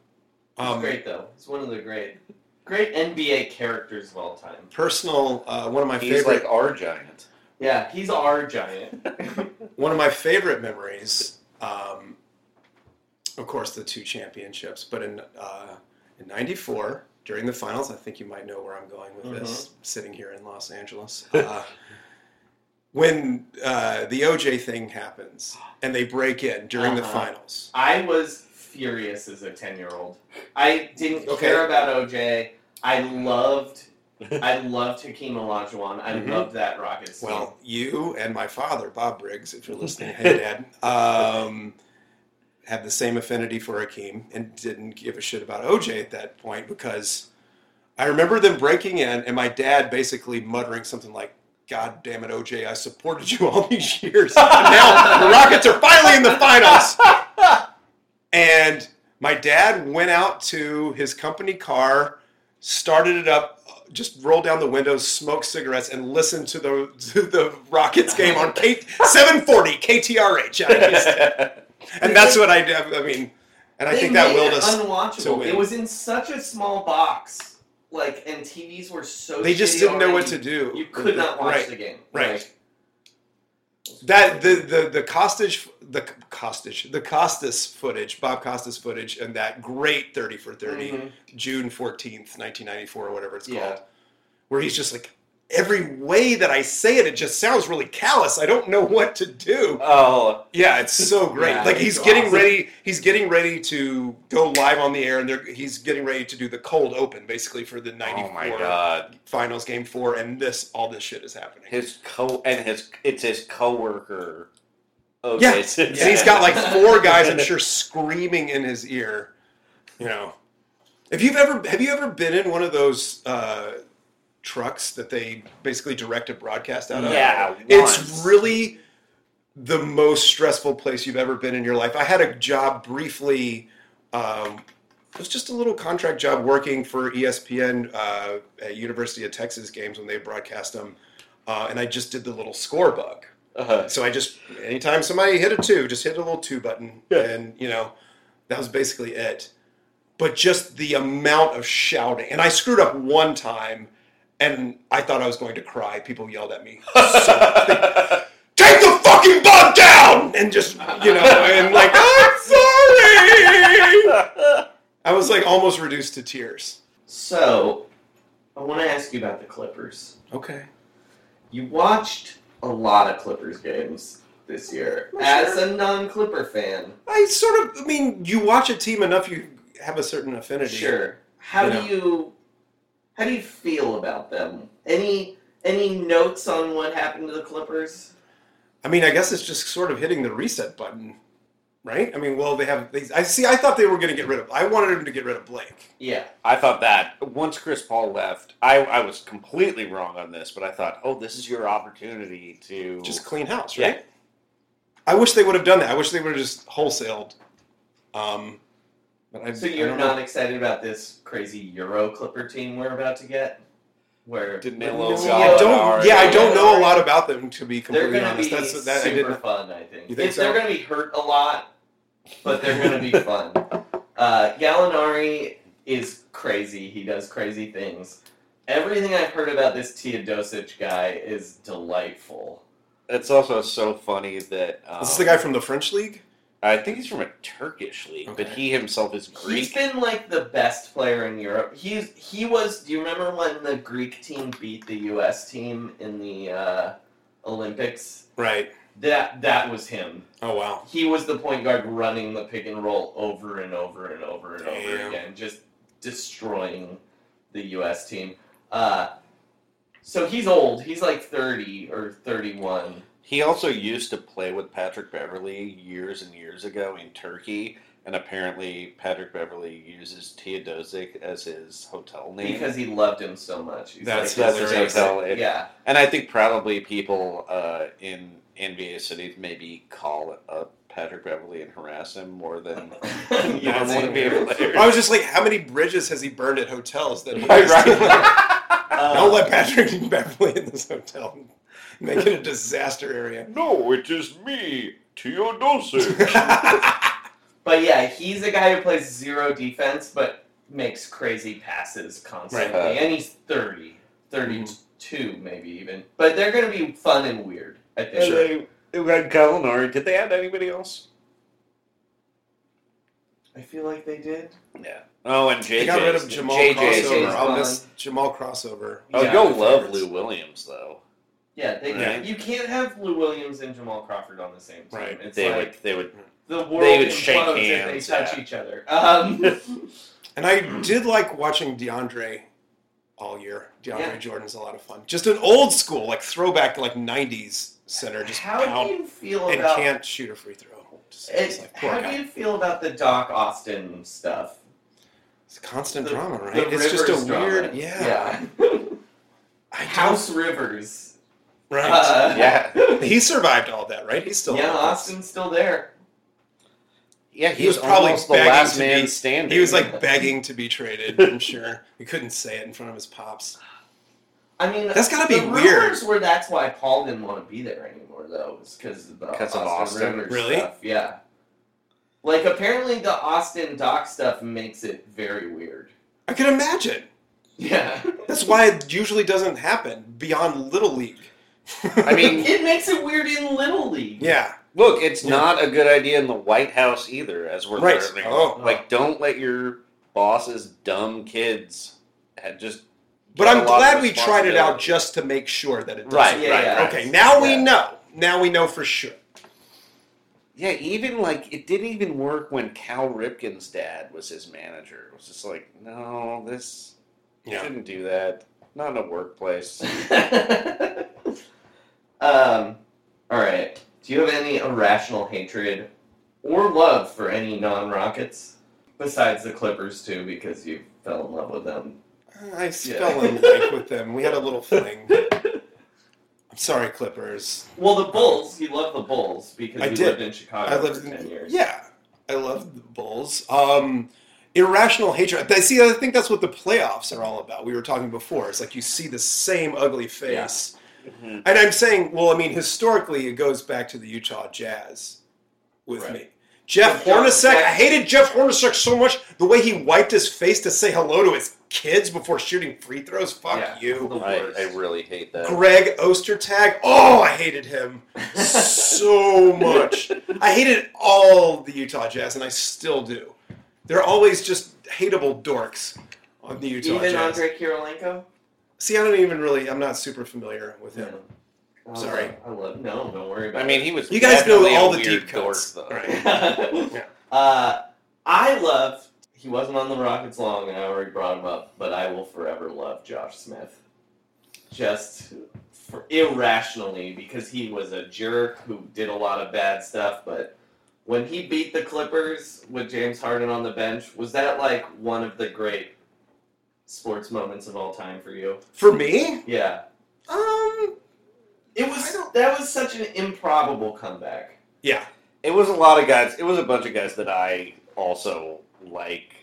Speaker 5: um,
Speaker 3: great though. It's one of the great, great NBA characters of all time.
Speaker 5: personal uh, one of my
Speaker 4: He's
Speaker 5: favorite
Speaker 4: like our giant.
Speaker 3: Yeah, he's our
Speaker 5: *laughs*
Speaker 3: giant.
Speaker 5: one of my favorite memories um, of course the two championships but in uh, in 94 during the finals i think you might know where i'm going with this sitting here in los angeles uh, *laughs* when uh, the oj thing happens and they break in during the
Speaker 3: Uh-huh.
Speaker 5: finals
Speaker 3: I was furious as a ten-year-old. I didn't
Speaker 5: Okay.
Speaker 3: care about OJ.
Speaker 5: *laughs*
Speaker 3: I loved, I loved Hakeem Olajuwon. I
Speaker 5: Mhm.
Speaker 3: loved that Rockets team.
Speaker 5: well you and my father bob briggs if you're listening hey dad um, had the same affinity for Akeem and didn't give a shit about OJ at that point because I remember them breaking in and my dad basically muttering something like, God damn it, OJ, I supported you all *laughs* these years. And now the Rockets are finally in the finals. And my dad went out to his company car, started it up, just rolled down the windows, smoked cigarettes, and listened to the *laughs* to the Rockets game on K- 740 KTRH out of Houston and that's what I. I mean, and I
Speaker 3: They
Speaker 5: think that
Speaker 3: made
Speaker 5: willed
Speaker 3: it
Speaker 5: us
Speaker 3: unwatchable.
Speaker 5: to win.
Speaker 3: It was in such a small box, like, and TVs were so.
Speaker 5: They just
Speaker 3: shitty
Speaker 5: didn't know what to
Speaker 3: already,
Speaker 5: do.
Speaker 3: You could not watch
Speaker 5: Right,
Speaker 3: the game.
Speaker 5: right.
Speaker 3: Like,
Speaker 5: that the the the Costage the Costage the Costas footage, Bob Costas footage, and that great thirty for 30
Speaker 3: Mhm.
Speaker 5: June fourteenth, nineteen ninety four, or whatever it's called,
Speaker 3: Yeah.
Speaker 5: where he's just like. Every way that I say it, it just sounds really callous. I don't know *laughs* what to do.
Speaker 4: Oh,
Speaker 5: Yeah, it's
Speaker 3: *laughs*
Speaker 5: so great.
Speaker 3: Yeah,
Speaker 5: like
Speaker 3: it's
Speaker 5: he's getting
Speaker 3: awesome.
Speaker 5: ready. He's getting ready to go live on the air, and they're, he's getting ready to do the cold open, basically for the ninety
Speaker 4: oh
Speaker 5: four
Speaker 4: my god.
Speaker 5: finals game four, and this all this shit is happening.
Speaker 4: His co and his it's his coworker. Okay, *laughs*
Speaker 5: Yeah.
Speaker 4: it's-
Speaker 5: And he's got like four guys, I'm sure, screaming in his ear. You know, if you've ever have you ever been in one of those uh, trucks that they basically direct a broadcast out of?
Speaker 4: Yeah,
Speaker 5: it's
Speaker 4: once.
Speaker 5: really the most stressful place you've ever been in your life? I had a job briefly. Um, it was just a little contract job working for E ESPN uh, at University of Texas games when they broadcast them, uh, and I just did the little score bug.
Speaker 4: Uh-huh.
Speaker 5: So I just anytime somebody hit a two, just hit a little two button,
Speaker 4: Yeah.
Speaker 5: and you know that was basically it. But just the amount of shouting, and I screwed up one time, and I thought I was going to cry. People yelled at me, so- "Take the fucking bug down!" and just you know,
Speaker 6: *laughs*
Speaker 5: and
Speaker 4: *laughs*
Speaker 5: like I'm sorry. I was like almost reduced to tears.
Speaker 3: So, I want to ask you about the Clippers.
Speaker 5: Okay.
Speaker 3: You watched a lot of Clippers games this year as a non-Clipper fan.
Speaker 5: I sort of, I mean, you watch a team enough, you have a certain affinity.
Speaker 3: Sure. How
Speaker 5: Yeah.
Speaker 3: do you how do you feel about them? Any any notes on what happened to the Clippers?
Speaker 5: I mean, I guess it's just sort of hitting the reset button, right? I mean, well, they have. They, I see. I thought they were going to get rid of. I wanted them to get rid of Blake.
Speaker 3: Yeah.
Speaker 4: I thought that once Chris Paul left, I, I was completely wrong on this, but I thought, oh, this is your opportunity to
Speaker 5: Just clean house,
Speaker 4: Yeah.
Speaker 5: right? I wish they would have done that. I wish they would have just wholesaled. Um, but I,
Speaker 3: So
Speaker 5: I
Speaker 3: you're
Speaker 5: don't
Speaker 3: not
Speaker 5: know.
Speaker 3: excited about this crazy Euro Clipper team we're about to get? Where
Speaker 4: Danilo
Speaker 5: See,
Speaker 4: got
Speaker 5: I don't.
Speaker 4: Gallinari.
Speaker 5: Yeah, I don't know a
Speaker 3: Gallinari.
Speaker 5: lot about them to be
Speaker 3: they're
Speaker 5: completely
Speaker 3: going to be
Speaker 5: honest. That's that I
Speaker 3: super
Speaker 5: didn't.
Speaker 3: fun, I think.
Speaker 5: You think
Speaker 3: It's- They're
Speaker 5: so?
Speaker 3: going to be hurt a lot, but they're going
Speaker 5: *laughs*
Speaker 3: to be fun. Uh, Gallinari is crazy. He does crazy things. Everything I've heard about this Teodosic guy is delightful.
Speaker 4: It's also so funny that um,
Speaker 5: This is the guy from the French league.
Speaker 4: I think he's from a Turkish league, but
Speaker 5: Okay.
Speaker 4: he himself is
Speaker 3: He's
Speaker 4: Greek.
Speaker 3: been like the best player in Europe. He's he was. Do you remember when the Greek team beat the U.S. team in the uh, Olympics?
Speaker 5: Right.
Speaker 3: That that was him.
Speaker 5: Oh wow.
Speaker 3: He was the point guard running the pick and roll over and over and over and over
Speaker 5: Damn.
Speaker 3: again, just destroying the U.S. team. Uh, so he's old. He's like thirty or thirty-one.
Speaker 4: He also used to play with Patrick Beverly years and years ago in Turkey, and apparently Patrick Beverly uses Teodosic as his hotel name.
Speaker 3: Because he loved him so much. He's
Speaker 5: That's-
Speaker 3: like,
Speaker 5: that's
Speaker 3: his
Speaker 4: what I'm
Speaker 3: favorite.
Speaker 4: telling you.
Speaker 3: Yeah.
Speaker 4: and I think probably people uh, in NBA cities maybe call up Patrick Beverly and harass him more than
Speaker 3: Yeah,
Speaker 4: normal NBA players.
Speaker 5: I was just like, how many bridges has he burned at hotels that he
Speaker 4: Right,
Speaker 5: right.
Speaker 3: Uh,
Speaker 5: Don't let Patrick Beverly in this hotel. Make it a disaster area.
Speaker 2: No, it is me, Teodosic.
Speaker 3: But yeah, he's a guy who plays zero defense but makes crazy passes constantly.
Speaker 4: Right.
Speaker 3: And he's 30,
Speaker 5: Mm-hmm.
Speaker 3: 32 maybe even. But they're going to be fun and weird, I think.
Speaker 4: And *laughs* they had Gallinari. Did they add anybody else?
Speaker 3: I feel like they did.
Speaker 4: Yeah. Oh, and JJ.
Speaker 5: They got rid of Jamal
Speaker 4: JJ.
Speaker 5: crossover. I'll
Speaker 3: gone.
Speaker 5: miss Jamal crossover.
Speaker 4: Oh,
Speaker 3: Yeah.
Speaker 4: you'll love Lou Williams though.
Speaker 3: Yeah, they
Speaker 4: Right.
Speaker 3: you can't have Lou Williams and Jamal Crawford on the same team.
Speaker 5: Right.
Speaker 3: It's
Speaker 4: They
Speaker 3: like
Speaker 4: would. They
Speaker 5: *laughs*
Speaker 4: would.
Speaker 3: the world
Speaker 4: would
Speaker 3: implodes
Speaker 4: shake
Speaker 3: if
Speaker 4: hands,
Speaker 3: they touch
Speaker 4: yeah.
Speaker 3: each other. Um,
Speaker 5: And I did like watching DeAndre all year. DeAndre
Speaker 3: Yeah.
Speaker 5: Jordan's a lot of fun. Just an old school, like throwback, like '90s center, *laughs* just
Speaker 3: *laughs* how
Speaker 5: pound
Speaker 3: do you feel
Speaker 5: and
Speaker 3: about
Speaker 5: can't shoot a free throw. Just,
Speaker 3: it-
Speaker 5: it's like poor
Speaker 3: how
Speaker 5: guy.
Speaker 3: do you feel about the Doc Austin stuff?
Speaker 5: It's constant
Speaker 3: The-
Speaker 5: drama,
Speaker 3: the
Speaker 5: right? It's just a
Speaker 3: Rivers drama.
Speaker 5: weird, yeah.
Speaker 3: yeah.
Speaker 5: I don't-
Speaker 3: House Rivers.
Speaker 5: right?
Speaker 3: Uh,
Speaker 4: Yeah.
Speaker 5: he survived all that, right? He's still
Speaker 3: yeah, Austin's still there.
Speaker 4: Yeah, he,
Speaker 5: He was
Speaker 4: was,
Speaker 5: probably
Speaker 4: almost the
Speaker 5: begging
Speaker 4: last
Speaker 5: to
Speaker 4: man
Speaker 5: be-
Speaker 4: standing.
Speaker 5: He was like begging to be traded.
Speaker 4: *laughs*
Speaker 5: I'm sure he couldn't say it in front of his pops.
Speaker 3: I mean,
Speaker 5: That's gotta be
Speaker 3: the
Speaker 5: weird.
Speaker 3: rumors were that's why Paul didn't want to be there anymore, though, was because of the
Speaker 4: 'Cause
Speaker 3: Austin,
Speaker 4: of Austin?
Speaker 3: Rivers
Speaker 5: Really?
Speaker 3: stuff. Yeah. Like apparently the Austin Doc stuff makes it very weird.
Speaker 5: I can imagine.
Speaker 3: *laughs* Yeah.
Speaker 5: That's why it usually doesn't happen beyond little league.
Speaker 4: *laughs* I mean,
Speaker 5: *laughs*
Speaker 3: it makes it weird in Little League.
Speaker 5: yeah,
Speaker 4: look, it's
Speaker 5: Yeah.
Speaker 4: not a good idea in the White House either, as we're
Speaker 5: Right.
Speaker 4: learning.
Speaker 5: Oh.
Speaker 4: Like, don't let your boss's dumb kids ha- just.
Speaker 5: but
Speaker 4: get a
Speaker 5: I'm
Speaker 4: lot of
Speaker 5: glad we tried it out
Speaker 4: responsibility.
Speaker 5: just to make sure that it doesn't.
Speaker 4: Right,
Speaker 3: Yeah,
Speaker 4: right,
Speaker 3: yeah.
Speaker 4: right.
Speaker 5: Okay, now we
Speaker 3: Yeah.
Speaker 5: know. Now we know for sure.
Speaker 4: Yeah, even like it didn't even work when Cal Ripken's dad was his manager. It was just like, no, this you
Speaker 5: Yeah.
Speaker 4: shouldn't do that. Not in a
Speaker 3: *laughs*
Speaker 4: workplace.
Speaker 3: um, all right. Do you have any irrational hatred or love for any non-Rockets besides the Clippers too? Because you fell in love with them.
Speaker 5: I
Speaker 3: Yeah. *laughs*
Speaker 5: fell in like with them. We had a little fling. I'm sorry, Clippers.
Speaker 3: Well, the Bulls. You love the Bulls because
Speaker 5: I
Speaker 3: you
Speaker 5: did.
Speaker 3: lived in Chicago
Speaker 5: I lived
Speaker 3: for
Speaker 5: in
Speaker 3: ten years.
Speaker 5: yeah. I love the Bulls. Um, irrational hatred. But see, I think that's what the playoffs are all about. We were talking before. It's like you see the same ugly face,
Speaker 3: Mm-hmm.
Speaker 5: and I'm saying, well, I mean, historically, it goes back to the Utah Jazz with me. Jeff
Speaker 3: With John
Speaker 5: Hornacek. I
Speaker 3: Jackson.
Speaker 5: hated Jeff Hornacek so much. The way he wiped his face to say hello to his kids before shooting free throws. Fuck
Speaker 3: Yeah.
Speaker 5: you.
Speaker 4: I, I really hate that.
Speaker 5: Greg Ostertag. Oh, I hated him so much. I hated all the Utah Jazz, and I still do. They're always just hateable dorks on the Utah
Speaker 3: Even
Speaker 5: Jazz.
Speaker 3: Andre Kirilenko.
Speaker 5: See, I don't even really. I'm not super familiar with him.
Speaker 3: I
Speaker 5: Sorry.
Speaker 3: love- I love. No, don't worry about.
Speaker 4: I mean, he was.
Speaker 5: You guys know
Speaker 4: definitely a
Speaker 5: all the
Speaker 4: weird
Speaker 5: deep cuts.
Speaker 4: dork, though.
Speaker 5: Right.
Speaker 3: it.
Speaker 5: Yeah.
Speaker 3: *laughs* uh, I love. He wasn't on the Rockets long, and I already brought him up. But I will forever love Josh Smith, just for irrationally because he was a jerk who did a lot of bad stuff, but. When he beat the Clippers with James Harden on the bench, was that like one of the great sports moments of all time for you?
Speaker 5: For me,
Speaker 3: Yeah.
Speaker 5: um,
Speaker 3: It
Speaker 5: I
Speaker 3: was
Speaker 5: don't-
Speaker 3: that was such an improbable comeback.
Speaker 5: yeah,
Speaker 4: It was a lot of guys. It was a bunch of guys that I also like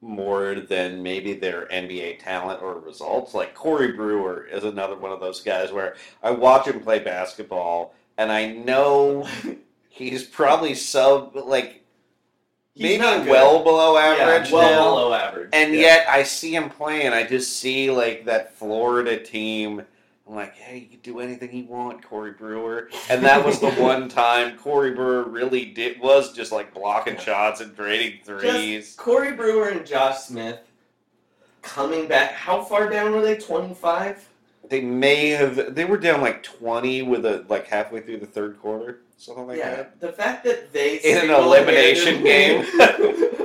Speaker 4: more than maybe their NBA talent or results. Like Corey Brewer is another one of those guys where I watch him play basketball and I know he's probably sub like
Speaker 3: He's
Speaker 4: maybe
Speaker 3: not good.
Speaker 4: well below average
Speaker 3: yeah, well
Speaker 4: now.
Speaker 3: below average.
Speaker 4: And
Speaker 3: yeah.
Speaker 4: yet I see him play and I just see like that Florida team. I'm like, hey, you can do anything you want, Corey Brewer. And that was the
Speaker 3: *laughs*
Speaker 4: one time Corey Brewer really did was just like blocking shots and draining
Speaker 3: just
Speaker 4: threes.
Speaker 3: Corey Brewer and Josh Smith coming back. How far down were they? Twenty five.
Speaker 4: They may have they were down like twenty with a like halfway through the third quarter, something like
Speaker 3: yeah,
Speaker 4: that.
Speaker 3: the fact that they
Speaker 4: In an
Speaker 3: single-handedly, *laughs*
Speaker 4: elimination game.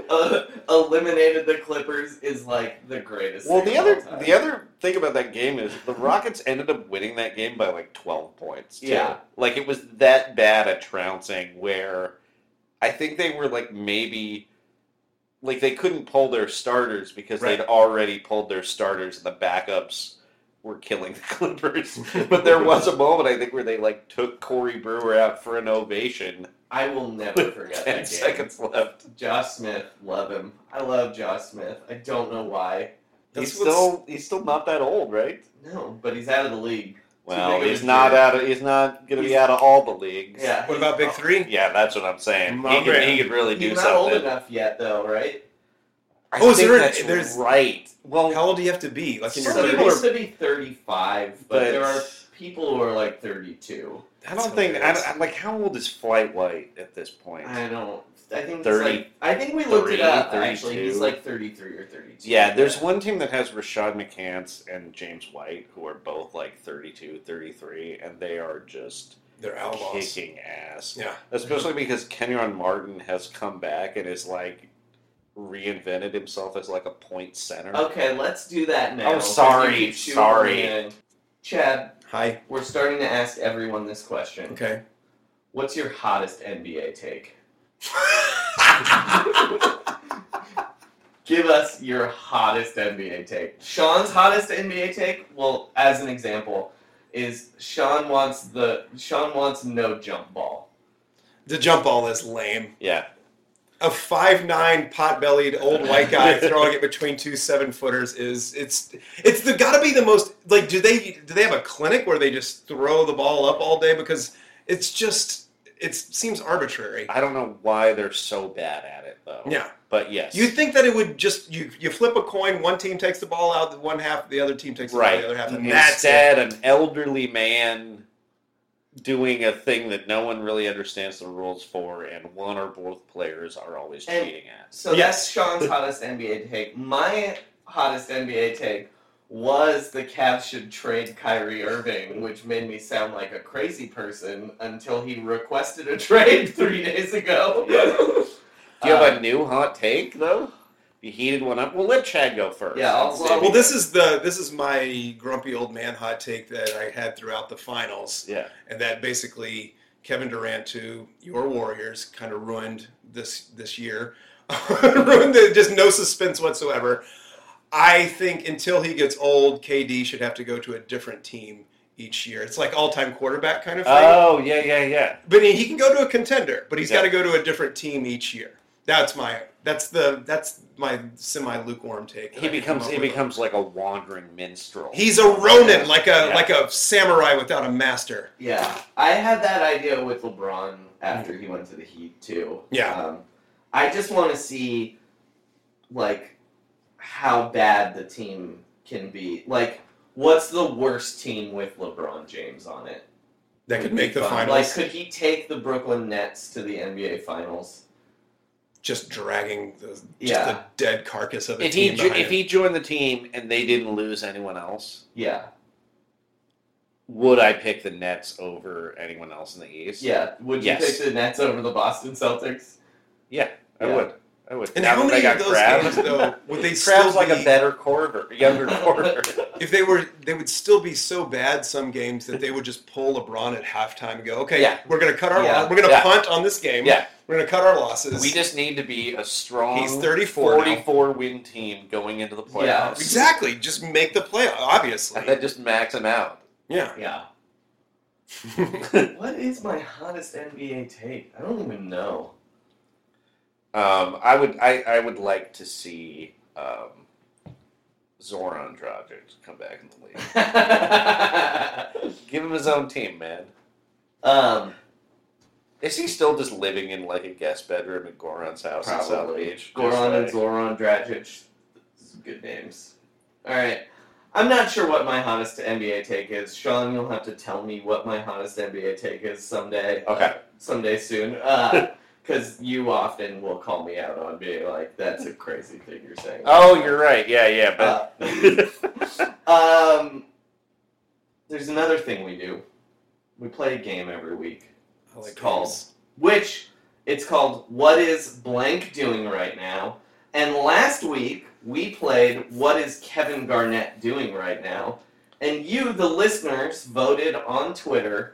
Speaker 3: uh, eliminated the Clippers is like the greatest.
Speaker 4: Well,
Speaker 3: thing
Speaker 4: the
Speaker 3: of
Speaker 4: other
Speaker 3: all time.
Speaker 4: the other thing about that game is the Rockets ended up winning that game by like twelve points. too.
Speaker 3: Yeah.
Speaker 4: like it was that bad a trouncing where I think they were like maybe like they couldn't pull their starters because
Speaker 5: Right.
Speaker 4: they'd already pulled their starters and the backups were killing the *laughs* Clippers. but there was a moment I think where they like took Corey Brewer out for an ovation.
Speaker 3: I will
Speaker 4: *laughs*
Speaker 3: never forget
Speaker 4: Ten
Speaker 3: that game.
Speaker 4: seconds left.
Speaker 3: Josh Smith, love him. I love Josh Smith. I don't know why.
Speaker 5: That's
Speaker 4: he's
Speaker 5: what's-
Speaker 4: still he's still not that old, right?
Speaker 3: No, but he's out of the league.
Speaker 4: Well,
Speaker 3: big of a
Speaker 4: he's not
Speaker 3: jerk.
Speaker 4: out of he's not going to be
Speaker 3: He's-
Speaker 4: out of all the leagues.
Speaker 3: Yeah.
Speaker 5: What about Big Three?
Speaker 4: Yeah, that's what I'm saying.
Speaker 5: My
Speaker 4: He could,
Speaker 5: man.
Speaker 4: he could really do
Speaker 3: He's not old
Speaker 4: something.
Speaker 3: enough yet, though, right?
Speaker 4: I
Speaker 5: Oh, is
Speaker 4: think
Speaker 5: there a-
Speaker 4: that's
Speaker 5: there's-
Speaker 4: right. Well,
Speaker 5: How old do you have to be? Like in your
Speaker 3: Some people
Speaker 5: 30s?
Speaker 3: are to be 35, but,
Speaker 4: But-
Speaker 3: there are people who are like 32.
Speaker 4: I don't think I, I, like how old is Flight White at this point?
Speaker 3: I don't. I think it's
Speaker 4: 30,
Speaker 3: like I think we looked it up.
Speaker 4: 30,
Speaker 3: Actually, he's
Speaker 4: 32.
Speaker 3: like 33 or 32.
Speaker 4: yeah, there's one team that has Rashad McCants and James White, who are both like 32, 33, and they are just
Speaker 5: They're outlaws.
Speaker 4: kicking ass.
Speaker 5: Yeah.
Speaker 4: Especially because Kenyon Martin has come back and is like reinvented himself as like a point center.
Speaker 3: Okay, let's do that now. 'cause you
Speaker 4: Oh, sorry,
Speaker 3: keep shooting
Speaker 4: sorry.
Speaker 3: me in. Chad,
Speaker 5: Hi.
Speaker 3: we're starting to ask everyone this question.
Speaker 5: Okay.
Speaker 3: What's your hottest NBA take? Give us your hottest NBA take. Sean's hottest NBA take, well, as an example, is Sean wants the Sean wants no jump ball.
Speaker 5: The jump ball is lame.
Speaker 4: Yeah.
Speaker 5: a five nine pot bellied old white
Speaker 4: *laughs*
Speaker 5: guy throwing it between two seven footers is it's it's the gotta be the most like do they do they have a clinic where they just throw the ball up all day because it's just it seems arbitrary.
Speaker 4: I don't know why they're so bad at it though.
Speaker 5: Yeah.
Speaker 4: But yes.
Speaker 5: You think that it would just you you flip a coin, one team takes the ball out, the one half the other team takes the, ball,
Speaker 4: right.
Speaker 5: the other half, and that's it.
Speaker 4: Instead, an elderly man doing a thing that no one really understands the rules for, and one or both players are always
Speaker 3: And-
Speaker 4: cheating at.
Speaker 3: So
Speaker 5: Yes.
Speaker 3: that's Sean's hottest NBA take. My hottest NBA take was the Cavs should trade Kyrie Irving, which made me sound like a crazy person until he requested a *laughs* trade three days ago.
Speaker 4: Yeah. Do you
Speaker 3: Uh,
Speaker 4: have a new hot take though? You heated one up. Well, let Chad go first.
Speaker 3: Yeah, I'll-
Speaker 4: Let's see.
Speaker 5: Well, this is the this is my grumpy old man hot take that I had throughout the finals.
Speaker 4: yeah.
Speaker 5: and that basically Kevin Durant to your Warriors kind of ruined this this year, *laughs* ruined the, just no suspense whatsoever. I think until he gets old, KD should have to go to a different team each year. It's like all time quarterback kind of thing.
Speaker 4: Oh yeah, yeah, yeah.
Speaker 5: But he, he can go to a contender, but he's
Speaker 4: Yeah.
Speaker 5: got to go to a different team each year. That's my that's the that's my semi lukewarm take. that
Speaker 4: He
Speaker 5: I came
Speaker 4: becomes
Speaker 5: up
Speaker 4: he
Speaker 5: with.
Speaker 4: becomes like a wandering minstrel.
Speaker 5: he's a ronin, like a
Speaker 4: Yeah.
Speaker 5: like a samurai without a master.
Speaker 3: Yeah, I had that idea with LeBron after he went to the Heat too.
Speaker 5: Yeah.
Speaker 3: um, I just want to see like how bad the team can be. Like, what's the worst team with LeBron James on it?
Speaker 5: That could make the
Speaker 3: Fun.
Speaker 5: finals.
Speaker 3: Like, could he take the Brooklyn Nets to the NBA Finals?
Speaker 5: just dragging the just
Speaker 3: Yeah.
Speaker 5: the dead carcass of a
Speaker 4: if he
Speaker 5: team.
Speaker 4: jo-
Speaker 5: behind
Speaker 4: if
Speaker 5: him.
Speaker 4: he joined the team and they didn't lose anyone else,
Speaker 3: Yeah,
Speaker 4: would I pick the Nets over anyone else in the East?
Speaker 3: yeah. Would you
Speaker 4: Yes.
Speaker 3: pick the Nets over the Boston Celtics?
Speaker 4: yeah, I
Speaker 3: Yeah.
Speaker 4: would. I would.
Speaker 5: and
Speaker 4: Now
Speaker 5: how
Speaker 4: that they
Speaker 5: many of
Speaker 4: got
Speaker 5: those
Speaker 4: Crabbe-
Speaker 5: games though
Speaker 4: *laughs*
Speaker 5: would they still
Speaker 4: Crabbe's like
Speaker 5: be-
Speaker 4: a better quarter,
Speaker 5: *laughs*
Speaker 4: younger quarter.
Speaker 5: if they were they would still be so bad some games that they would just pull LeBron at halftime and go, okay,
Speaker 4: Yeah.
Speaker 5: we're gonna cut our
Speaker 3: Yeah.
Speaker 5: lo- we're gonna
Speaker 4: Yeah.
Speaker 5: punt on this game.
Speaker 4: Yeah.
Speaker 5: We're gonna cut our losses.
Speaker 4: we just need to be a strong.
Speaker 5: He's 34 now.
Speaker 4: 44 win team going into the playoffs.
Speaker 3: Yeah,
Speaker 5: exactly just make the play obviously.
Speaker 4: And that just max him out.
Speaker 5: yeah. *laughs*
Speaker 3: Yeah. what is my hottest NBA take? I don't even know.
Speaker 4: Um, I would I, I would like to see um, Zoran Dragic come back in the league. Give him his own team, man.
Speaker 3: *laughs* um,
Speaker 4: Is he still just living in like a guest bedroom at Goran's house in South
Speaker 3: probably.
Speaker 4: Beach?
Speaker 3: Goran and
Speaker 4: Just
Speaker 3: Zoran Dragic. Some good names. All right. I'm not sure what my hottest NBA take is. Sean, you'll have to tell me what my hottest NBA take is someday.
Speaker 4: like- Okay.
Speaker 3: Someday soon.
Speaker 4: *laughs*
Speaker 3: Because you often will call me out on being like, that's a crazy thing you're saying.
Speaker 4: Oh, you're right. Yeah, yeah. But
Speaker 3: Uh, *laughs* Um, there's another thing we do. We play a game every week.
Speaker 5: I like
Speaker 3: It's called
Speaker 5: games.
Speaker 3: which it's called What is Blank doing right now? And last week we played What is Kevin Garnett doing right now? And you, the listeners, voted on Twitter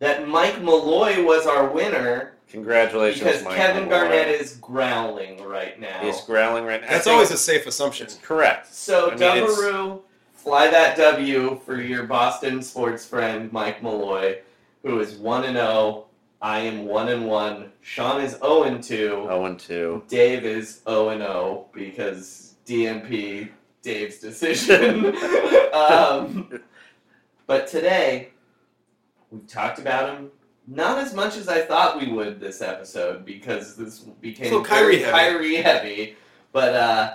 Speaker 3: that Mike Malloy was our winner
Speaker 4: congratulations,
Speaker 3: because
Speaker 4: Mike
Speaker 3: Kevin
Speaker 4: Malloy.
Speaker 3: Garnett is growling right now.
Speaker 4: He's growling right now. I
Speaker 5: That's
Speaker 4: think
Speaker 5: always a safe assumption.
Speaker 4: it's correct.
Speaker 3: So,
Speaker 4: I mean, it's-
Speaker 3: Dubbaroo, fly that W for your Boston sports friend Mike Malloy, who is one and zero. I am one and one. Sean is zero and two.
Speaker 4: Oh and two.
Speaker 3: Dave is zero and zero because DMP Dave's decision. *laughs* um, but today, we talked about him. Not as much as I thought we would this episode because this became
Speaker 5: So Kyrie
Speaker 3: very
Speaker 5: heavy.
Speaker 3: Kyrie heavy. But uh,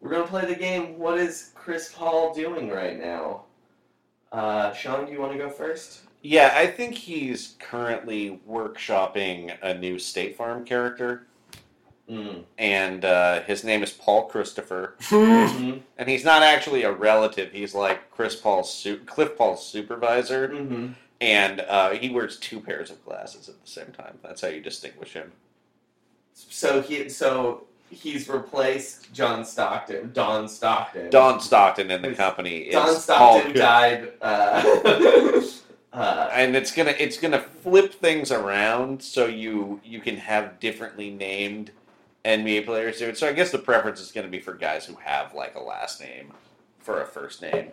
Speaker 3: we're gonna play the game. What is Chris Paul doing right now? Uh, Sean, do you want to go first?
Speaker 4: Yeah, I think he's currently workshopping a new State Farm character,
Speaker 3: Mm.
Speaker 4: and uh, his name is Paul
Speaker 5: *laughs*
Speaker 4: Christopher,
Speaker 5: Mm-hmm.
Speaker 3: Mhm.
Speaker 4: and he's not actually a relative. He's like Chris Paul's su- Cliff Paul's supervisor,
Speaker 3: Mhm.
Speaker 4: and uh, he wears two pairs of glasses at the same time. That's how you distinguish him.
Speaker 3: So he so he's replaced John Stockton, Don Stockton.
Speaker 4: Don Stockton in the company is
Speaker 3: Don
Speaker 4: Paul
Speaker 3: Stockton
Speaker 4: Cri-
Speaker 3: died. Uh, *laughs* uh,
Speaker 4: and it's gonna it's gonna flip things around so you you can have differently named NBA players do it. So I guess the preference is gonna be for guys who have like a last name for a first name,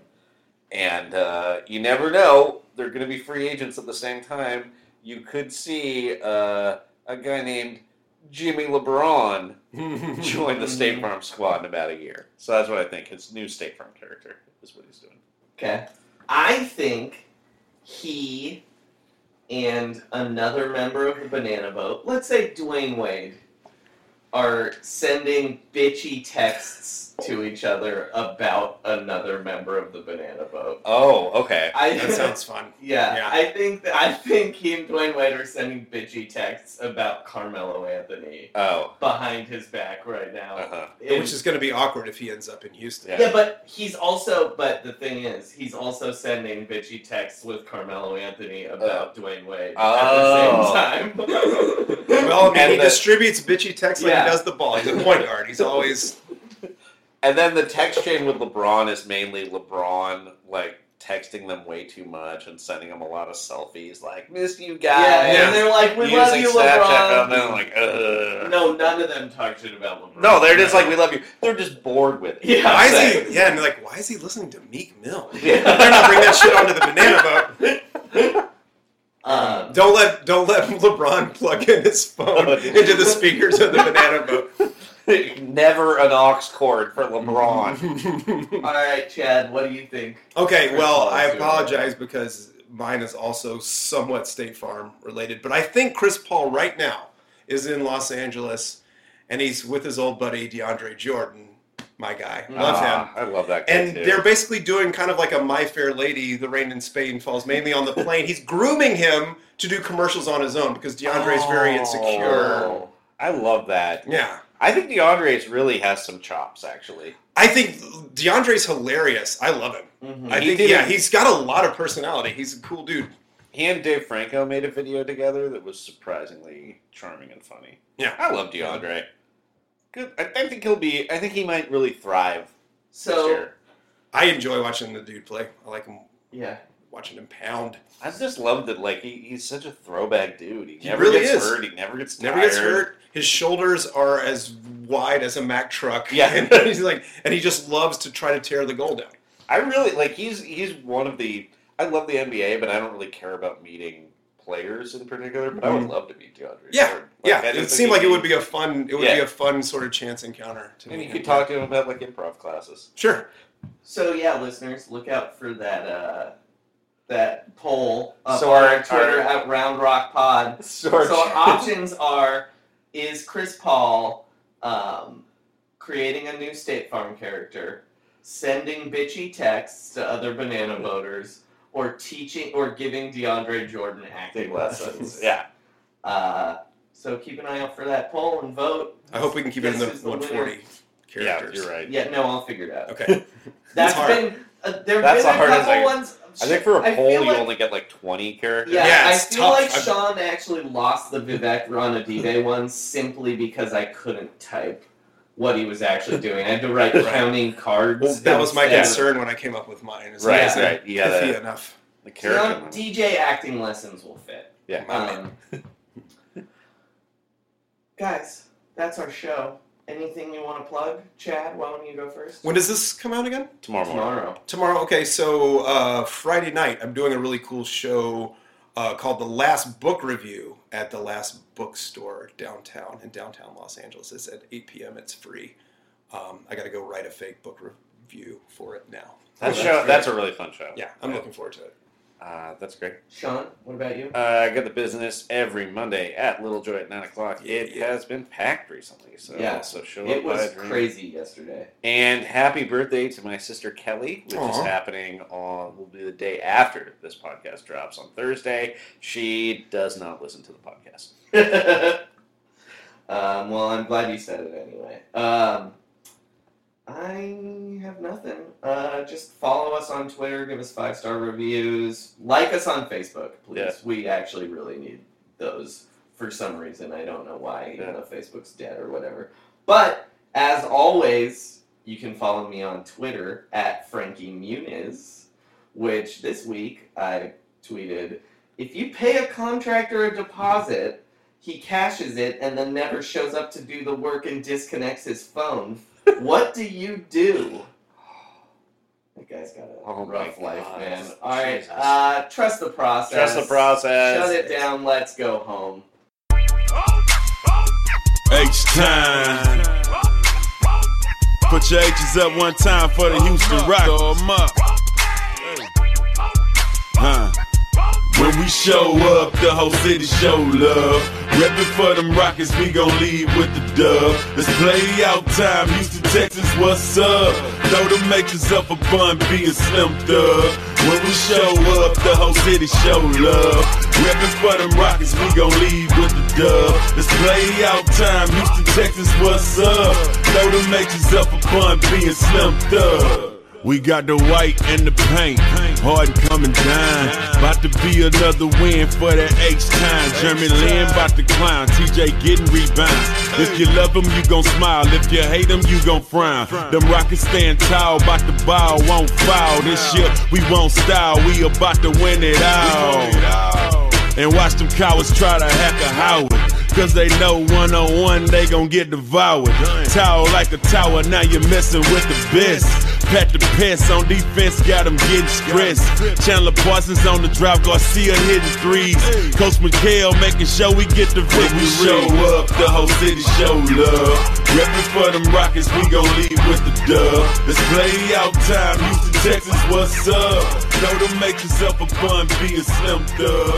Speaker 4: and uh, you never know they're gonna be free agents at the same time. You could see uh, a guy named Jimmy LeBron join the State Farm squad in about a year. So that's what I think. His new State Farm character is what he's doing.
Speaker 3: okay, I think he and another member of the Banana Boat, let's say Dwayne Wade, are sending bitchy texts to each other about another member of the Banana Boat.
Speaker 4: Oh, okay.
Speaker 3: I *laughs*
Speaker 5: that sounds
Speaker 4: *laughs*
Speaker 5: fun.
Speaker 3: Yeah,
Speaker 5: Yeah.
Speaker 3: I think that I think he and Dwayne Wade are sending bitchy texts about Carmelo Anthony
Speaker 4: Oh,
Speaker 3: behind his back right now.
Speaker 4: uh-huh.
Speaker 3: It-
Speaker 5: Which is going to be awkward if he ends up in Houston.
Speaker 4: Yeah.
Speaker 3: yeah, but he's also. But the thing is, he's also sending bitchy texts with Carmelo Anthony about Dwayne Wade
Speaker 4: Oh.
Speaker 3: at the same
Speaker 5: *laughs*
Speaker 3: time.
Speaker 5: Well, I mean,
Speaker 4: And
Speaker 5: he
Speaker 4: the-
Speaker 5: distributes bitchy texts like
Speaker 3: Yeah.
Speaker 5: he does the ball. He's a point guard. He's
Speaker 4: *laughs*
Speaker 5: always
Speaker 4: And then the text chain with LeBron is mainly LeBron like texting them way too much and sending them a lot of selfies, like "Miss you guys."
Speaker 3: yeah,
Speaker 5: Yeah.
Speaker 3: and they're like, "We
Speaker 4: Using
Speaker 3: love you,
Speaker 4: Snapchat, and then
Speaker 3: LeBron."
Speaker 4: like, Ugh.
Speaker 3: No, none of them talk shit about LeBron.
Speaker 4: no, they're just like, "We love you." They're just bored with
Speaker 3: *laughs*
Speaker 4: it.
Speaker 3: Yeah.
Speaker 5: why
Speaker 3: Same.
Speaker 5: is he? Yeah, and like why is he listening to Meek Mill?
Speaker 4: Yeah.
Speaker 5: Better not bring that shit onto the banana boat. Don't let don't let *laughs* LeBron plug in his phone
Speaker 4: Oh,
Speaker 5: into the speakers
Speaker 4: *laughs*
Speaker 5: of the banana boat.
Speaker 4: Never an aux cord for
Speaker 3: *laughs*
Speaker 4: LeBron.
Speaker 3: All right, Chad, what do you think?
Speaker 5: Okay, well, I apologize because mine is also somewhat State Farm related, but I think Chris Paul right now is in Los Angeles and he's with his old buddy DeAndre Jordan, my guy. Love him.
Speaker 4: Ah, I love that. guy,
Speaker 5: And
Speaker 4: too.
Speaker 5: they're basically doing kind of like a My Fair Lady, The Rain in Spain Falls, mainly
Speaker 4: *laughs*
Speaker 5: on the plane. He's grooming him to do commercials on his own because DeAndre's very insecure.
Speaker 4: Oh, I love that.
Speaker 5: Yeah.
Speaker 4: I think DeAndre's really has some chops, actually.
Speaker 5: I think DeAndre's hilarious. I love him. I
Speaker 4: Mm-hmm. He
Speaker 5: think,
Speaker 4: did
Speaker 5: yeah,
Speaker 4: it.
Speaker 5: he's got a lot of personality. He's a cool dude.
Speaker 4: He and Dave Franco made a video together that was surprisingly charming and funny.
Speaker 5: Yeah.
Speaker 4: I love DeAndre. Good. I, I think he'll be. I think he might really thrive this
Speaker 3: So,
Speaker 4: year.
Speaker 5: I enjoy watching the dude play. I like him
Speaker 3: yeah,
Speaker 5: watching him pound.
Speaker 4: I just love that. Like he, he's such a throwback dude. He,
Speaker 5: He
Speaker 4: never
Speaker 5: really is.
Speaker 4: gets hurt. He never gets
Speaker 5: Never gets
Speaker 4: tired.
Speaker 5: hurt. His shoulders are as wide as a Mack truck.
Speaker 4: Yeah.
Speaker 5: *laughs* and he's like, and he just loves to try to tear the goal down.
Speaker 4: I really like. He's he's one of the. I love the NBA, but I don't really care about meeting players in particular. But I would
Speaker 5: Mhm.
Speaker 4: love to meet DeAndre.
Speaker 5: Yeah,
Speaker 4: Jordan. Like, I
Speaker 5: yeah.
Speaker 4: just
Speaker 5: It
Speaker 4: think
Speaker 5: seemed
Speaker 4: he'd
Speaker 5: like it would be a fun. It would be
Speaker 4: Yeah.
Speaker 5: a fun sort of chance encounter. To
Speaker 4: And
Speaker 5: me.
Speaker 4: you could talk to him about like improv classes. *laughs*
Speaker 5: Sure.
Speaker 3: So yeah, listeners, look out for that uh, that poll up
Speaker 4: So
Speaker 3: on
Speaker 4: our-
Speaker 3: our Twitter
Speaker 4: our-
Speaker 3: at Round Rock Pod.
Speaker 4: So
Speaker 3: So uh, our
Speaker 4: *laughs*
Speaker 3: options are: is Chris Paul um, creating a new State Farm character, sending bitchy texts to other banana voters, or teaching or giving DeAndre Jordan
Speaker 5: *laughs*
Speaker 3: acting lessons?
Speaker 4: *laughs* yeah.
Speaker 3: Uh, so keep an eye out for that poll and vote.
Speaker 5: I hope we can keep it in the
Speaker 3: This is the
Speaker 5: 140 characters.
Speaker 4: Yeah, you're right.
Speaker 3: Yeah, no, I'll figure it out.
Speaker 4: *laughs*
Speaker 5: Okay.
Speaker 3: That's
Speaker 5: hard.
Speaker 3: been uh, there have been
Speaker 4: That's the
Speaker 3: a
Speaker 4: hardest
Speaker 3: couple
Speaker 4: I-
Speaker 3: ones.
Speaker 4: I think for a
Speaker 3: I
Speaker 4: poll,
Speaker 3: feel
Speaker 4: you
Speaker 3: like-
Speaker 4: only get like 20 characters.
Speaker 3: Yeah,
Speaker 5: Yeah,
Speaker 3: I
Speaker 5: it's
Speaker 3: feel
Speaker 5: tough.
Speaker 3: like
Speaker 5: I've-
Speaker 3: Sean actually lost the
Speaker 5: *laughs*
Speaker 3: Vivek Ranadive one simply because I couldn't type what he was actually doing. I had to write
Speaker 5: Right.
Speaker 3: counting cards.
Speaker 5: Well, that was my
Speaker 3: instead.
Speaker 5: concern when I came up with mine. Is
Speaker 4: Right,
Speaker 5: is it
Speaker 4: right. You gotta-
Speaker 5: iffy enough.
Speaker 4: The
Speaker 3: So now
Speaker 4: character. one.
Speaker 3: DJ acting lessons will fit.
Speaker 4: Yeah.
Speaker 3: Um, guys, that's our show. Anything you want to plug? Chad, why don't you go first?
Speaker 5: When does this come out again?
Speaker 4: Tomorrow morning.
Speaker 3: Tomorrow.
Speaker 5: Tomorrow. Okay, so uh, Friday night, I'm doing a really cool show uh, called The Last Book Review at the Last Bookstore downtown in downtown Los Angeles. It's at 8 p.m. It's free. Um, I got to go write a fake book review for it now.
Speaker 4: That show, that's a really fun show.
Speaker 5: Yeah, I'm looking forward to it.
Speaker 4: Uh, that's great.
Speaker 3: Sean, what about you?
Speaker 4: Uh, I got the business every Monday at Little Joy at 9 o'clock. it
Speaker 5: Yeah.
Speaker 4: has been packed recently. So,
Speaker 3: Yeah.
Speaker 4: so show up
Speaker 3: It
Speaker 4: by
Speaker 3: was
Speaker 4: a drink.
Speaker 3: crazy yesterday.
Speaker 4: And happy birthday to my sister Kelly, which is
Speaker 5: Aw.
Speaker 4: happening on will be the day after this podcast drops on Thursday. She does not listen to the podcast.
Speaker 3: um, *laughs* well, I'm glad you said it anyway. Um, I have nothing. Uh, just follow us on Twitter, give us five star reviews, like us on Facebook, please.
Speaker 4: Yeah.
Speaker 3: We actually really need those for some reason. I don't know why, even
Speaker 4: Yeah.
Speaker 3: though Facebook's dead or whatever. But as always, you can follow me on Twitter at Frankie Muniz, which this week I tweeted if you pay a contractor a deposit, he cashes it and then never shows up to do the work and disconnects his phone. what do you do? That guy's got a
Speaker 4: Oh my
Speaker 3: rough life,
Speaker 4: God.
Speaker 3: man. All right,
Speaker 4: Jesus.
Speaker 3: uh, trust the process.
Speaker 4: Trust the process.
Speaker 3: Shut it down. Let's go home.
Speaker 6: H time. Put your H's up one time for the Houston Rockets. Huh. When we show up, the whole city show love. Reppin' for them Rockets, we gon' lead with the dub. It's playoff time, Houston, Texas, what's up? Throw the matrix up a bun, be a slim thug. When we show up, the whole city show love. Reppin' for them Rockets, we gon' lead with the dub. It's playoff time, Houston, Texas, what's up? Throw the matrix up a bun, be a slim thug. We got the white and the paint. Harden coming down. About to be another win for that H time. German Lynn about to climb. TJ getting rebounds. If you love him, you gon' smile. If you hate him, you gon' frown. Them Rockets stand tall. About to bow, won't foul. This year, we won't style. We about to win it all. And watch them cowards try to hack a Howard. Cause they know 101 they gon' get devoured. Tall like a tower, now you're messing with the best. Pat the piss on defense, got him getting stressed. Chandler Parsons on the drive, Garcia hitting threes. Coach McHale making sure we get the victory. We show up, the whole city show love. Reppin' for them Rockets, we gon' leave with the dub. It's playoff time, Houston, Texas, what's up? Know to make yourself a bun, be a slim thug.